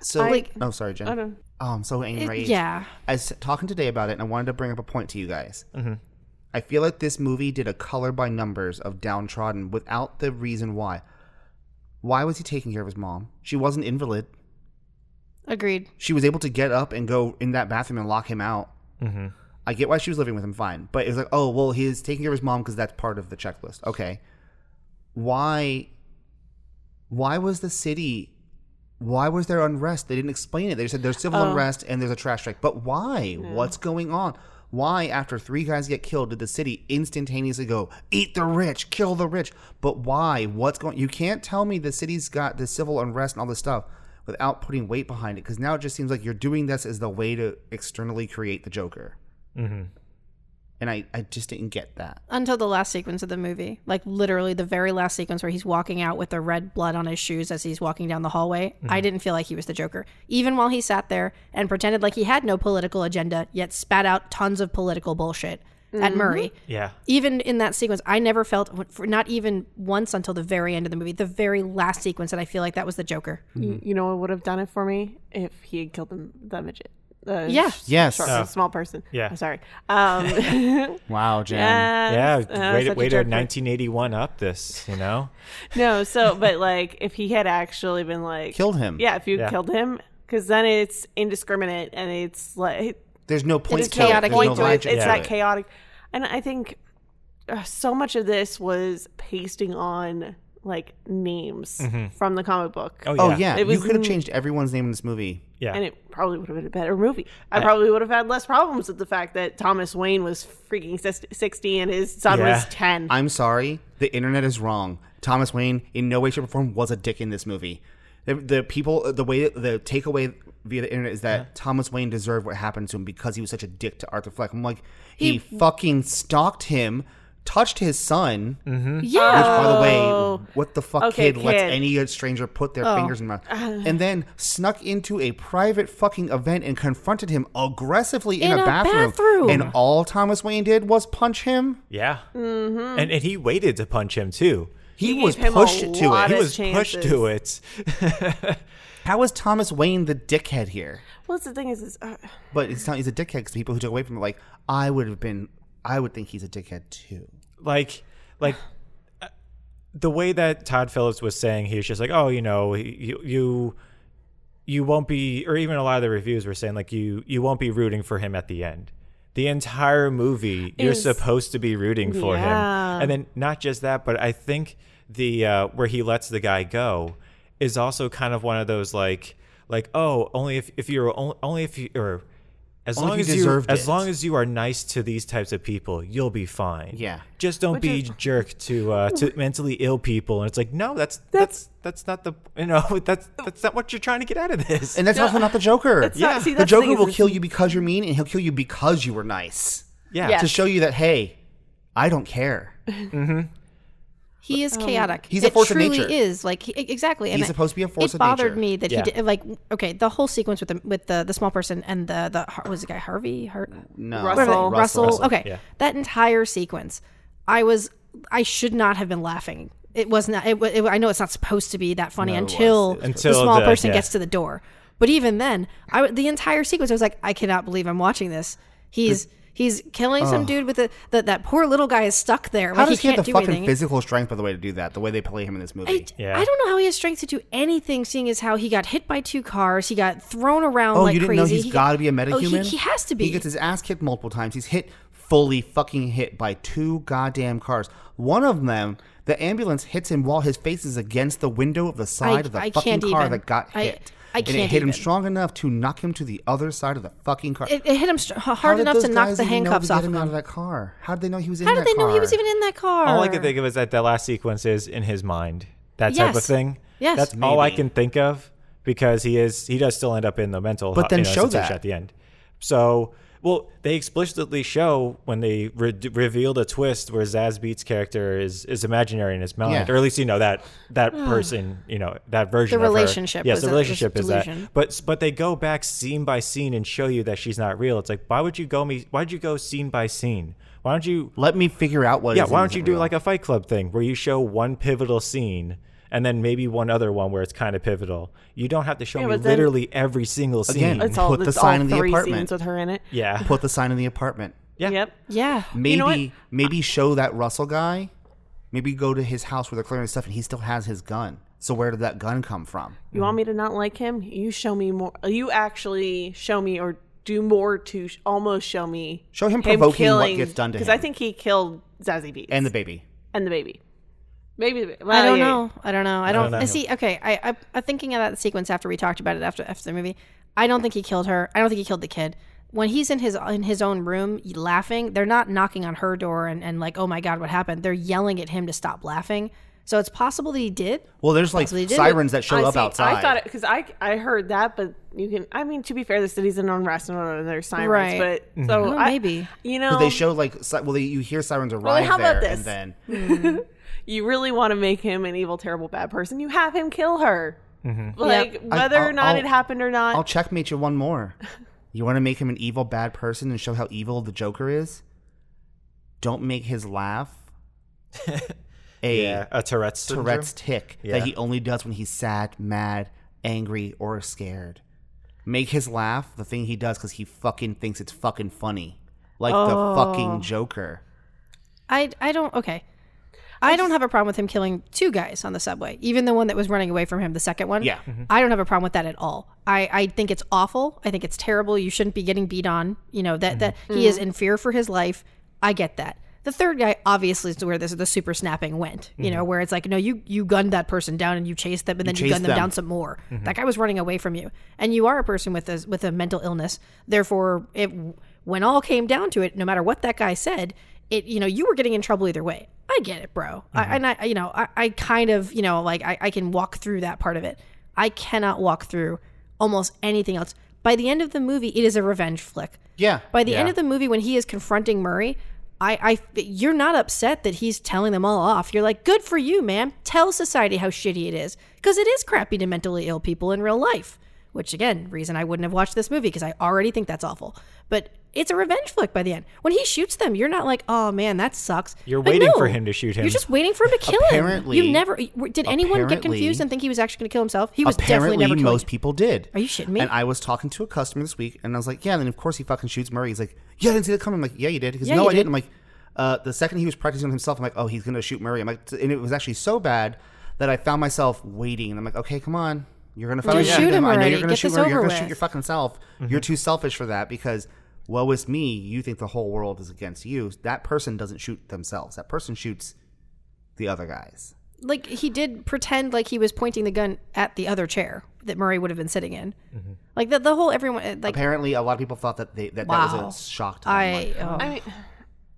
[SPEAKER 1] So
[SPEAKER 3] Like-
[SPEAKER 1] oh, sorry, Jen. oh, I'm so angry.
[SPEAKER 3] yeah.
[SPEAKER 1] I was talking today about it, and I wanted to bring up a point to you guys. I feel like this movie did a color by numbers of downtrodden without the reason why. Why was he taking care of his mom? She was an invalid.
[SPEAKER 3] Agreed.
[SPEAKER 1] she was able to get up and go in that bathroom and lock him out. I get why she was living with him, fine. But it was like, oh, well, he's taking care of his mom because that's part of the checklist. Okay. Why? Why was the city? Why was there unrest? They didn't explain it. They just said there's civil
[SPEAKER 2] Oh.
[SPEAKER 1] unrest and there's a trash strike. But why?
[SPEAKER 2] Hmm.
[SPEAKER 1] What's going on? Why, after three guys get killed, did the city instantaneously go eat the rich, kill the rich? But why? What's going? You can't tell me the city's got the civil unrest and all this stuff without putting weight behind it because now it just seems like you're doing this as the way to externally create the Joker Mm-hmm. and I, I just didn't get that.
[SPEAKER 3] Until the last sequence of the movie. Like, literally, the very last sequence where he's walking out with the red blood on his shoes as he's walking down the hallway.
[SPEAKER 4] Mm-hmm.
[SPEAKER 3] I didn't feel like he was the Joker. Even while he sat there and pretended like he had no political agenda, yet spat out tons of political bullshit at
[SPEAKER 2] Mm-hmm.
[SPEAKER 3] Murray.
[SPEAKER 4] yeah.
[SPEAKER 3] even in that sequence, I never felt for not even once until the very end of the movie, the very last sequence that I feel like that was the Joker.
[SPEAKER 1] Mm-hmm.
[SPEAKER 2] You, you know what would have done it for me if he had killed the, the midget. The
[SPEAKER 3] Yeah.
[SPEAKER 2] sh-
[SPEAKER 1] Yes.
[SPEAKER 2] short-
[SPEAKER 1] Oh.
[SPEAKER 2] small person.
[SPEAKER 4] Yeah.
[SPEAKER 2] I'm sorry. Um, (laughs)
[SPEAKER 1] Wow, Jen.
[SPEAKER 3] uh,
[SPEAKER 4] Yeah,
[SPEAKER 2] yeah, uh,
[SPEAKER 4] way, to- way to 1981 up this,
[SPEAKER 1] (laughs)
[SPEAKER 4] you know? (laughs)
[SPEAKER 2] No, so but like if he had actually been like
[SPEAKER 1] Killed him.
[SPEAKER 2] yeah, if you
[SPEAKER 4] Yeah.
[SPEAKER 2] killed him, because then it's indiscriminate and it's like
[SPEAKER 1] There's no point
[SPEAKER 3] It's
[SPEAKER 1] to it.
[SPEAKER 3] chaotic.
[SPEAKER 1] There's
[SPEAKER 2] point
[SPEAKER 1] no
[SPEAKER 2] to it.
[SPEAKER 1] logic
[SPEAKER 2] It's
[SPEAKER 1] to
[SPEAKER 2] that
[SPEAKER 1] it.
[SPEAKER 2] chaotic, and I think uh, so much of this was pasting on like names from the comic book.
[SPEAKER 4] Mm-hmm. Oh yeah.
[SPEAKER 1] Oh yeah,
[SPEAKER 2] It was
[SPEAKER 1] you could have
[SPEAKER 2] n-
[SPEAKER 1] changed everyone's name in this movie.
[SPEAKER 4] Yeah.
[SPEAKER 2] And it probably would have been a better movie. I probably would have had less problems with the fact that Thomas Wayne was freaking sis- 60 and his son
[SPEAKER 4] Yeah.
[SPEAKER 2] was 10.
[SPEAKER 1] I'm sorry, the internet is wrong. Thomas Wayne, in no way, shape, or form, was a dick in this movie. The, the people, the way, the takeaway via the internet is that Thomas Wayne deserved what happened to him because he was such a dick to Arthur Fleck. I'm like, he, fucking stalked him, touched his son.
[SPEAKER 4] Hmm.
[SPEAKER 3] Yeah.
[SPEAKER 2] Uh,
[SPEAKER 1] Which, by the way, what the fuck
[SPEAKER 2] Okay,
[SPEAKER 1] kid, lets
[SPEAKER 2] kid.
[SPEAKER 1] any stranger put their fingers in mouth? And then snuck into a private fucking event and confronted him aggressively in,
[SPEAKER 3] In a
[SPEAKER 1] bathroom.
[SPEAKER 3] bathroom.
[SPEAKER 1] And all Thomas Wayne did was punch him.
[SPEAKER 4] yeah.
[SPEAKER 3] Mm-hmm.
[SPEAKER 4] And, and he waited to punch him too.
[SPEAKER 1] He,
[SPEAKER 2] gave
[SPEAKER 1] was
[SPEAKER 2] him a
[SPEAKER 1] pushed to
[SPEAKER 2] lot
[SPEAKER 1] it.
[SPEAKER 4] He
[SPEAKER 2] of- Best
[SPEAKER 4] was pushed to it.
[SPEAKER 1] How is Thomas Wayne the dickhead here?
[SPEAKER 2] well, that's the thing is, is uh,
[SPEAKER 1] But it's not, he's a dickhead because people who took away from it, like, I would have been, I would think he's a dickhead too.
[SPEAKER 4] like
[SPEAKER 1] (sighs)
[SPEAKER 4] like uh, the way that Todd Phillips was saying he was just like oh you know you you you won't be or even a lot of the reviews were saying like you you won't be rooting for him at the end the entire movie you're
[SPEAKER 2] Is-
[SPEAKER 4] supposed to be rooting for
[SPEAKER 2] Yeah.
[SPEAKER 4] him and then not just that but I think the uh, where he lets the guy go is also kind of one of those like like oh only if if you're only, only if you or as
[SPEAKER 1] Only if
[SPEAKER 4] long
[SPEAKER 1] you
[SPEAKER 4] as you
[SPEAKER 1] deserved
[SPEAKER 4] as
[SPEAKER 1] it.
[SPEAKER 4] long as you are nice to these types of people you'll be fine
[SPEAKER 1] Yeah.
[SPEAKER 4] just don't be jerk to uh, to mentally ill people. And it's like, no, that's that's that's not the you know (laughs) that's that's not what you're trying to get out of this.
[SPEAKER 1] And that's also not the Joker.
[SPEAKER 2] It's not- Yeah. see,
[SPEAKER 1] the
[SPEAKER 2] that's the
[SPEAKER 1] Joker
[SPEAKER 2] thing is
[SPEAKER 1] will
[SPEAKER 2] it's-
[SPEAKER 1] kill you because you're mean, and he'll kill you because you were nice.
[SPEAKER 4] yeah,
[SPEAKER 2] Yeah.
[SPEAKER 1] To show you that, hey, I don't care.
[SPEAKER 3] He is chaotic.
[SPEAKER 1] Um, he's a
[SPEAKER 3] It
[SPEAKER 1] force of
[SPEAKER 3] truly
[SPEAKER 1] nature.
[SPEAKER 3] is like he, exactly. And
[SPEAKER 1] He's supposed to be a force
[SPEAKER 3] It
[SPEAKER 1] of
[SPEAKER 3] bothered
[SPEAKER 1] nature.
[SPEAKER 3] me that
[SPEAKER 4] Yeah.
[SPEAKER 3] he did like okay the whole sequence with the with the the small person and the the Har- was the guy Harvey Har-
[SPEAKER 1] No.
[SPEAKER 3] whatever that-
[SPEAKER 2] Russell.
[SPEAKER 3] Russell,
[SPEAKER 4] Russell,
[SPEAKER 3] okay
[SPEAKER 4] yeah.
[SPEAKER 3] that entire sequence I was I should not have been laughing. It was not. It, wa- it, I know it's not supposed to be that funny
[SPEAKER 1] No, it was.
[SPEAKER 3] until,
[SPEAKER 1] It was
[SPEAKER 4] Until
[SPEAKER 3] the small
[SPEAKER 4] the-
[SPEAKER 3] person
[SPEAKER 4] yeah.
[SPEAKER 3] gets to the door. But even then, I w the entire sequence, I was like, I cannot believe I'm watching this. He's he's killing some dude with the, the that poor little guy is stuck there.
[SPEAKER 1] How
[SPEAKER 3] like,
[SPEAKER 1] does he
[SPEAKER 3] he
[SPEAKER 1] have
[SPEAKER 3] can't
[SPEAKER 1] the
[SPEAKER 3] do
[SPEAKER 1] fucking
[SPEAKER 3] anything.
[SPEAKER 1] physical strength, by the way, to do that? The way they play him in this movie.
[SPEAKER 3] I,
[SPEAKER 4] Yeah.
[SPEAKER 3] I don't know how he has strength to do anything, seeing as how he got hit by two cars, he got thrown around
[SPEAKER 1] oh,
[SPEAKER 3] like
[SPEAKER 1] you didn't
[SPEAKER 3] crazy.
[SPEAKER 1] know he's
[SPEAKER 3] He-
[SPEAKER 1] got to be a metahuman?
[SPEAKER 3] Oh, he, he has to be.
[SPEAKER 1] He gets his ass kicked multiple times. He's hit fully fucking hit by two goddamn cars. One of them, the ambulance hits him while his face is against the window of the side of the
[SPEAKER 3] I
[SPEAKER 1] fucking
[SPEAKER 3] can't
[SPEAKER 1] car
[SPEAKER 3] even.
[SPEAKER 1] that got
[SPEAKER 3] I-
[SPEAKER 1] hit.
[SPEAKER 3] I
[SPEAKER 1] and it
[SPEAKER 3] can't
[SPEAKER 1] hit him
[SPEAKER 3] even.
[SPEAKER 1] strong enough to knock him to the other side of the fucking car.
[SPEAKER 3] It, it hit him str- h-
[SPEAKER 1] How
[SPEAKER 3] hard
[SPEAKER 1] did
[SPEAKER 3] enough to
[SPEAKER 1] those
[SPEAKER 3] knock
[SPEAKER 1] guys
[SPEAKER 3] the
[SPEAKER 1] even know
[SPEAKER 3] handcuffs
[SPEAKER 1] to get
[SPEAKER 3] off
[SPEAKER 1] him
[SPEAKER 3] of
[SPEAKER 1] out
[SPEAKER 3] him.
[SPEAKER 1] of that car? How did they know he was in
[SPEAKER 3] How
[SPEAKER 1] that
[SPEAKER 3] did they know he was
[SPEAKER 1] car?
[SPEAKER 3] even in that car?
[SPEAKER 4] All I can think of is that that last sequence is in his mind. That type of
[SPEAKER 3] Yes.
[SPEAKER 4] thing.
[SPEAKER 3] Yes.
[SPEAKER 4] That's all I
[SPEAKER 1] Maybe.
[SPEAKER 4] can think of because he is he does still end up in the mental.
[SPEAKER 1] But
[SPEAKER 4] ho-
[SPEAKER 1] then
[SPEAKER 4] you know,
[SPEAKER 1] show
[SPEAKER 4] institution
[SPEAKER 1] that.
[SPEAKER 4] at the end. So well, they explicitly show when they re- reveal the twist where Zaz Beats' character is is imaginary in his mind,
[SPEAKER 1] Yeah.
[SPEAKER 4] or at least you know that that person, you know that version.
[SPEAKER 3] The
[SPEAKER 4] of her.
[SPEAKER 3] relationship
[SPEAKER 4] Yes,
[SPEAKER 3] was
[SPEAKER 4] the
[SPEAKER 3] a- was
[SPEAKER 4] relationship is
[SPEAKER 3] delusion.
[SPEAKER 4] that. But but they go back scene by scene and show you that she's not real. It's like why would you go me? Why would you go scene by scene? Why don't you
[SPEAKER 1] Let me figure out what.
[SPEAKER 4] yeah,
[SPEAKER 1] is
[SPEAKER 4] why
[SPEAKER 1] and
[SPEAKER 4] don't you
[SPEAKER 1] isn't
[SPEAKER 4] do
[SPEAKER 1] real.
[SPEAKER 4] like a Fight Club thing where you show one pivotal scene and then maybe one other one where it's kind of pivotal. You don't have to show
[SPEAKER 2] Yeah,
[SPEAKER 4] me
[SPEAKER 2] but then-
[SPEAKER 4] literally every single
[SPEAKER 1] Again,
[SPEAKER 4] scene.
[SPEAKER 2] It's all,
[SPEAKER 1] Put the
[SPEAKER 2] it's
[SPEAKER 1] sign
[SPEAKER 2] all
[SPEAKER 1] in the
[SPEAKER 2] three
[SPEAKER 1] apartment.
[SPEAKER 2] scenes with her in it.
[SPEAKER 4] yeah.
[SPEAKER 1] put the sign in the apartment?
[SPEAKER 4] yeah.
[SPEAKER 2] Yep.
[SPEAKER 3] Yeah.
[SPEAKER 1] Maybe
[SPEAKER 2] You know
[SPEAKER 1] maybe show that Russell guy. Maybe go to his house where they're clearing stuff, and he still has his gun. So where did that gun come from?
[SPEAKER 2] You want me to not like him? You show me more. You actually show me or do more to sh- almost show me.
[SPEAKER 1] Show him provoking what gets done to
[SPEAKER 2] Because
[SPEAKER 1] him.
[SPEAKER 2] I think he killed Zazie Beats
[SPEAKER 1] And the baby.
[SPEAKER 2] and the baby. Maybe. the ba-
[SPEAKER 3] I
[SPEAKER 2] well,
[SPEAKER 3] don't
[SPEAKER 2] yeah, yeah.
[SPEAKER 3] know. I don't know. I don't.
[SPEAKER 4] know.
[SPEAKER 3] I see. Okay. I, I I'm thinking of that sequence after we talked about it after after the movie. I don't think he killed her. I don't think he killed the kid. When he's in his in his own room laughing, they're not knocking on her door and, and like, oh my god, what happened? They're yelling at him to stop laughing. So it's possible that he did.
[SPEAKER 1] Well, there's like
[SPEAKER 3] Possibly did.
[SPEAKER 1] sirens that showed
[SPEAKER 2] I
[SPEAKER 1] up
[SPEAKER 2] see,
[SPEAKER 1] outside.
[SPEAKER 2] I thought it because I I heard that, but you can. I mean, to be fair, the city's in unrest and there's sirens,
[SPEAKER 3] Right.
[SPEAKER 2] but so
[SPEAKER 3] Oh,
[SPEAKER 2] I,
[SPEAKER 3] maybe.
[SPEAKER 2] you
[SPEAKER 1] But
[SPEAKER 2] know
[SPEAKER 1] Mm-hmm. they show like si- well, they, you hear sirens arrive
[SPEAKER 2] how
[SPEAKER 1] there,
[SPEAKER 2] about this?
[SPEAKER 1] and then
[SPEAKER 2] you really want to make him an evil, terrible, bad person. You have him kill her. Like
[SPEAKER 1] Mm-hmm. I-
[SPEAKER 2] whether or
[SPEAKER 1] I'll-
[SPEAKER 2] not it
[SPEAKER 1] I'll-
[SPEAKER 2] happened or not,
[SPEAKER 1] I'll checkmate you one more. You want to make him an evil, bad person and show how evil the Joker is? Don't make his laugh a
[SPEAKER 4] Yeah, a Tourette's syndrome.
[SPEAKER 1] Tourette's tick
[SPEAKER 4] Yeah.
[SPEAKER 1] that he only does when he's sad, mad, angry, or scared. Make his laugh the thing he does because he fucking thinks it's fucking funny. Like the fucking Joker.
[SPEAKER 3] I I don't. Okay. I don't have a problem with him killing two guys on the subway, even the one that was running away from him, the second one.
[SPEAKER 1] Yeah.
[SPEAKER 3] I don't have a problem with that at all. I, I think it's awful. I think it's terrible. You shouldn't be getting beat on. You know, that, that he is in fear for his life. I get that. The third guy obviously is where this the super snapping went, you know, where it's like, no, you you gunned that person down and you chased them and then Mm-hmm. you,
[SPEAKER 1] chased
[SPEAKER 3] gunned them,
[SPEAKER 1] them.
[SPEAKER 3] down some more. That guy was running away from you. And you are a person with a with a mental illness. Therefore, it when all came down to it, no matter what that guy said, it you know, you were getting in trouble either way. I get it, bro. I, and I you know, I, I kind of, you know, like I, I can walk through that part of it. I cannot walk through almost anything else. By the end of the movie, it is a revenge flick.
[SPEAKER 1] Yeah.
[SPEAKER 3] By the end
[SPEAKER 4] Yeah.
[SPEAKER 3] of the movie, when he is confronting Murray, I, I, you're not upset that he's telling them all off. You're like, good for you, man. Tell society how shitty it is, because it is crappy to mentally ill people in real life. Which again, reason I wouldn't have watched this movie because I already think that's awful. But it's a revenge flick by the end. When he shoots them, you're not like, oh man, that sucks.
[SPEAKER 4] You're
[SPEAKER 3] Like,
[SPEAKER 4] waiting
[SPEAKER 3] no.
[SPEAKER 4] for him to shoot him.
[SPEAKER 3] You're just waiting for him to kill
[SPEAKER 1] Apparently-
[SPEAKER 3] him. You never did anyone get
[SPEAKER 1] apparently-
[SPEAKER 3] confused and think he was actually going to kill himself. He was
[SPEAKER 1] Apparently,
[SPEAKER 3] definitely never killing
[SPEAKER 1] most people did.
[SPEAKER 3] Are you shitting me?
[SPEAKER 1] And I was talking to a customer this week, and I was like, "Yeah." And then of course he fucking shoots Murray. He's like, "Yeah, I didn't see that coming." I'm like, "Yeah, you did." He goes,
[SPEAKER 3] Yeah,
[SPEAKER 1] "No,
[SPEAKER 3] you
[SPEAKER 1] I
[SPEAKER 3] did."
[SPEAKER 1] didn't." I'm like, uh, "The second he was practicing on himself, I'm like, oh, he's gonna shoot Murray." I'm like, and it was actually so bad that I found myself waiting, and I'm like, "Okay, come on, you're gonna fucking
[SPEAKER 3] Just shoot him
[SPEAKER 1] I know you're
[SPEAKER 3] already.
[SPEAKER 1] gonna
[SPEAKER 3] Get
[SPEAKER 1] shoot
[SPEAKER 3] this
[SPEAKER 1] Murray. You're
[SPEAKER 3] over
[SPEAKER 1] gonna shoot
[SPEAKER 3] with."
[SPEAKER 1] your fucking self. You're too selfish for that because." Woe is me, you think the whole world is against you. That person doesn't shoot themselves. That person shoots the other guys.
[SPEAKER 3] like he did pretend like he was pointing the gun at the other chair that Murray would have been sitting in. Like the the whole everyone uh, like
[SPEAKER 1] Apparently, a lot of people thought that they, that, that
[SPEAKER 3] Wow.
[SPEAKER 1] was a shock to them. Like,
[SPEAKER 3] I oh.
[SPEAKER 2] I mean,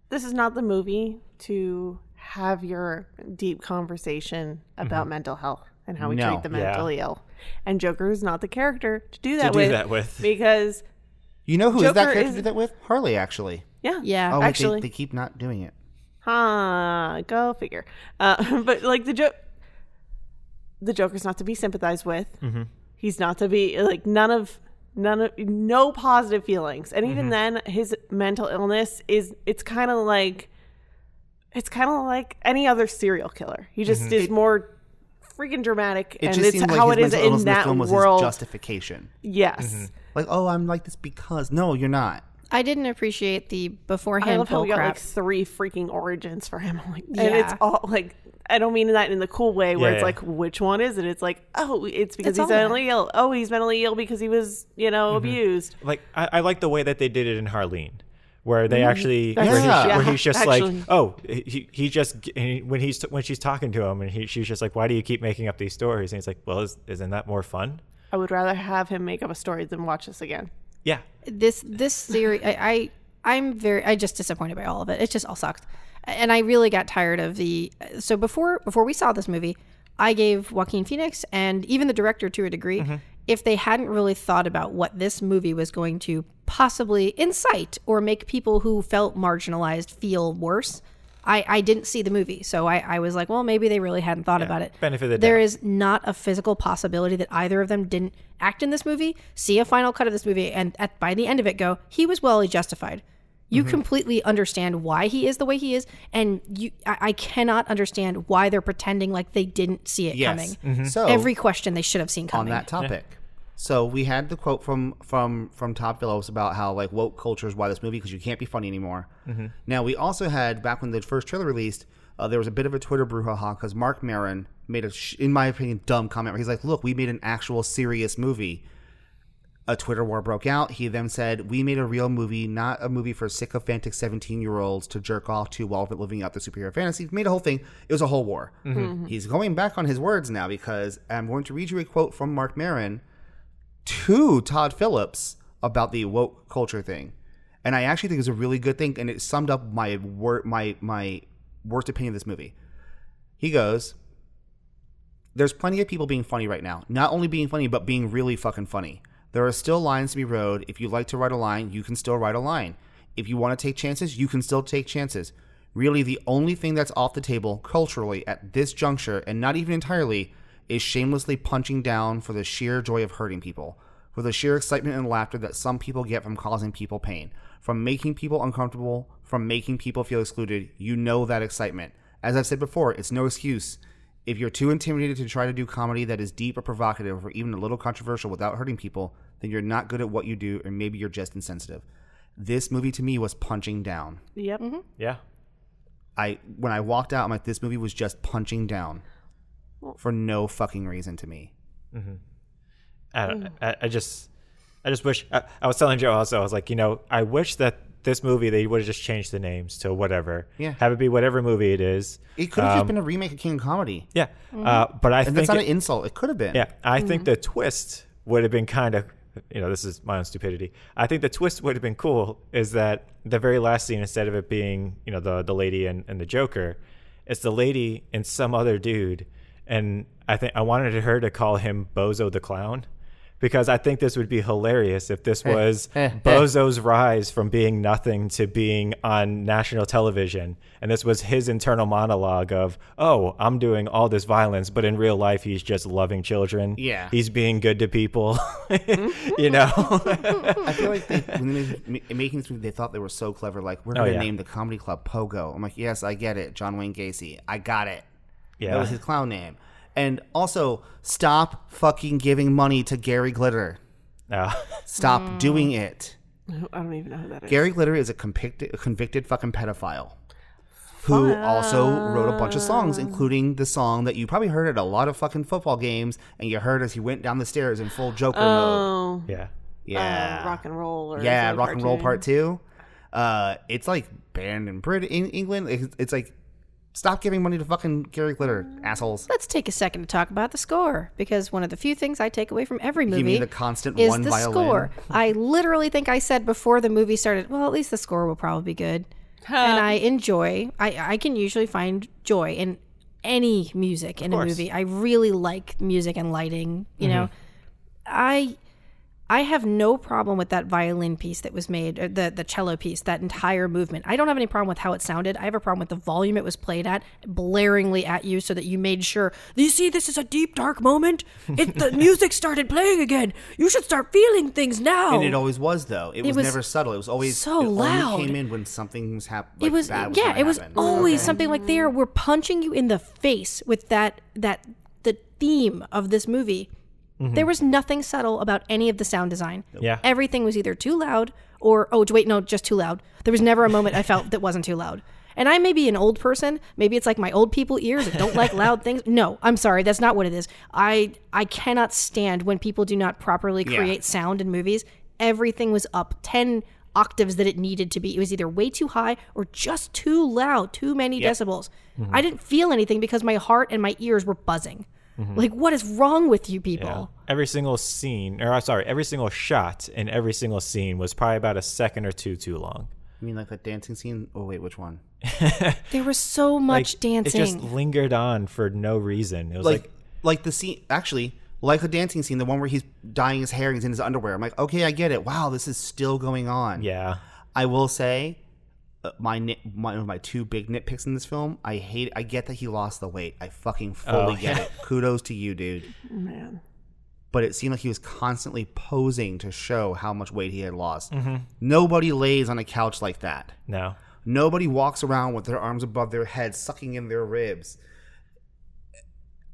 [SPEAKER 2] this is not the movie to have your deep conversation about mental health and how we
[SPEAKER 1] No.
[SPEAKER 2] treat the
[SPEAKER 4] Mm-hmm. Yeah.
[SPEAKER 2] mentally ill. And Joker is not the character to do that
[SPEAKER 4] do
[SPEAKER 2] with.
[SPEAKER 4] that with.
[SPEAKER 2] because
[SPEAKER 1] You know who is that
[SPEAKER 2] Joker
[SPEAKER 1] character to
[SPEAKER 2] is-
[SPEAKER 1] do that with? Harley, actually.
[SPEAKER 2] yeah,
[SPEAKER 3] yeah.
[SPEAKER 1] Oh, wait,
[SPEAKER 2] Actually-
[SPEAKER 1] they, they keep not doing it.
[SPEAKER 2] huh? Go figure. Uh, (laughs) but like the joke, the Joker's not to be sympathized with. He's not to be like none of none of no positive feelings. And even then, his mental illness is it's kind of like it's kind of like any other serial killer. He just is more freaking dramatic,
[SPEAKER 1] It
[SPEAKER 2] and
[SPEAKER 1] just
[SPEAKER 2] it's
[SPEAKER 1] seemed like
[SPEAKER 2] how
[SPEAKER 1] his
[SPEAKER 2] it is
[SPEAKER 1] mental illness
[SPEAKER 2] in
[SPEAKER 1] in this
[SPEAKER 2] that
[SPEAKER 1] film was
[SPEAKER 2] world.
[SPEAKER 1] his justification.
[SPEAKER 2] yes.
[SPEAKER 1] Like, oh, I'm like this because no, you're not.
[SPEAKER 3] I didn't appreciate the
[SPEAKER 2] I
[SPEAKER 3] beforehand
[SPEAKER 2] love how
[SPEAKER 3] bull
[SPEAKER 2] we got
[SPEAKER 3] crap.
[SPEAKER 2] like three freaking origins for him. (laughs) I'm like, and it's
[SPEAKER 3] Yeah.
[SPEAKER 2] all like, I don't mean that in the cool way where
[SPEAKER 4] Yeah,
[SPEAKER 2] it's
[SPEAKER 4] yeah.
[SPEAKER 2] like, which one is it? It's like, oh, it's because
[SPEAKER 3] It's all
[SPEAKER 2] he's
[SPEAKER 3] that.
[SPEAKER 2] mentally ill.
[SPEAKER 1] Mm-hmm.
[SPEAKER 2] Oh, he's mentally ill because he was, you know, abused.
[SPEAKER 4] like I, I like the way that they did it in Harleen, where they actually
[SPEAKER 2] Mm-hmm. That's-
[SPEAKER 4] where, he's,
[SPEAKER 1] Yeah.
[SPEAKER 4] where he's just
[SPEAKER 2] actually.
[SPEAKER 4] like oh he, he just and when he's when she's talking to him and he, she's just like why do you keep making up these stories and he's like well is, isn't that more fun
[SPEAKER 2] I would rather have him make up a story than watch this again.
[SPEAKER 4] yeah
[SPEAKER 3] this this series I, I i'm very i just disappointed by all of it it just all sucked and i really got tired of the so before before we saw this movie i gave joaquin phoenix and even the director to a degree
[SPEAKER 4] Mm-hmm.
[SPEAKER 3] if they hadn't really thought about what this movie was going to possibly incite or make people who felt marginalized feel worse I, I didn't see the movie, so I, I was like, well, maybe they really hadn't thought about it.
[SPEAKER 4] benefit of the
[SPEAKER 3] There
[SPEAKER 4] doubt.
[SPEAKER 3] is not a physical possibility that either of them didn't act in this movie, see a final cut of this movie, and at, by the end of it go, he was well justified. You completely understand why he is the way he is, and you I, I cannot understand why they're pretending like they didn't see it
[SPEAKER 1] Yes. Mm-hmm.
[SPEAKER 3] coming.
[SPEAKER 1] So
[SPEAKER 3] Every question they should have seen
[SPEAKER 1] on
[SPEAKER 3] coming.
[SPEAKER 1] that topic. So we had the quote from from from Todd Phillips about how like woke culture is why this movie because you can't be funny anymore. Now we also had back when the first trailer released, uh, there was a bit of a Twitter brouhaha because Mark Maron made a, sh- in my opinion, dumb comment where he's like, "Look, we made an actual serious movie." A Twitter war broke out. He then said, "We made a real movie, not a movie for sycophantic seventeen-year-olds to jerk off to while living out their superhero fantasy." Made a whole thing. It was a whole war. He's going back on his words now because I'm going to read you a quote from Mark Maron to Todd Phillips about the woke culture thing, and I actually think it's a really good thing, and it summed up my wor- my my worst opinion of this movie. He goes, there's plenty of people being funny right now. Not only being funny, but being really fucking funny. There are still lines to be rode. If you like to ride a line, you can still ride a line. If you want to take chances, you can still take chances. Really, the only thing that's off the table culturally at this juncture, and not even entirely, is shamelessly punching down for the sheer joy of hurting people, for the sheer excitement and laughter that some people get from causing people pain, from making people uncomfortable, from making people feel excluded. You know that excitement. As I've said before, it's no excuse. If you're too intimidated to try to do comedy that is deep or provocative or even a little controversial without hurting people, then you're not good at what you do, or maybe you're just insensitive. This movie to me was punching down.
[SPEAKER 2] Yep.
[SPEAKER 4] yeah
[SPEAKER 1] I when I walked out, I'm like, this movie was just punching down for no fucking reason to me.
[SPEAKER 4] I, don't, I, I just I just wish I, I was telling Joe also I was like you know I wish that this movie they would have just changed the names to whatever
[SPEAKER 1] Yeah.
[SPEAKER 4] have it be whatever movie it is
[SPEAKER 1] It could have just been a remake of King Comedy,
[SPEAKER 4] yeah uh, but Um, I
[SPEAKER 1] and
[SPEAKER 4] think
[SPEAKER 1] that's not
[SPEAKER 4] it-
[SPEAKER 1] an insult. It could have been.
[SPEAKER 4] yeah I think the twist would have been kind of you know this is my own stupidity I think the twist would have been cool is that the very last scene instead of it being you know the the lady and, and the Joker it's the lady and some other dude and I think I wanted her to call him Bozo the Clown because I think this would be hilarious if this was
[SPEAKER 1] eh, eh.
[SPEAKER 4] Bozo's rise from being nothing to being on national television. And this was his internal monologue of, oh, I'm doing all this violence, but in real life, he's just loving children.
[SPEAKER 1] Yeah.
[SPEAKER 4] He's being good to people, (laughs) you know? (laughs)
[SPEAKER 1] I feel like they, when they made, ma- making this movie, they thought they were so clever. Like we're gonna
[SPEAKER 4] Oh, yeah.
[SPEAKER 1] name the comedy club Pogo. I'm like, yes, I get it. John Wayne Gacy, I got it. That
[SPEAKER 4] yeah.
[SPEAKER 1] was his clown name. And also, stop fucking giving money to Gary Glitter.
[SPEAKER 4] No.
[SPEAKER 1] Stop doing it.
[SPEAKER 2] I don't even know who that is.
[SPEAKER 1] Gary Glitter is a convicted, a convicted fucking pedophile who also wrote a bunch of songs, including the song that you probably heard at a lot of fucking football games, and you heard as he went down the stairs in full Joker mode.
[SPEAKER 2] Oh,
[SPEAKER 4] yeah.
[SPEAKER 1] Yeah,
[SPEAKER 2] uh, rock and roll. Or
[SPEAKER 1] yeah,
[SPEAKER 2] something,
[SPEAKER 1] rock and roll
[SPEAKER 2] cartoon.
[SPEAKER 1] part two. Uh, it's like banned in Brit in England. It's, it's like stop giving money to fucking Gary Glitter, assholes.
[SPEAKER 3] Let's take a second to talk about the score because one of the few things I take away from every movie
[SPEAKER 1] You mean the constant
[SPEAKER 3] is
[SPEAKER 1] one
[SPEAKER 3] the
[SPEAKER 1] violin?
[SPEAKER 3] score. (laughs) I literally think I said before the movie started, well, at least the score will probably be good. and I enjoy, I, I can usually find joy in any music in a movie. I really like music and lighting, you know. I I have no problem with that violin piece that was made, or the the cello piece, that entire movement. I don't have any problem with how it sounded. I have a problem with the volume it was played at, blaringly at you, so that you made sure. You see, this is a deep, dark moment. It the (laughs) music started playing again. You should start feeling things now.
[SPEAKER 1] And it always was though. It, was,
[SPEAKER 3] Oh. was
[SPEAKER 1] never subtle. It was always
[SPEAKER 3] so
[SPEAKER 1] it only
[SPEAKER 3] loud.
[SPEAKER 1] Came in when something was happening.
[SPEAKER 3] it was
[SPEAKER 1] bad was
[SPEAKER 3] yeah
[SPEAKER 1] gonna
[SPEAKER 3] it was
[SPEAKER 1] happen.
[SPEAKER 3] always something like there we're punching you in the face with that that the theme of this movie
[SPEAKER 1] Mm-hmm.
[SPEAKER 3] there was nothing subtle about any of the sound design
[SPEAKER 4] Yeah.
[SPEAKER 3] everything was either too loud or oh wait no just too loud there was never a moment i felt that wasn't too loud and i may be an old person maybe it's like my old people ears that don't like loud things no i'm sorry that's not what it is i i cannot stand when people do not properly create sound in movies everything was up 10 octaves that it needed to be. It was either way too high or just too loud, too many decibels.
[SPEAKER 4] Mm-hmm.
[SPEAKER 3] I didn't feel anything because my heart and my ears were buzzing.
[SPEAKER 4] Mm-hmm.
[SPEAKER 3] Like, what is wrong with you people?
[SPEAKER 4] Yeah. Every single scene, or uh, sorry, every single shot in every single scene was probably about a second or two too long.
[SPEAKER 1] You mean like the dancing scene? Oh wait, which one?
[SPEAKER 3] There was so much dancing.
[SPEAKER 4] It just lingered on for no reason. It was like,
[SPEAKER 1] Like, like the scene. Actually, like the dancing scene, the one where he's dyeing his hair and he's in his underwear. I'm like, okay, I get it. Wow, this is still going on.
[SPEAKER 4] yeah,
[SPEAKER 1] I will say, uh, my nit, my my two big nitpicks in this film. I hate. I get that he lost the weight. I fucking fully
[SPEAKER 4] Oh,
[SPEAKER 1] get it. Kudos to you, dude.
[SPEAKER 2] Man.
[SPEAKER 1] But it seemed like he was constantly posing to show how much weight he had lost. Nobody lays on a couch like that.
[SPEAKER 4] no.
[SPEAKER 1] Nobody walks around with their arms above their head, sucking in their ribs.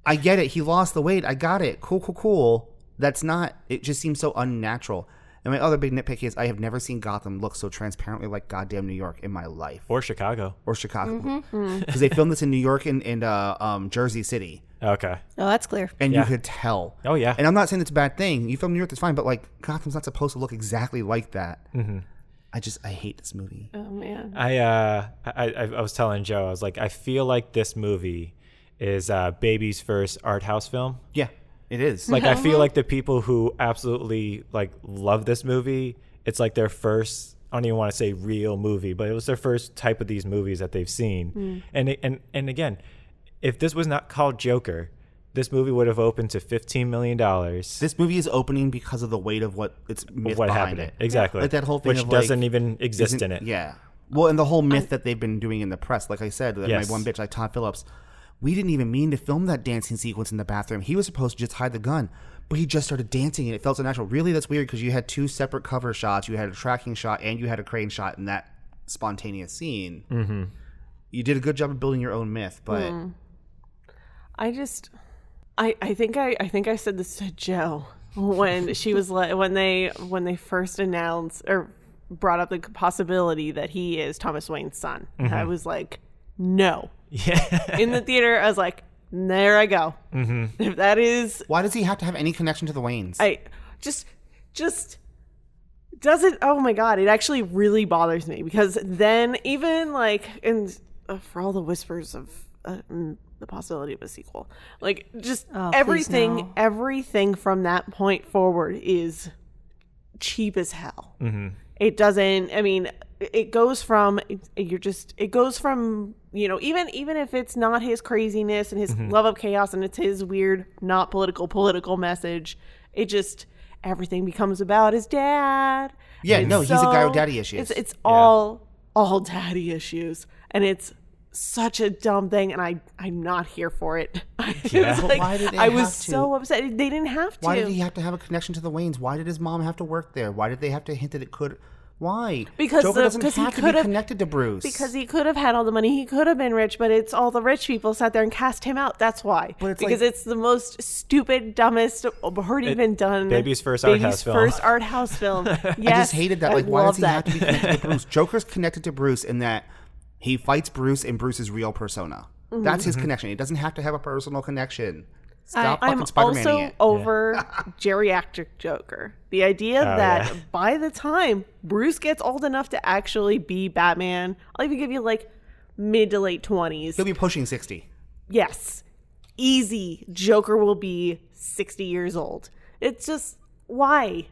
[SPEAKER 1] I get it. He lost the weight. I got it. Cool, cool, cool. That's not, it just seems so unnatural. And my other big nitpick is I have never seen Gotham look so transparently like goddamn New York in my life
[SPEAKER 4] Or Chicago.
[SPEAKER 1] or Chicago. Because (laughs) they filmed this in New York and, and uh, um, Jersey City.
[SPEAKER 4] Okay.
[SPEAKER 3] oh, that's clear.
[SPEAKER 1] And
[SPEAKER 4] Yeah.
[SPEAKER 1] you could tell.
[SPEAKER 4] Oh yeah.
[SPEAKER 1] And I'm not saying it's a bad thing. You film New York, that's fine. But like, Gotham's not supposed to look exactly like that.
[SPEAKER 4] Mm-hmm.
[SPEAKER 1] I just, I hate this movie.
[SPEAKER 2] Oh man.
[SPEAKER 4] I uh I, I I was telling Joe I was like I feel like this movie is uh baby's first art house film.
[SPEAKER 1] Yeah, it is.
[SPEAKER 4] Like I feel like the people who absolutely like love this movie, it's like their first I don't even want to say real movie, but it was their first type of these movies that they've seen. And it- and and again, if this was not called Joker, this movie would have opened to 15 million dollars.
[SPEAKER 1] this movie is opening because of the weight of what it's myth
[SPEAKER 4] What
[SPEAKER 1] behind
[SPEAKER 4] happened?
[SPEAKER 1] it.
[SPEAKER 4] Exactly.
[SPEAKER 1] Like that whole thing
[SPEAKER 4] which
[SPEAKER 1] of, like,
[SPEAKER 4] doesn't even exist
[SPEAKER 1] Isn't-
[SPEAKER 4] in it.
[SPEAKER 1] Yeah. Well, and the whole myth that they've been doing in the press, like I said, that
[SPEAKER 4] Yes.
[SPEAKER 1] my one bitch, like Todd Phillips, we didn't even mean to film that dancing sequence in the bathroom. He was supposed to just hide the gun, but he just started dancing and it felt so natural. Really, that's weird because you had two separate cover shots. You had a tracking shot and you had a crane shot in that spontaneous scene. Mm-hmm. You did a good job of building your own myth, but
[SPEAKER 2] Mm. I just I I think I I think I said this to Joe (laughs) when she was le- when they when they first announced or brought up the possibility that he is Thomas Wayne's son. I was like, "No."
[SPEAKER 4] Yeah.
[SPEAKER 2] In the theater, I was like, "There I go." Mm-hmm. If that is
[SPEAKER 1] why does he have to have any connection to the Waynes?
[SPEAKER 2] I just just doesn't oh my god, it actually really bothers me because then even like and uh, for all the whispers of uh, mm, the possibility of a sequel. Like just
[SPEAKER 3] Oh, please
[SPEAKER 2] everything
[SPEAKER 3] no.
[SPEAKER 2] everything from that point forward is cheap as hell. It doesn't I mean it goes from you're just it goes from you know even even if it's not his craziness and his
[SPEAKER 1] Mm-hmm.
[SPEAKER 2] love of chaos and it's his weird not political political message it just everything becomes about his dad
[SPEAKER 1] Yeah,
[SPEAKER 2] And
[SPEAKER 1] no, he's a guy with
[SPEAKER 2] so-
[SPEAKER 1] daddy issues.
[SPEAKER 2] it's, it's all all daddy issues and it's such a dumb thing and i i'm not here for it (laughs) It was
[SPEAKER 1] But
[SPEAKER 2] like-
[SPEAKER 1] why did they
[SPEAKER 2] i was
[SPEAKER 1] have to?
[SPEAKER 2] so upset they didn't have to
[SPEAKER 1] Why did he have to have a connection to the Waynes? Why did his mom have to work there? Why did they have to hint that it could? Why?
[SPEAKER 2] Because
[SPEAKER 1] Joker
[SPEAKER 2] the-
[SPEAKER 1] doesn't
[SPEAKER 2] because he
[SPEAKER 1] have to be
[SPEAKER 2] could've-
[SPEAKER 1] connected to Bruce.
[SPEAKER 2] because he could have had all the money, he could have been rich, but it's all the rich people sat there and cast him out. That's why.
[SPEAKER 1] But it's
[SPEAKER 2] because
[SPEAKER 1] like-
[SPEAKER 2] it's the most stupid, dumbest, already been done.
[SPEAKER 4] Baby's first art house film.
[SPEAKER 2] first art house
[SPEAKER 1] (laughs)
[SPEAKER 2] film. Yes,
[SPEAKER 1] I just hated that.
[SPEAKER 2] I
[SPEAKER 1] Like, why does
[SPEAKER 2] love
[SPEAKER 1] he
[SPEAKER 2] that.
[SPEAKER 1] have to be connected
[SPEAKER 2] (laughs)
[SPEAKER 1] to Bruce? Joker's connected to Bruce in that he fights Bruce in Bruce's real persona.
[SPEAKER 2] Mm-hmm.
[SPEAKER 1] That's his connection. He doesn't have to have a personal connection. Stop
[SPEAKER 2] I'm
[SPEAKER 1] fucking Spider-Man
[SPEAKER 2] also
[SPEAKER 1] it.
[SPEAKER 2] over
[SPEAKER 1] (laughs)
[SPEAKER 2] geriatric Joker. The idea
[SPEAKER 1] Oh,
[SPEAKER 2] that
[SPEAKER 4] yeah.
[SPEAKER 2] by the time Bruce gets old enough to actually be Batman, I'll even give you like mid to late twenties.
[SPEAKER 1] He'll be pushing sixty.
[SPEAKER 2] yes, easy. Joker will be 60 years old. It's just, why?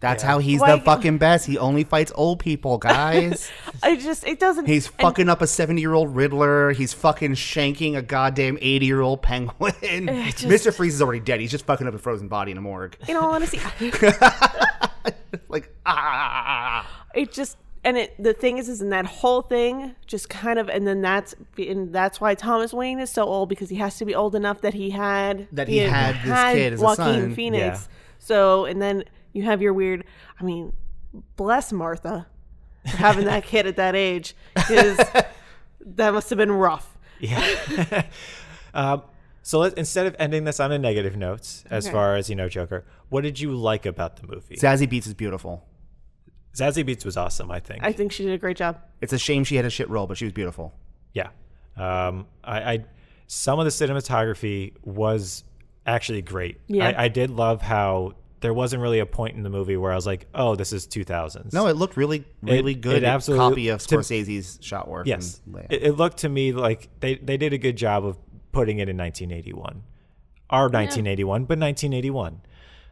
[SPEAKER 1] That's how he's
[SPEAKER 2] Like-
[SPEAKER 1] the fucking best. He only fights old people,
[SPEAKER 2] (laughs)
[SPEAKER 1] guys.
[SPEAKER 2] I just, it doesn't.
[SPEAKER 1] He's
[SPEAKER 2] and
[SPEAKER 1] fucking up a 70 year old Riddler. He's fucking shanking a goddamn 80 year old
[SPEAKER 3] (laughs)
[SPEAKER 1] penguin.
[SPEAKER 2] just-
[SPEAKER 1] Mr. Freeze is already dead. He's just fucking up a frozen body in a morgue. (laughs)
[SPEAKER 2] in all honesty,
[SPEAKER 1] Like, ah.
[SPEAKER 2] it just, and it, the thing is, is in that whole thing, just kind of, and then that's, and that's why Thomas Wayne is so old because he has to be old enough that he had,
[SPEAKER 1] That he had this kid as a
[SPEAKER 2] Joaquin
[SPEAKER 1] son.
[SPEAKER 2] Phoenix.
[SPEAKER 4] Yeah.
[SPEAKER 2] So, and then you have your weird, I mean, bless Martha for having that kid at that
[SPEAKER 1] (laughs)
[SPEAKER 2] age. 'cause that must have been rough.
[SPEAKER 4] Yeah. (laughs) um, so let, instead of ending this on a negative note, as
[SPEAKER 2] Okay.
[SPEAKER 4] far as you know, Joker, what did you like about the movie?
[SPEAKER 1] Zazie Beats is beautiful.
[SPEAKER 4] Zazie Beats was awesome, I think.
[SPEAKER 2] I think she did a great job.
[SPEAKER 1] It's a shame she had a shit role, but she was beautiful.
[SPEAKER 4] yeah. Um, I, I some of the cinematography was actually great.
[SPEAKER 2] Yeah.
[SPEAKER 4] I, I did love how there wasn't really a point in the movie where I was like, oh, this is 2000s.
[SPEAKER 1] No, it looked really, really
[SPEAKER 4] It-
[SPEAKER 1] good.
[SPEAKER 4] it
[SPEAKER 1] It
[SPEAKER 4] absolutely-
[SPEAKER 1] copy of
[SPEAKER 4] to-
[SPEAKER 1] Scorsese's shot work.
[SPEAKER 4] Yes,
[SPEAKER 1] and layout.
[SPEAKER 4] it, it looked to me like they, they did a good job of putting it in 1981, our 1981, but 1981.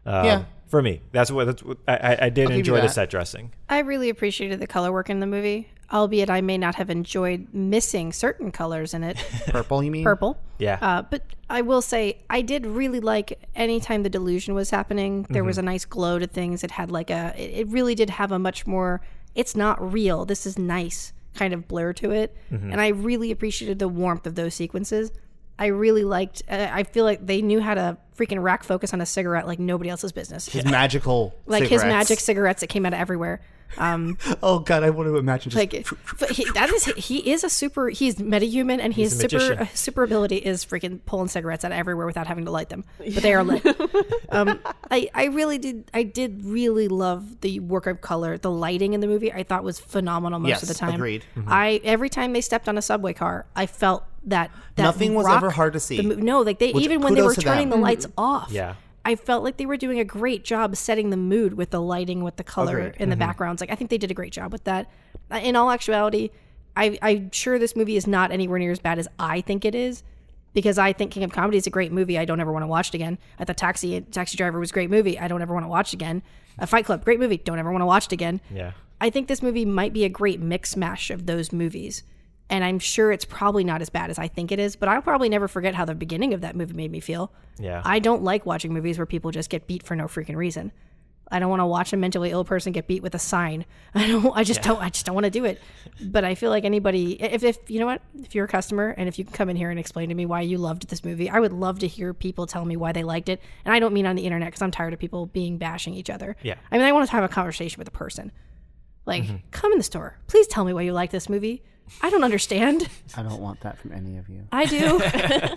[SPEAKER 4] Um,
[SPEAKER 1] Yeah.
[SPEAKER 4] for me, that's what that's what, I- I, I did
[SPEAKER 1] give you
[SPEAKER 4] enjoy the
[SPEAKER 1] that.
[SPEAKER 4] set dressing.
[SPEAKER 3] I really appreciated the color work in the movie, albeit I may not have enjoyed missing certain colors
[SPEAKER 4] (laughs)
[SPEAKER 3] in it,
[SPEAKER 1] Purple, you mean?
[SPEAKER 3] purple.
[SPEAKER 4] Yeah,
[SPEAKER 3] Uh, but I will say, I did really like anytime the delusion was happening. There was a nice glow to things. It had like a, it, it really did have a much more, it's not real. This is nice kind of blur to it. And I really appreciated the warmth of those sequences. I really liked, uh, I feel like they knew how to freaking rack focus on a cigarette like nobody else's business.
[SPEAKER 1] His magical.
[SPEAKER 3] Like his
[SPEAKER 1] cigarettes.
[SPEAKER 3] magic cigarettes that came out of everywhere. Um,
[SPEAKER 1] (laughs) Oh God, I want to imagine. Just,
[SPEAKER 3] like but he, that is he is a super he's metahuman and his
[SPEAKER 4] a magician.
[SPEAKER 3] super super ability is freaking pulling cigarettes out of everywhere without having to light them but they are lit um i i really did i did really love the work of color the lighting in the movie i thought was phenomenal most
[SPEAKER 1] Yes,
[SPEAKER 3] of the time
[SPEAKER 1] agreed. Mm-hmm.
[SPEAKER 3] i every time they stepped on a subway car i felt that, that
[SPEAKER 1] Nothing was
[SPEAKER 3] rock-
[SPEAKER 1] ever hard to see.
[SPEAKER 3] the mo- no like they
[SPEAKER 1] Which-
[SPEAKER 3] even when they were
[SPEAKER 1] kudos to them.
[SPEAKER 3] turning the lights off
[SPEAKER 4] Mm-hmm. Yeah.
[SPEAKER 3] I felt like they were doing a great job setting the mood with the lighting, with the
[SPEAKER 4] Oh,
[SPEAKER 3] color
[SPEAKER 1] Agreed.
[SPEAKER 3] in
[SPEAKER 4] Mm-hmm.
[SPEAKER 3] the backgrounds. Like I think they did a great job with that. Uh, In all actuality, I, I'm sure this movie is not anywhere near as bad as I think it is, because I think King of Comedy is a great movie. I don't ever want to watch it again. I thought Taxi Taxi Driver was a great movie. I don't ever want to watch it again. A Fight Club, great movie. Don't ever want to watch it again.
[SPEAKER 4] yeah.
[SPEAKER 3] I think this movie might be a great mix mash of those movies. And I'm sure it's probably not as bad as I think it is, but I'll probably never forget how the beginning of that movie made me feel.
[SPEAKER 4] Yeah.
[SPEAKER 3] I don't like watching movies where people just get beat for no freaking reason. I don't want to watch a mentally ill person get beat with a sign. (laughs) I don't I just don't I just don't want to do it. But I feel like anybody if, if you know what, if you're a customer and if you can come in here and explain to me why you loved this movie, I would love to hear people tell me why they liked it. And I don't mean on the internet cuz I'm tired of people being bashing each other.
[SPEAKER 4] Yeah.
[SPEAKER 3] I mean I want to have a conversation with a person. Like, come in the store. Please tell me why you like this movie. I don't understand.
[SPEAKER 1] I don't want that from any of you.
[SPEAKER 3] I do.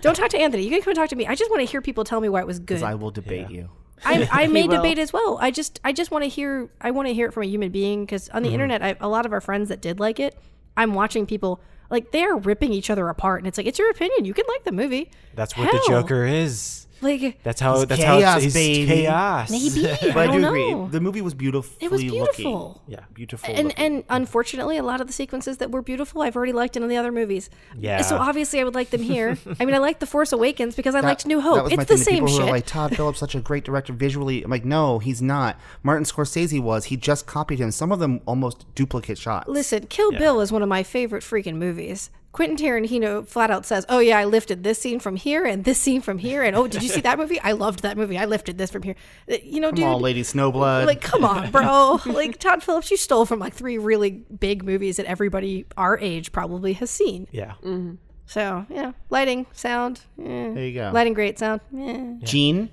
[SPEAKER 3] (laughs) don't talk to Anthony. You can come and talk to me. I just want to hear people tell me why it was good.
[SPEAKER 1] I
[SPEAKER 3] I,
[SPEAKER 1] will debate you. (laughs)
[SPEAKER 3] I, may
[SPEAKER 2] will.
[SPEAKER 3] debate as well. I just I just want to hear I want to hear it from a human being because on the
[SPEAKER 1] Mm-hmm.
[SPEAKER 3] internet I, a lot of our friends that did like it, I'm watching people like they are ripping each other apart and it's like it's your opinion. You can like the movie.
[SPEAKER 4] That's what the
[SPEAKER 3] Hell.
[SPEAKER 4] Joker is.
[SPEAKER 3] Like
[SPEAKER 4] That's how. that's how
[SPEAKER 1] chaos,
[SPEAKER 4] it's he's
[SPEAKER 1] baby. (laughs)
[SPEAKER 4] chaos.
[SPEAKER 3] maybe
[SPEAKER 1] But
[SPEAKER 3] I
[SPEAKER 1] I,
[SPEAKER 3] don't
[SPEAKER 1] do
[SPEAKER 3] know.
[SPEAKER 1] agree. The movie was beautifully
[SPEAKER 3] It was
[SPEAKER 1] looking.
[SPEAKER 3] beautiful.
[SPEAKER 4] Yeah.
[SPEAKER 1] Beautiful.
[SPEAKER 3] and
[SPEAKER 1] looking.
[SPEAKER 3] and unfortunately, a lot of the sequences that were beautiful, I've already liked in the other movies.
[SPEAKER 4] Yeah.
[SPEAKER 3] So obviously, I would like
[SPEAKER 1] (laughs)
[SPEAKER 3] them here. I mean, I liked The Force Awakens because I
[SPEAKER 1] That-
[SPEAKER 3] liked New
[SPEAKER 1] That
[SPEAKER 3] Hope.
[SPEAKER 1] was my
[SPEAKER 3] It's the
[SPEAKER 1] thing to
[SPEAKER 3] same
[SPEAKER 1] people Who
[SPEAKER 3] shit.
[SPEAKER 1] are like Todd Phillips, such a great director visually. I'm like, no, he's not. Martin Scorsese was. He just copied him. Some of them almost duplicate shots.
[SPEAKER 3] Listen, Kill Bill is one of my favorite freaking movies. Quentin Tarantino flat out says, "Oh yeah, I lifted this scene from here and this scene from here." And oh, did you see that movie? I loved that movie. I lifted this from here. Uh, You know, dude.
[SPEAKER 1] Come on, Lady Snowblood.
[SPEAKER 3] like, come
[SPEAKER 4] (laughs)
[SPEAKER 3] on, bro. like Todd Phillips, you stole from like three really big movies that everybody our age probably has seen.
[SPEAKER 4] Yeah.
[SPEAKER 1] Mm-hmm.
[SPEAKER 3] So yeah, lighting, sound. eh.
[SPEAKER 1] there you go.
[SPEAKER 3] Lighting great sound. eh.
[SPEAKER 4] (laughs)
[SPEAKER 1] Gene.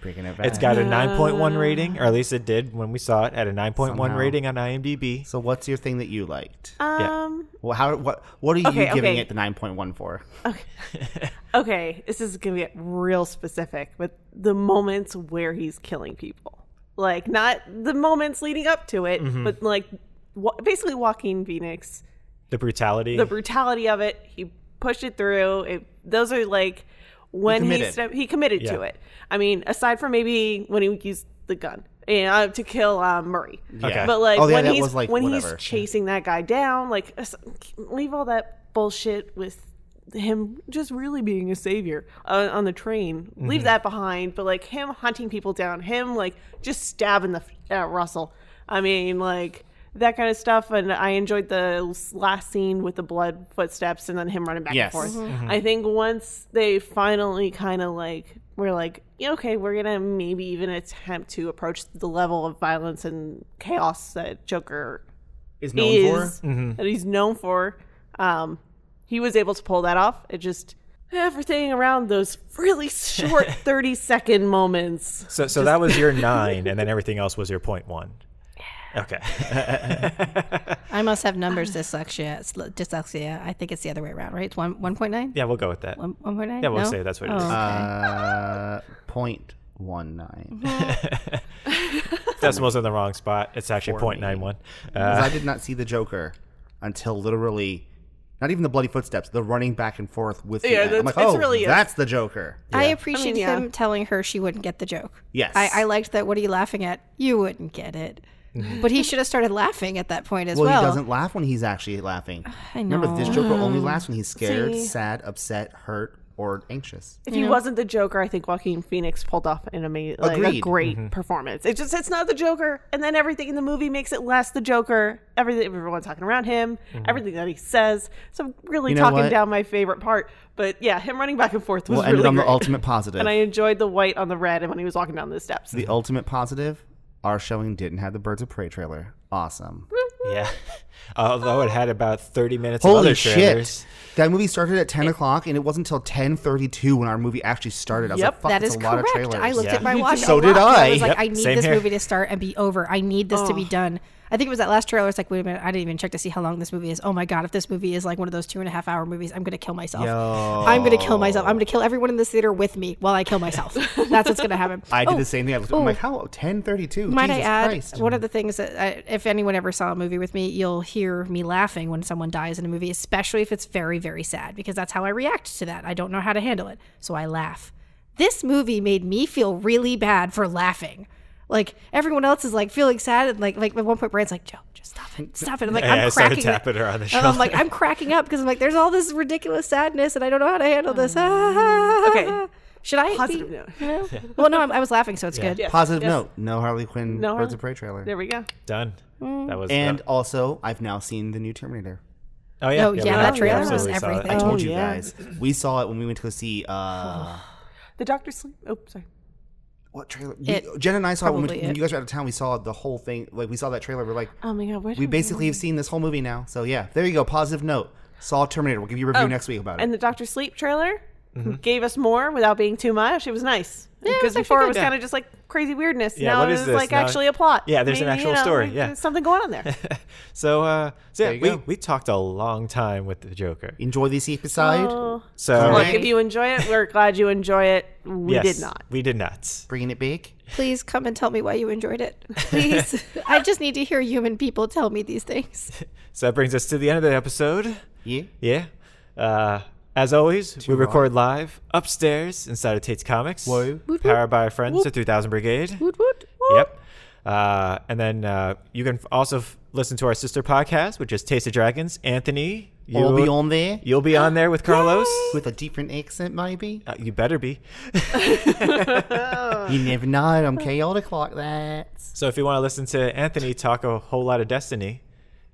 [SPEAKER 1] Breaking it back.
[SPEAKER 4] It's got a 9.1
[SPEAKER 2] Uh.
[SPEAKER 4] rating, or at least it did when we saw it. At a 9.1
[SPEAKER 1] Somehow.
[SPEAKER 4] rating on IMDb.
[SPEAKER 1] so, what's your thing that you liked?
[SPEAKER 3] Uh,
[SPEAKER 4] Yeah.
[SPEAKER 2] Um,
[SPEAKER 1] Well, how? What? What are you
[SPEAKER 2] Okay,
[SPEAKER 1] giving
[SPEAKER 2] okay.
[SPEAKER 1] it the nine point one for?
[SPEAKER 2] okay, this is gonna get real specific, but the moments where he's killing people, like not the moments leading up to it,
[SPEAKER 1] Mm-hmm.
[SPEAKER 2] but like wa- basically Joaquin Phoenix,
[SPEAKER 4] The brutality.
[SPEAKER 2] the brutality of it. He pushed it through. It, those are like when he
[SPEAKER 1] committed.
[SPEAKER 2] he, he committed to
[SPEAKER 4] Yeah.
[SPEAKER 2] it. I mean, aside from maybe when he used the gun and uh, to kill um, Murray,
[SPEAKER 4] Okay.
[SPEAKER 2] but like
[SPEAKER 1] Oh, yeah,
[SPEAKER 2] when
[SPEAKER 1] that
[SPEAKER 2] he's
[SPEAKER 1] was, like,
[SPEAKER 2] when
[SPEAKER 1] whatever.
[SPEAKER 2] he's chasing that guy down, like us- leave all that bullshit with him just really being a savior uh, on the train. Leave that behind, but like him hunting people down, him like just stabbing the f- uh, Russell. I mean, like that kind of stuff. And I enjoyed the last scene with the blood footsteps and then him running back
[SPEAKER 1] Yes.
[SPEAKER 2] and forth. I think once they finally kind of like we're like, yeah, okay, we're gonna maybe even attempt to approach the level of violence and chaos that Joker
[SPEAKER 1] Is known
[SPEAKER 2] is-
[SPEAKER 1] for.
[SPEAKER 2] that he's known for. Um, he was able to pull that off. It just everything around those
[SPEAKER 1] (laughs)
[SPEAKER 2] really short thirty second moments.
[SPEAKER 4] so so that was your
[SPEAKER 2] (laughs)
[SPEAKER 4] nine, and then everything else was your point one. Okay.
[SPEAKER 3] I must have numbers dyslexia. s- Dyslexia. I think it's the other way around, right? It's one one point nine.
[SPEAKER 4] yeah, we'll go with that.
[SPEAKER 3] One one point nine.
[SPEAKER 4] Yeah, we'll
[SPEAKER 3] no?
[SPEAKER 4] say that's what it
[SPEAKER 3] Oh,
[SPEAKER 4] is.
[SPEAKER 3] okay.
[SPEAKER 1] Uh, point one nine.
[SPEAKER 4] Decimal's in the wrong spot. It's
[SPEAKER 1] For
[SPEAKER 4] actually
[SPEAKER 1] me.
[SPEAKER 4] Uh,
[SPEAKER 2] Uh,
[SPEAKER 4] point nine one.
[SPEAKER 1] Because I did not see the Joker until literally Not even the bloody footsteps. The running back and forth with.
[SPEAKER 2] Yeah,
[SPEAKER 1] Yeah, the, end. I'm
[SPEAKER 2] that's-
[SPEAKER 1] like,
[SPEAKER 2] it's
[SPEAKER 1] oh,
[SPEAKER 2] really is.
[SPEAKER 1] that's the Joker.
[SPEAKER 3] I
[SPEAKER 4] Yeah.
[SPEAKER 2] I
[SPEAKER 3] appreciate
[SPEAKER 2] mean, yeah.
[SPEAKER 3] him telling her she wouldn't get the joke.
[SPEAKER 1] Yes.
[SPEAKER 3] I, I liked that. What are you laughing at? You wouldn't get it. but he should have started laughing at that point as well.
[SPEAKER 1] Mm-hmm. well, he doesn't laugh when he's actually laughing.
[SPEAKER 3] I
[SPEAKER 1] Remember, this
[SPEAKER 3] know.
[SPEAKER 1] Joker only laughs when he's scared,
[SPEAKER 2] See.
[SPEAKER 1] sad, upset, hurt, or anxious.
[SPEAKER 2] If he wasn't the Joker, I think Joaquin Phoenix pulled off an amazing, like, a
[SPEAKER 1] Agreed.
[SPEAKER 2] great performance. It just it's not the Joker, and then everything in the movie makes it less the Joker. Everything everyone's talking around him, everything that he says. So I'm really
[SPEAKER 1] You know
[SPEAKER 2] talking
[SPEAKER 1] what?
[SPEAKER 2] down my favorite part. But yeah, him running back and forth was
[SPEAKER 1] We'll end
[SPEAKER 2] really
[SPEAKER 1] it on
[SPEAKER 2] great.
[SPEAKER 1] the ultimate positive.
[SPEAKER 2] And I enjoyed the white on the red, and when he was walking down the steps.
[SPEAKER 1] the ultimate positive. Our showing didn't have the Birds of Prey trailer. Awesome.
[SPEAKER 4] Yeah. (laughs) Although it had about 30 minutes of
[SPEAKER 1] Holy
[SPEAKER 4] other trailers.
[SPEAKER 1] shit! That movie started at ten o'clock, and it wasn't until ten thirty-two when our movie actually started. I was
[SPEAKER 2] Yep,
[SPEAKER 1] like, "Fuck,
[SPEAKER 3] That
[SPEAKER 1] that's
[SPEAKER 3] is
[SPEAKER 1] a lot
[SPEAKER 3] correct.
[SPEAKER 1] of trailers."
[SPEAKER 3] I looked
[SPEAKER 4] Yeah.
[SPEAKER 3] at my watch.
[SPEAKER 1] So
[SPEAKER 3] a
[SPEAKER 1] did
[SPEAKER 3] lot. I. was
[SPEAKER 1] I.
[SPEAKER 3] like,
[SPEAKER 4] Yep,
[SPEAKER 3] I need
[SPEAKER 4] same
[SPEAKER 3] this
[SPEAKER 4] here.
[SPEAKER 3] movie to start and be over. I need this to be done. I think it was that last trailer. It's like, wait a minute, I didn't even check to see how long this movie is. Oh my god, if this movie is like one of those two and a half hour movies, I'm gonna kill myself. I'm gonna kill myself. I'm gonna kill everyone in this theater with me while I kill myself. That's what's gonna happen.
[SPEAKER 1] I did
[SPEAKER 3] Oh,
[SPEAKER 1] the same thing. I looked, I'm like, "How ten thirty-two?
[SPEAKER 3] Might
[SPEAKER 1] Jesus
[SPEAKER 3] I add,
[SPEAKER 1] Christ!"
[SPEAKER 3] one of the things that I, if anyone ever saw a movie with me, you'll hear me laughing when someone dies in a movie, especially if it's very, very sad, because that's how I react to that. I don't know how to handle it, so I laugh. This movie made me feel really bad for laughing. Like everyone else is like feeling sad, and like like at one point, Brand's like, "Joe, just stop it, stop it." I'm like,
[SPEAKER 4] Yeah,
[SPEAKER 3] I'm
[SPEAKER 4] I started
[SPEAKER 3] cracking.
[SPEAKER 4] tapping her on the
[SPEAKER 3] and I'm
[SPEAKER 4] shoulder.
[SPEAKER 3] like, I'm cracking up because I'm like, there's all this ridiculous sadness, and I don't know how to handle this.
[SPEAKER 4] Um,
[SPEAKER 3] okay, (laughs) should I? be-
[SPEAKER 1] (laughs)
[SPEAKER 2] Positive note.
[SPEAKER 3] you know? (laughs) Well, no, I'm, I was laughing, so it's good.
[SPEAKER 2] Yes,
[SPEAKER 1] positive
[SPEAKER 2] yes.
[SPEAKER 1] note: no Harley Quinn
[SPEAKER 2] No
[SPEAKER 1] Birds
[SPEAKER 2] Harley-
[SPEAKER 1] of Prey trailer.
[SPEAKER 2] There we go.
[SPEAKER 4] Done.
[SPEAKER 2] Mm.
[SPEAKER 4] That was
[SPEAKER 1] and
[SPEAKER 4] that-
[SPEAKER 1] also, I've now seen the new Terminator.
[SPEAKER 4] oh yeah,
[SPEAKER 3] Oh,
[SPEAKER 4] we
[SPEAKER 3] yeah,
[SPEAKER 2] that
[SPEAKER 4] absolutely
[SPEAKER 2] trailer was
[SPEAKER 4] saw that.
[SPEAKER 3] everything.
[SPEAKER 1] I
[SPEAKER 2] Oh,
[SPEAKER 1] told you
[SPEAKER 2] yeah.
[SPEAKER 1] guys, we saw it when we went to go see. Uh,
[SPEAKER 3] (sighs)
[SPEAKER 2] The Doctor Sleep. Oh, sorry.
[SPEAKER 1] what trailer? We-
[SPEAKER 3] It-
[SPEAKER 1] Jen and I saw it when, we,
[SPEAKER 3] probably
[SPEAKER 1] when
[SPEAKER 3] it.
[SPEAKER 1] you guys were out of town. We saw the whole thing. Like we saw that trailer. We're like,
[SPEAKER 2] Oh my God. Where did
[SPEAKER 3] Mm-hmm.
[SPEAKER 1] we basically have seen this whole movie now. So yeah, there you go. Positive note. Saw Terminator. We'll give you
[SPEAKER 3] Oh.
[SPEAKER 1] a review next week about it.
[SPEAKER 2] and the Doctor Sleep trailer
[SPEAKER 4] Mm-hmm.
[SPEAKER 2] gave us more without being too much. It was nice
[SPEAKER 3] it
[SPEAKER 2] because
[SPEAKER 3] was actually
[SPEAKER 2] before it
[SPEAKER 3] good.
[SPEAKER 2] was kind of just like crazy weirdness.
[SPEAKER 4] Yeah,
[SPEAKER 2] now
[SPEAKER 4] what
[SPEAKER 2] it
[SPEAKER 4] is
[SPEAKER 2] was
[SPEAKER 4] this?
[SPEAKER 2] like
[SPEAKER 4] Now-
[SPEAKER 2] actually a plot.
[SPEAKER 4] Yeah, there's an actual story, yeah.
[SPEAKER 2] there's something going (laughs) on there.
[SPEAKER 4] So uh so yeah,
[SPEAKER 1] you
[SPEAKER 4] we,
[SPEAKER 1] go.
[SPEAKER 4] we talked a long time with the Joker.
[SPEAKER 1] Enjoy this episode.
[SPEAKER 2] Oh.
[SPEAKER 4] So
[SPEAKER 2] Look,
[SPEAKER 1] Alright.
[SPEAKER 2] if you enjoy it, we're glad you enjoy it. We
[SPEAKER 4] yes,
[SPEAKER 2] did not.
[SPEAKER 4] We did not.
[SPEAKER 1] Bringing it big.
[SPEAKER 3] Please come and tell me why you enjoyed
[SPEAKER 4] (laughs)
[SPEAKER 3] it. Please. (laughs) I just need to hear human people tell me these things.
[SPEAKER 4] So that brings us to the end of the episode.
[SPEAKER 1] Yeah.
[SPEAKER 4] Yeah. Uh, as always, we record live upstairs inside of Tate's Comics.
[SPEAKER 1] Whoa.
[SPEAKER 4] Powered by our friends at 3000 Brigade.
[SPEAKER 3] (laughs) Woot woot.
[SPEAKER 4] Yep. Uh, and then uh, you can f- also f- listen to our sister podcast, which is Taste of Dragons. Anthony, you,
[SPEAKER 1] I'll be on there
[SPEAKER 4] you'll be on there with Carlos.
[SPEAKER 1] with a different accent, maybe.
[SPEAKER 4] Uh, you better be.
[SPEAKER 1] You never know. I'm chaotic like that.
[SPEAKER 4] So if you want to listen to Anthony talk a whole lot of Destiny,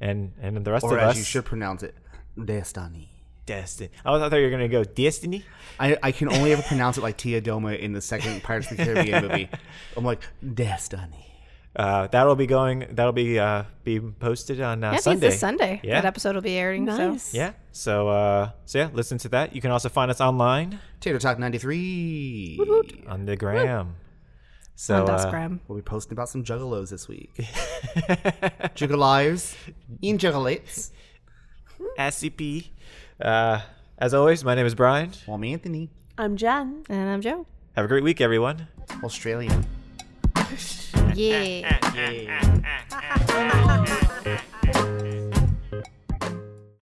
[SPEAKER 4] and and the rest
[SPEAKER 1] Or
[SPEAKER 4] of
[SPEAKER 1] as
[SPEAKER 4] us,
[SPEAKER 1] you should pronounce it, Destiny.
[SPEAKER 4] Destiny. I thought you were gonna go Destiny.
[SPEAKER 1] I, I can only ever pronounce it like Tia Doma in the second Pirates of the Caribbean (laughs) movie. I'm like, Destiny.
[SPEAKER 4] Uh, that'll be going. That'll be uh, be posted on uh,
[SPEAKER 3] I think it's
[SPEAKER 4] Sunday.
[SPEAKER 3] this Sunday.
[SPEAKER 4] Yeah.
[SPEAKER 3] That episode will be airing. So.
[SPEAKER 4] Yeah. So uh, so yeah, listen to that. You can also find us online
[SPEAKER 1] Tater Talk 93.
[SPEAKER 4] on the gram. So
[SPEAKER 3] On
[SPEAKER 4] uh,
[SPEAKER 3] Dustgram.
[SPEAKER 1] We'll be posting about some juggalos this (laughs) week. Juggalos in juggalates.
[SPEAKER 4] SCP. Uh, as always, my name is Brian.
[SPEAKER 1] Well, I'm Anthony,
[SPEAKER 2] I'm Jen.
[SPEAKER 3] And I'm
[SPEAKER 4] (laughs)
[SPEAKER 3] Joe.
[SPEAKER 4] Have a great week, everyone.
[SPEAKER 1] Australian. ah.
[SPEAKER 3] Yeah.
[SPEAKER 1] Yeah.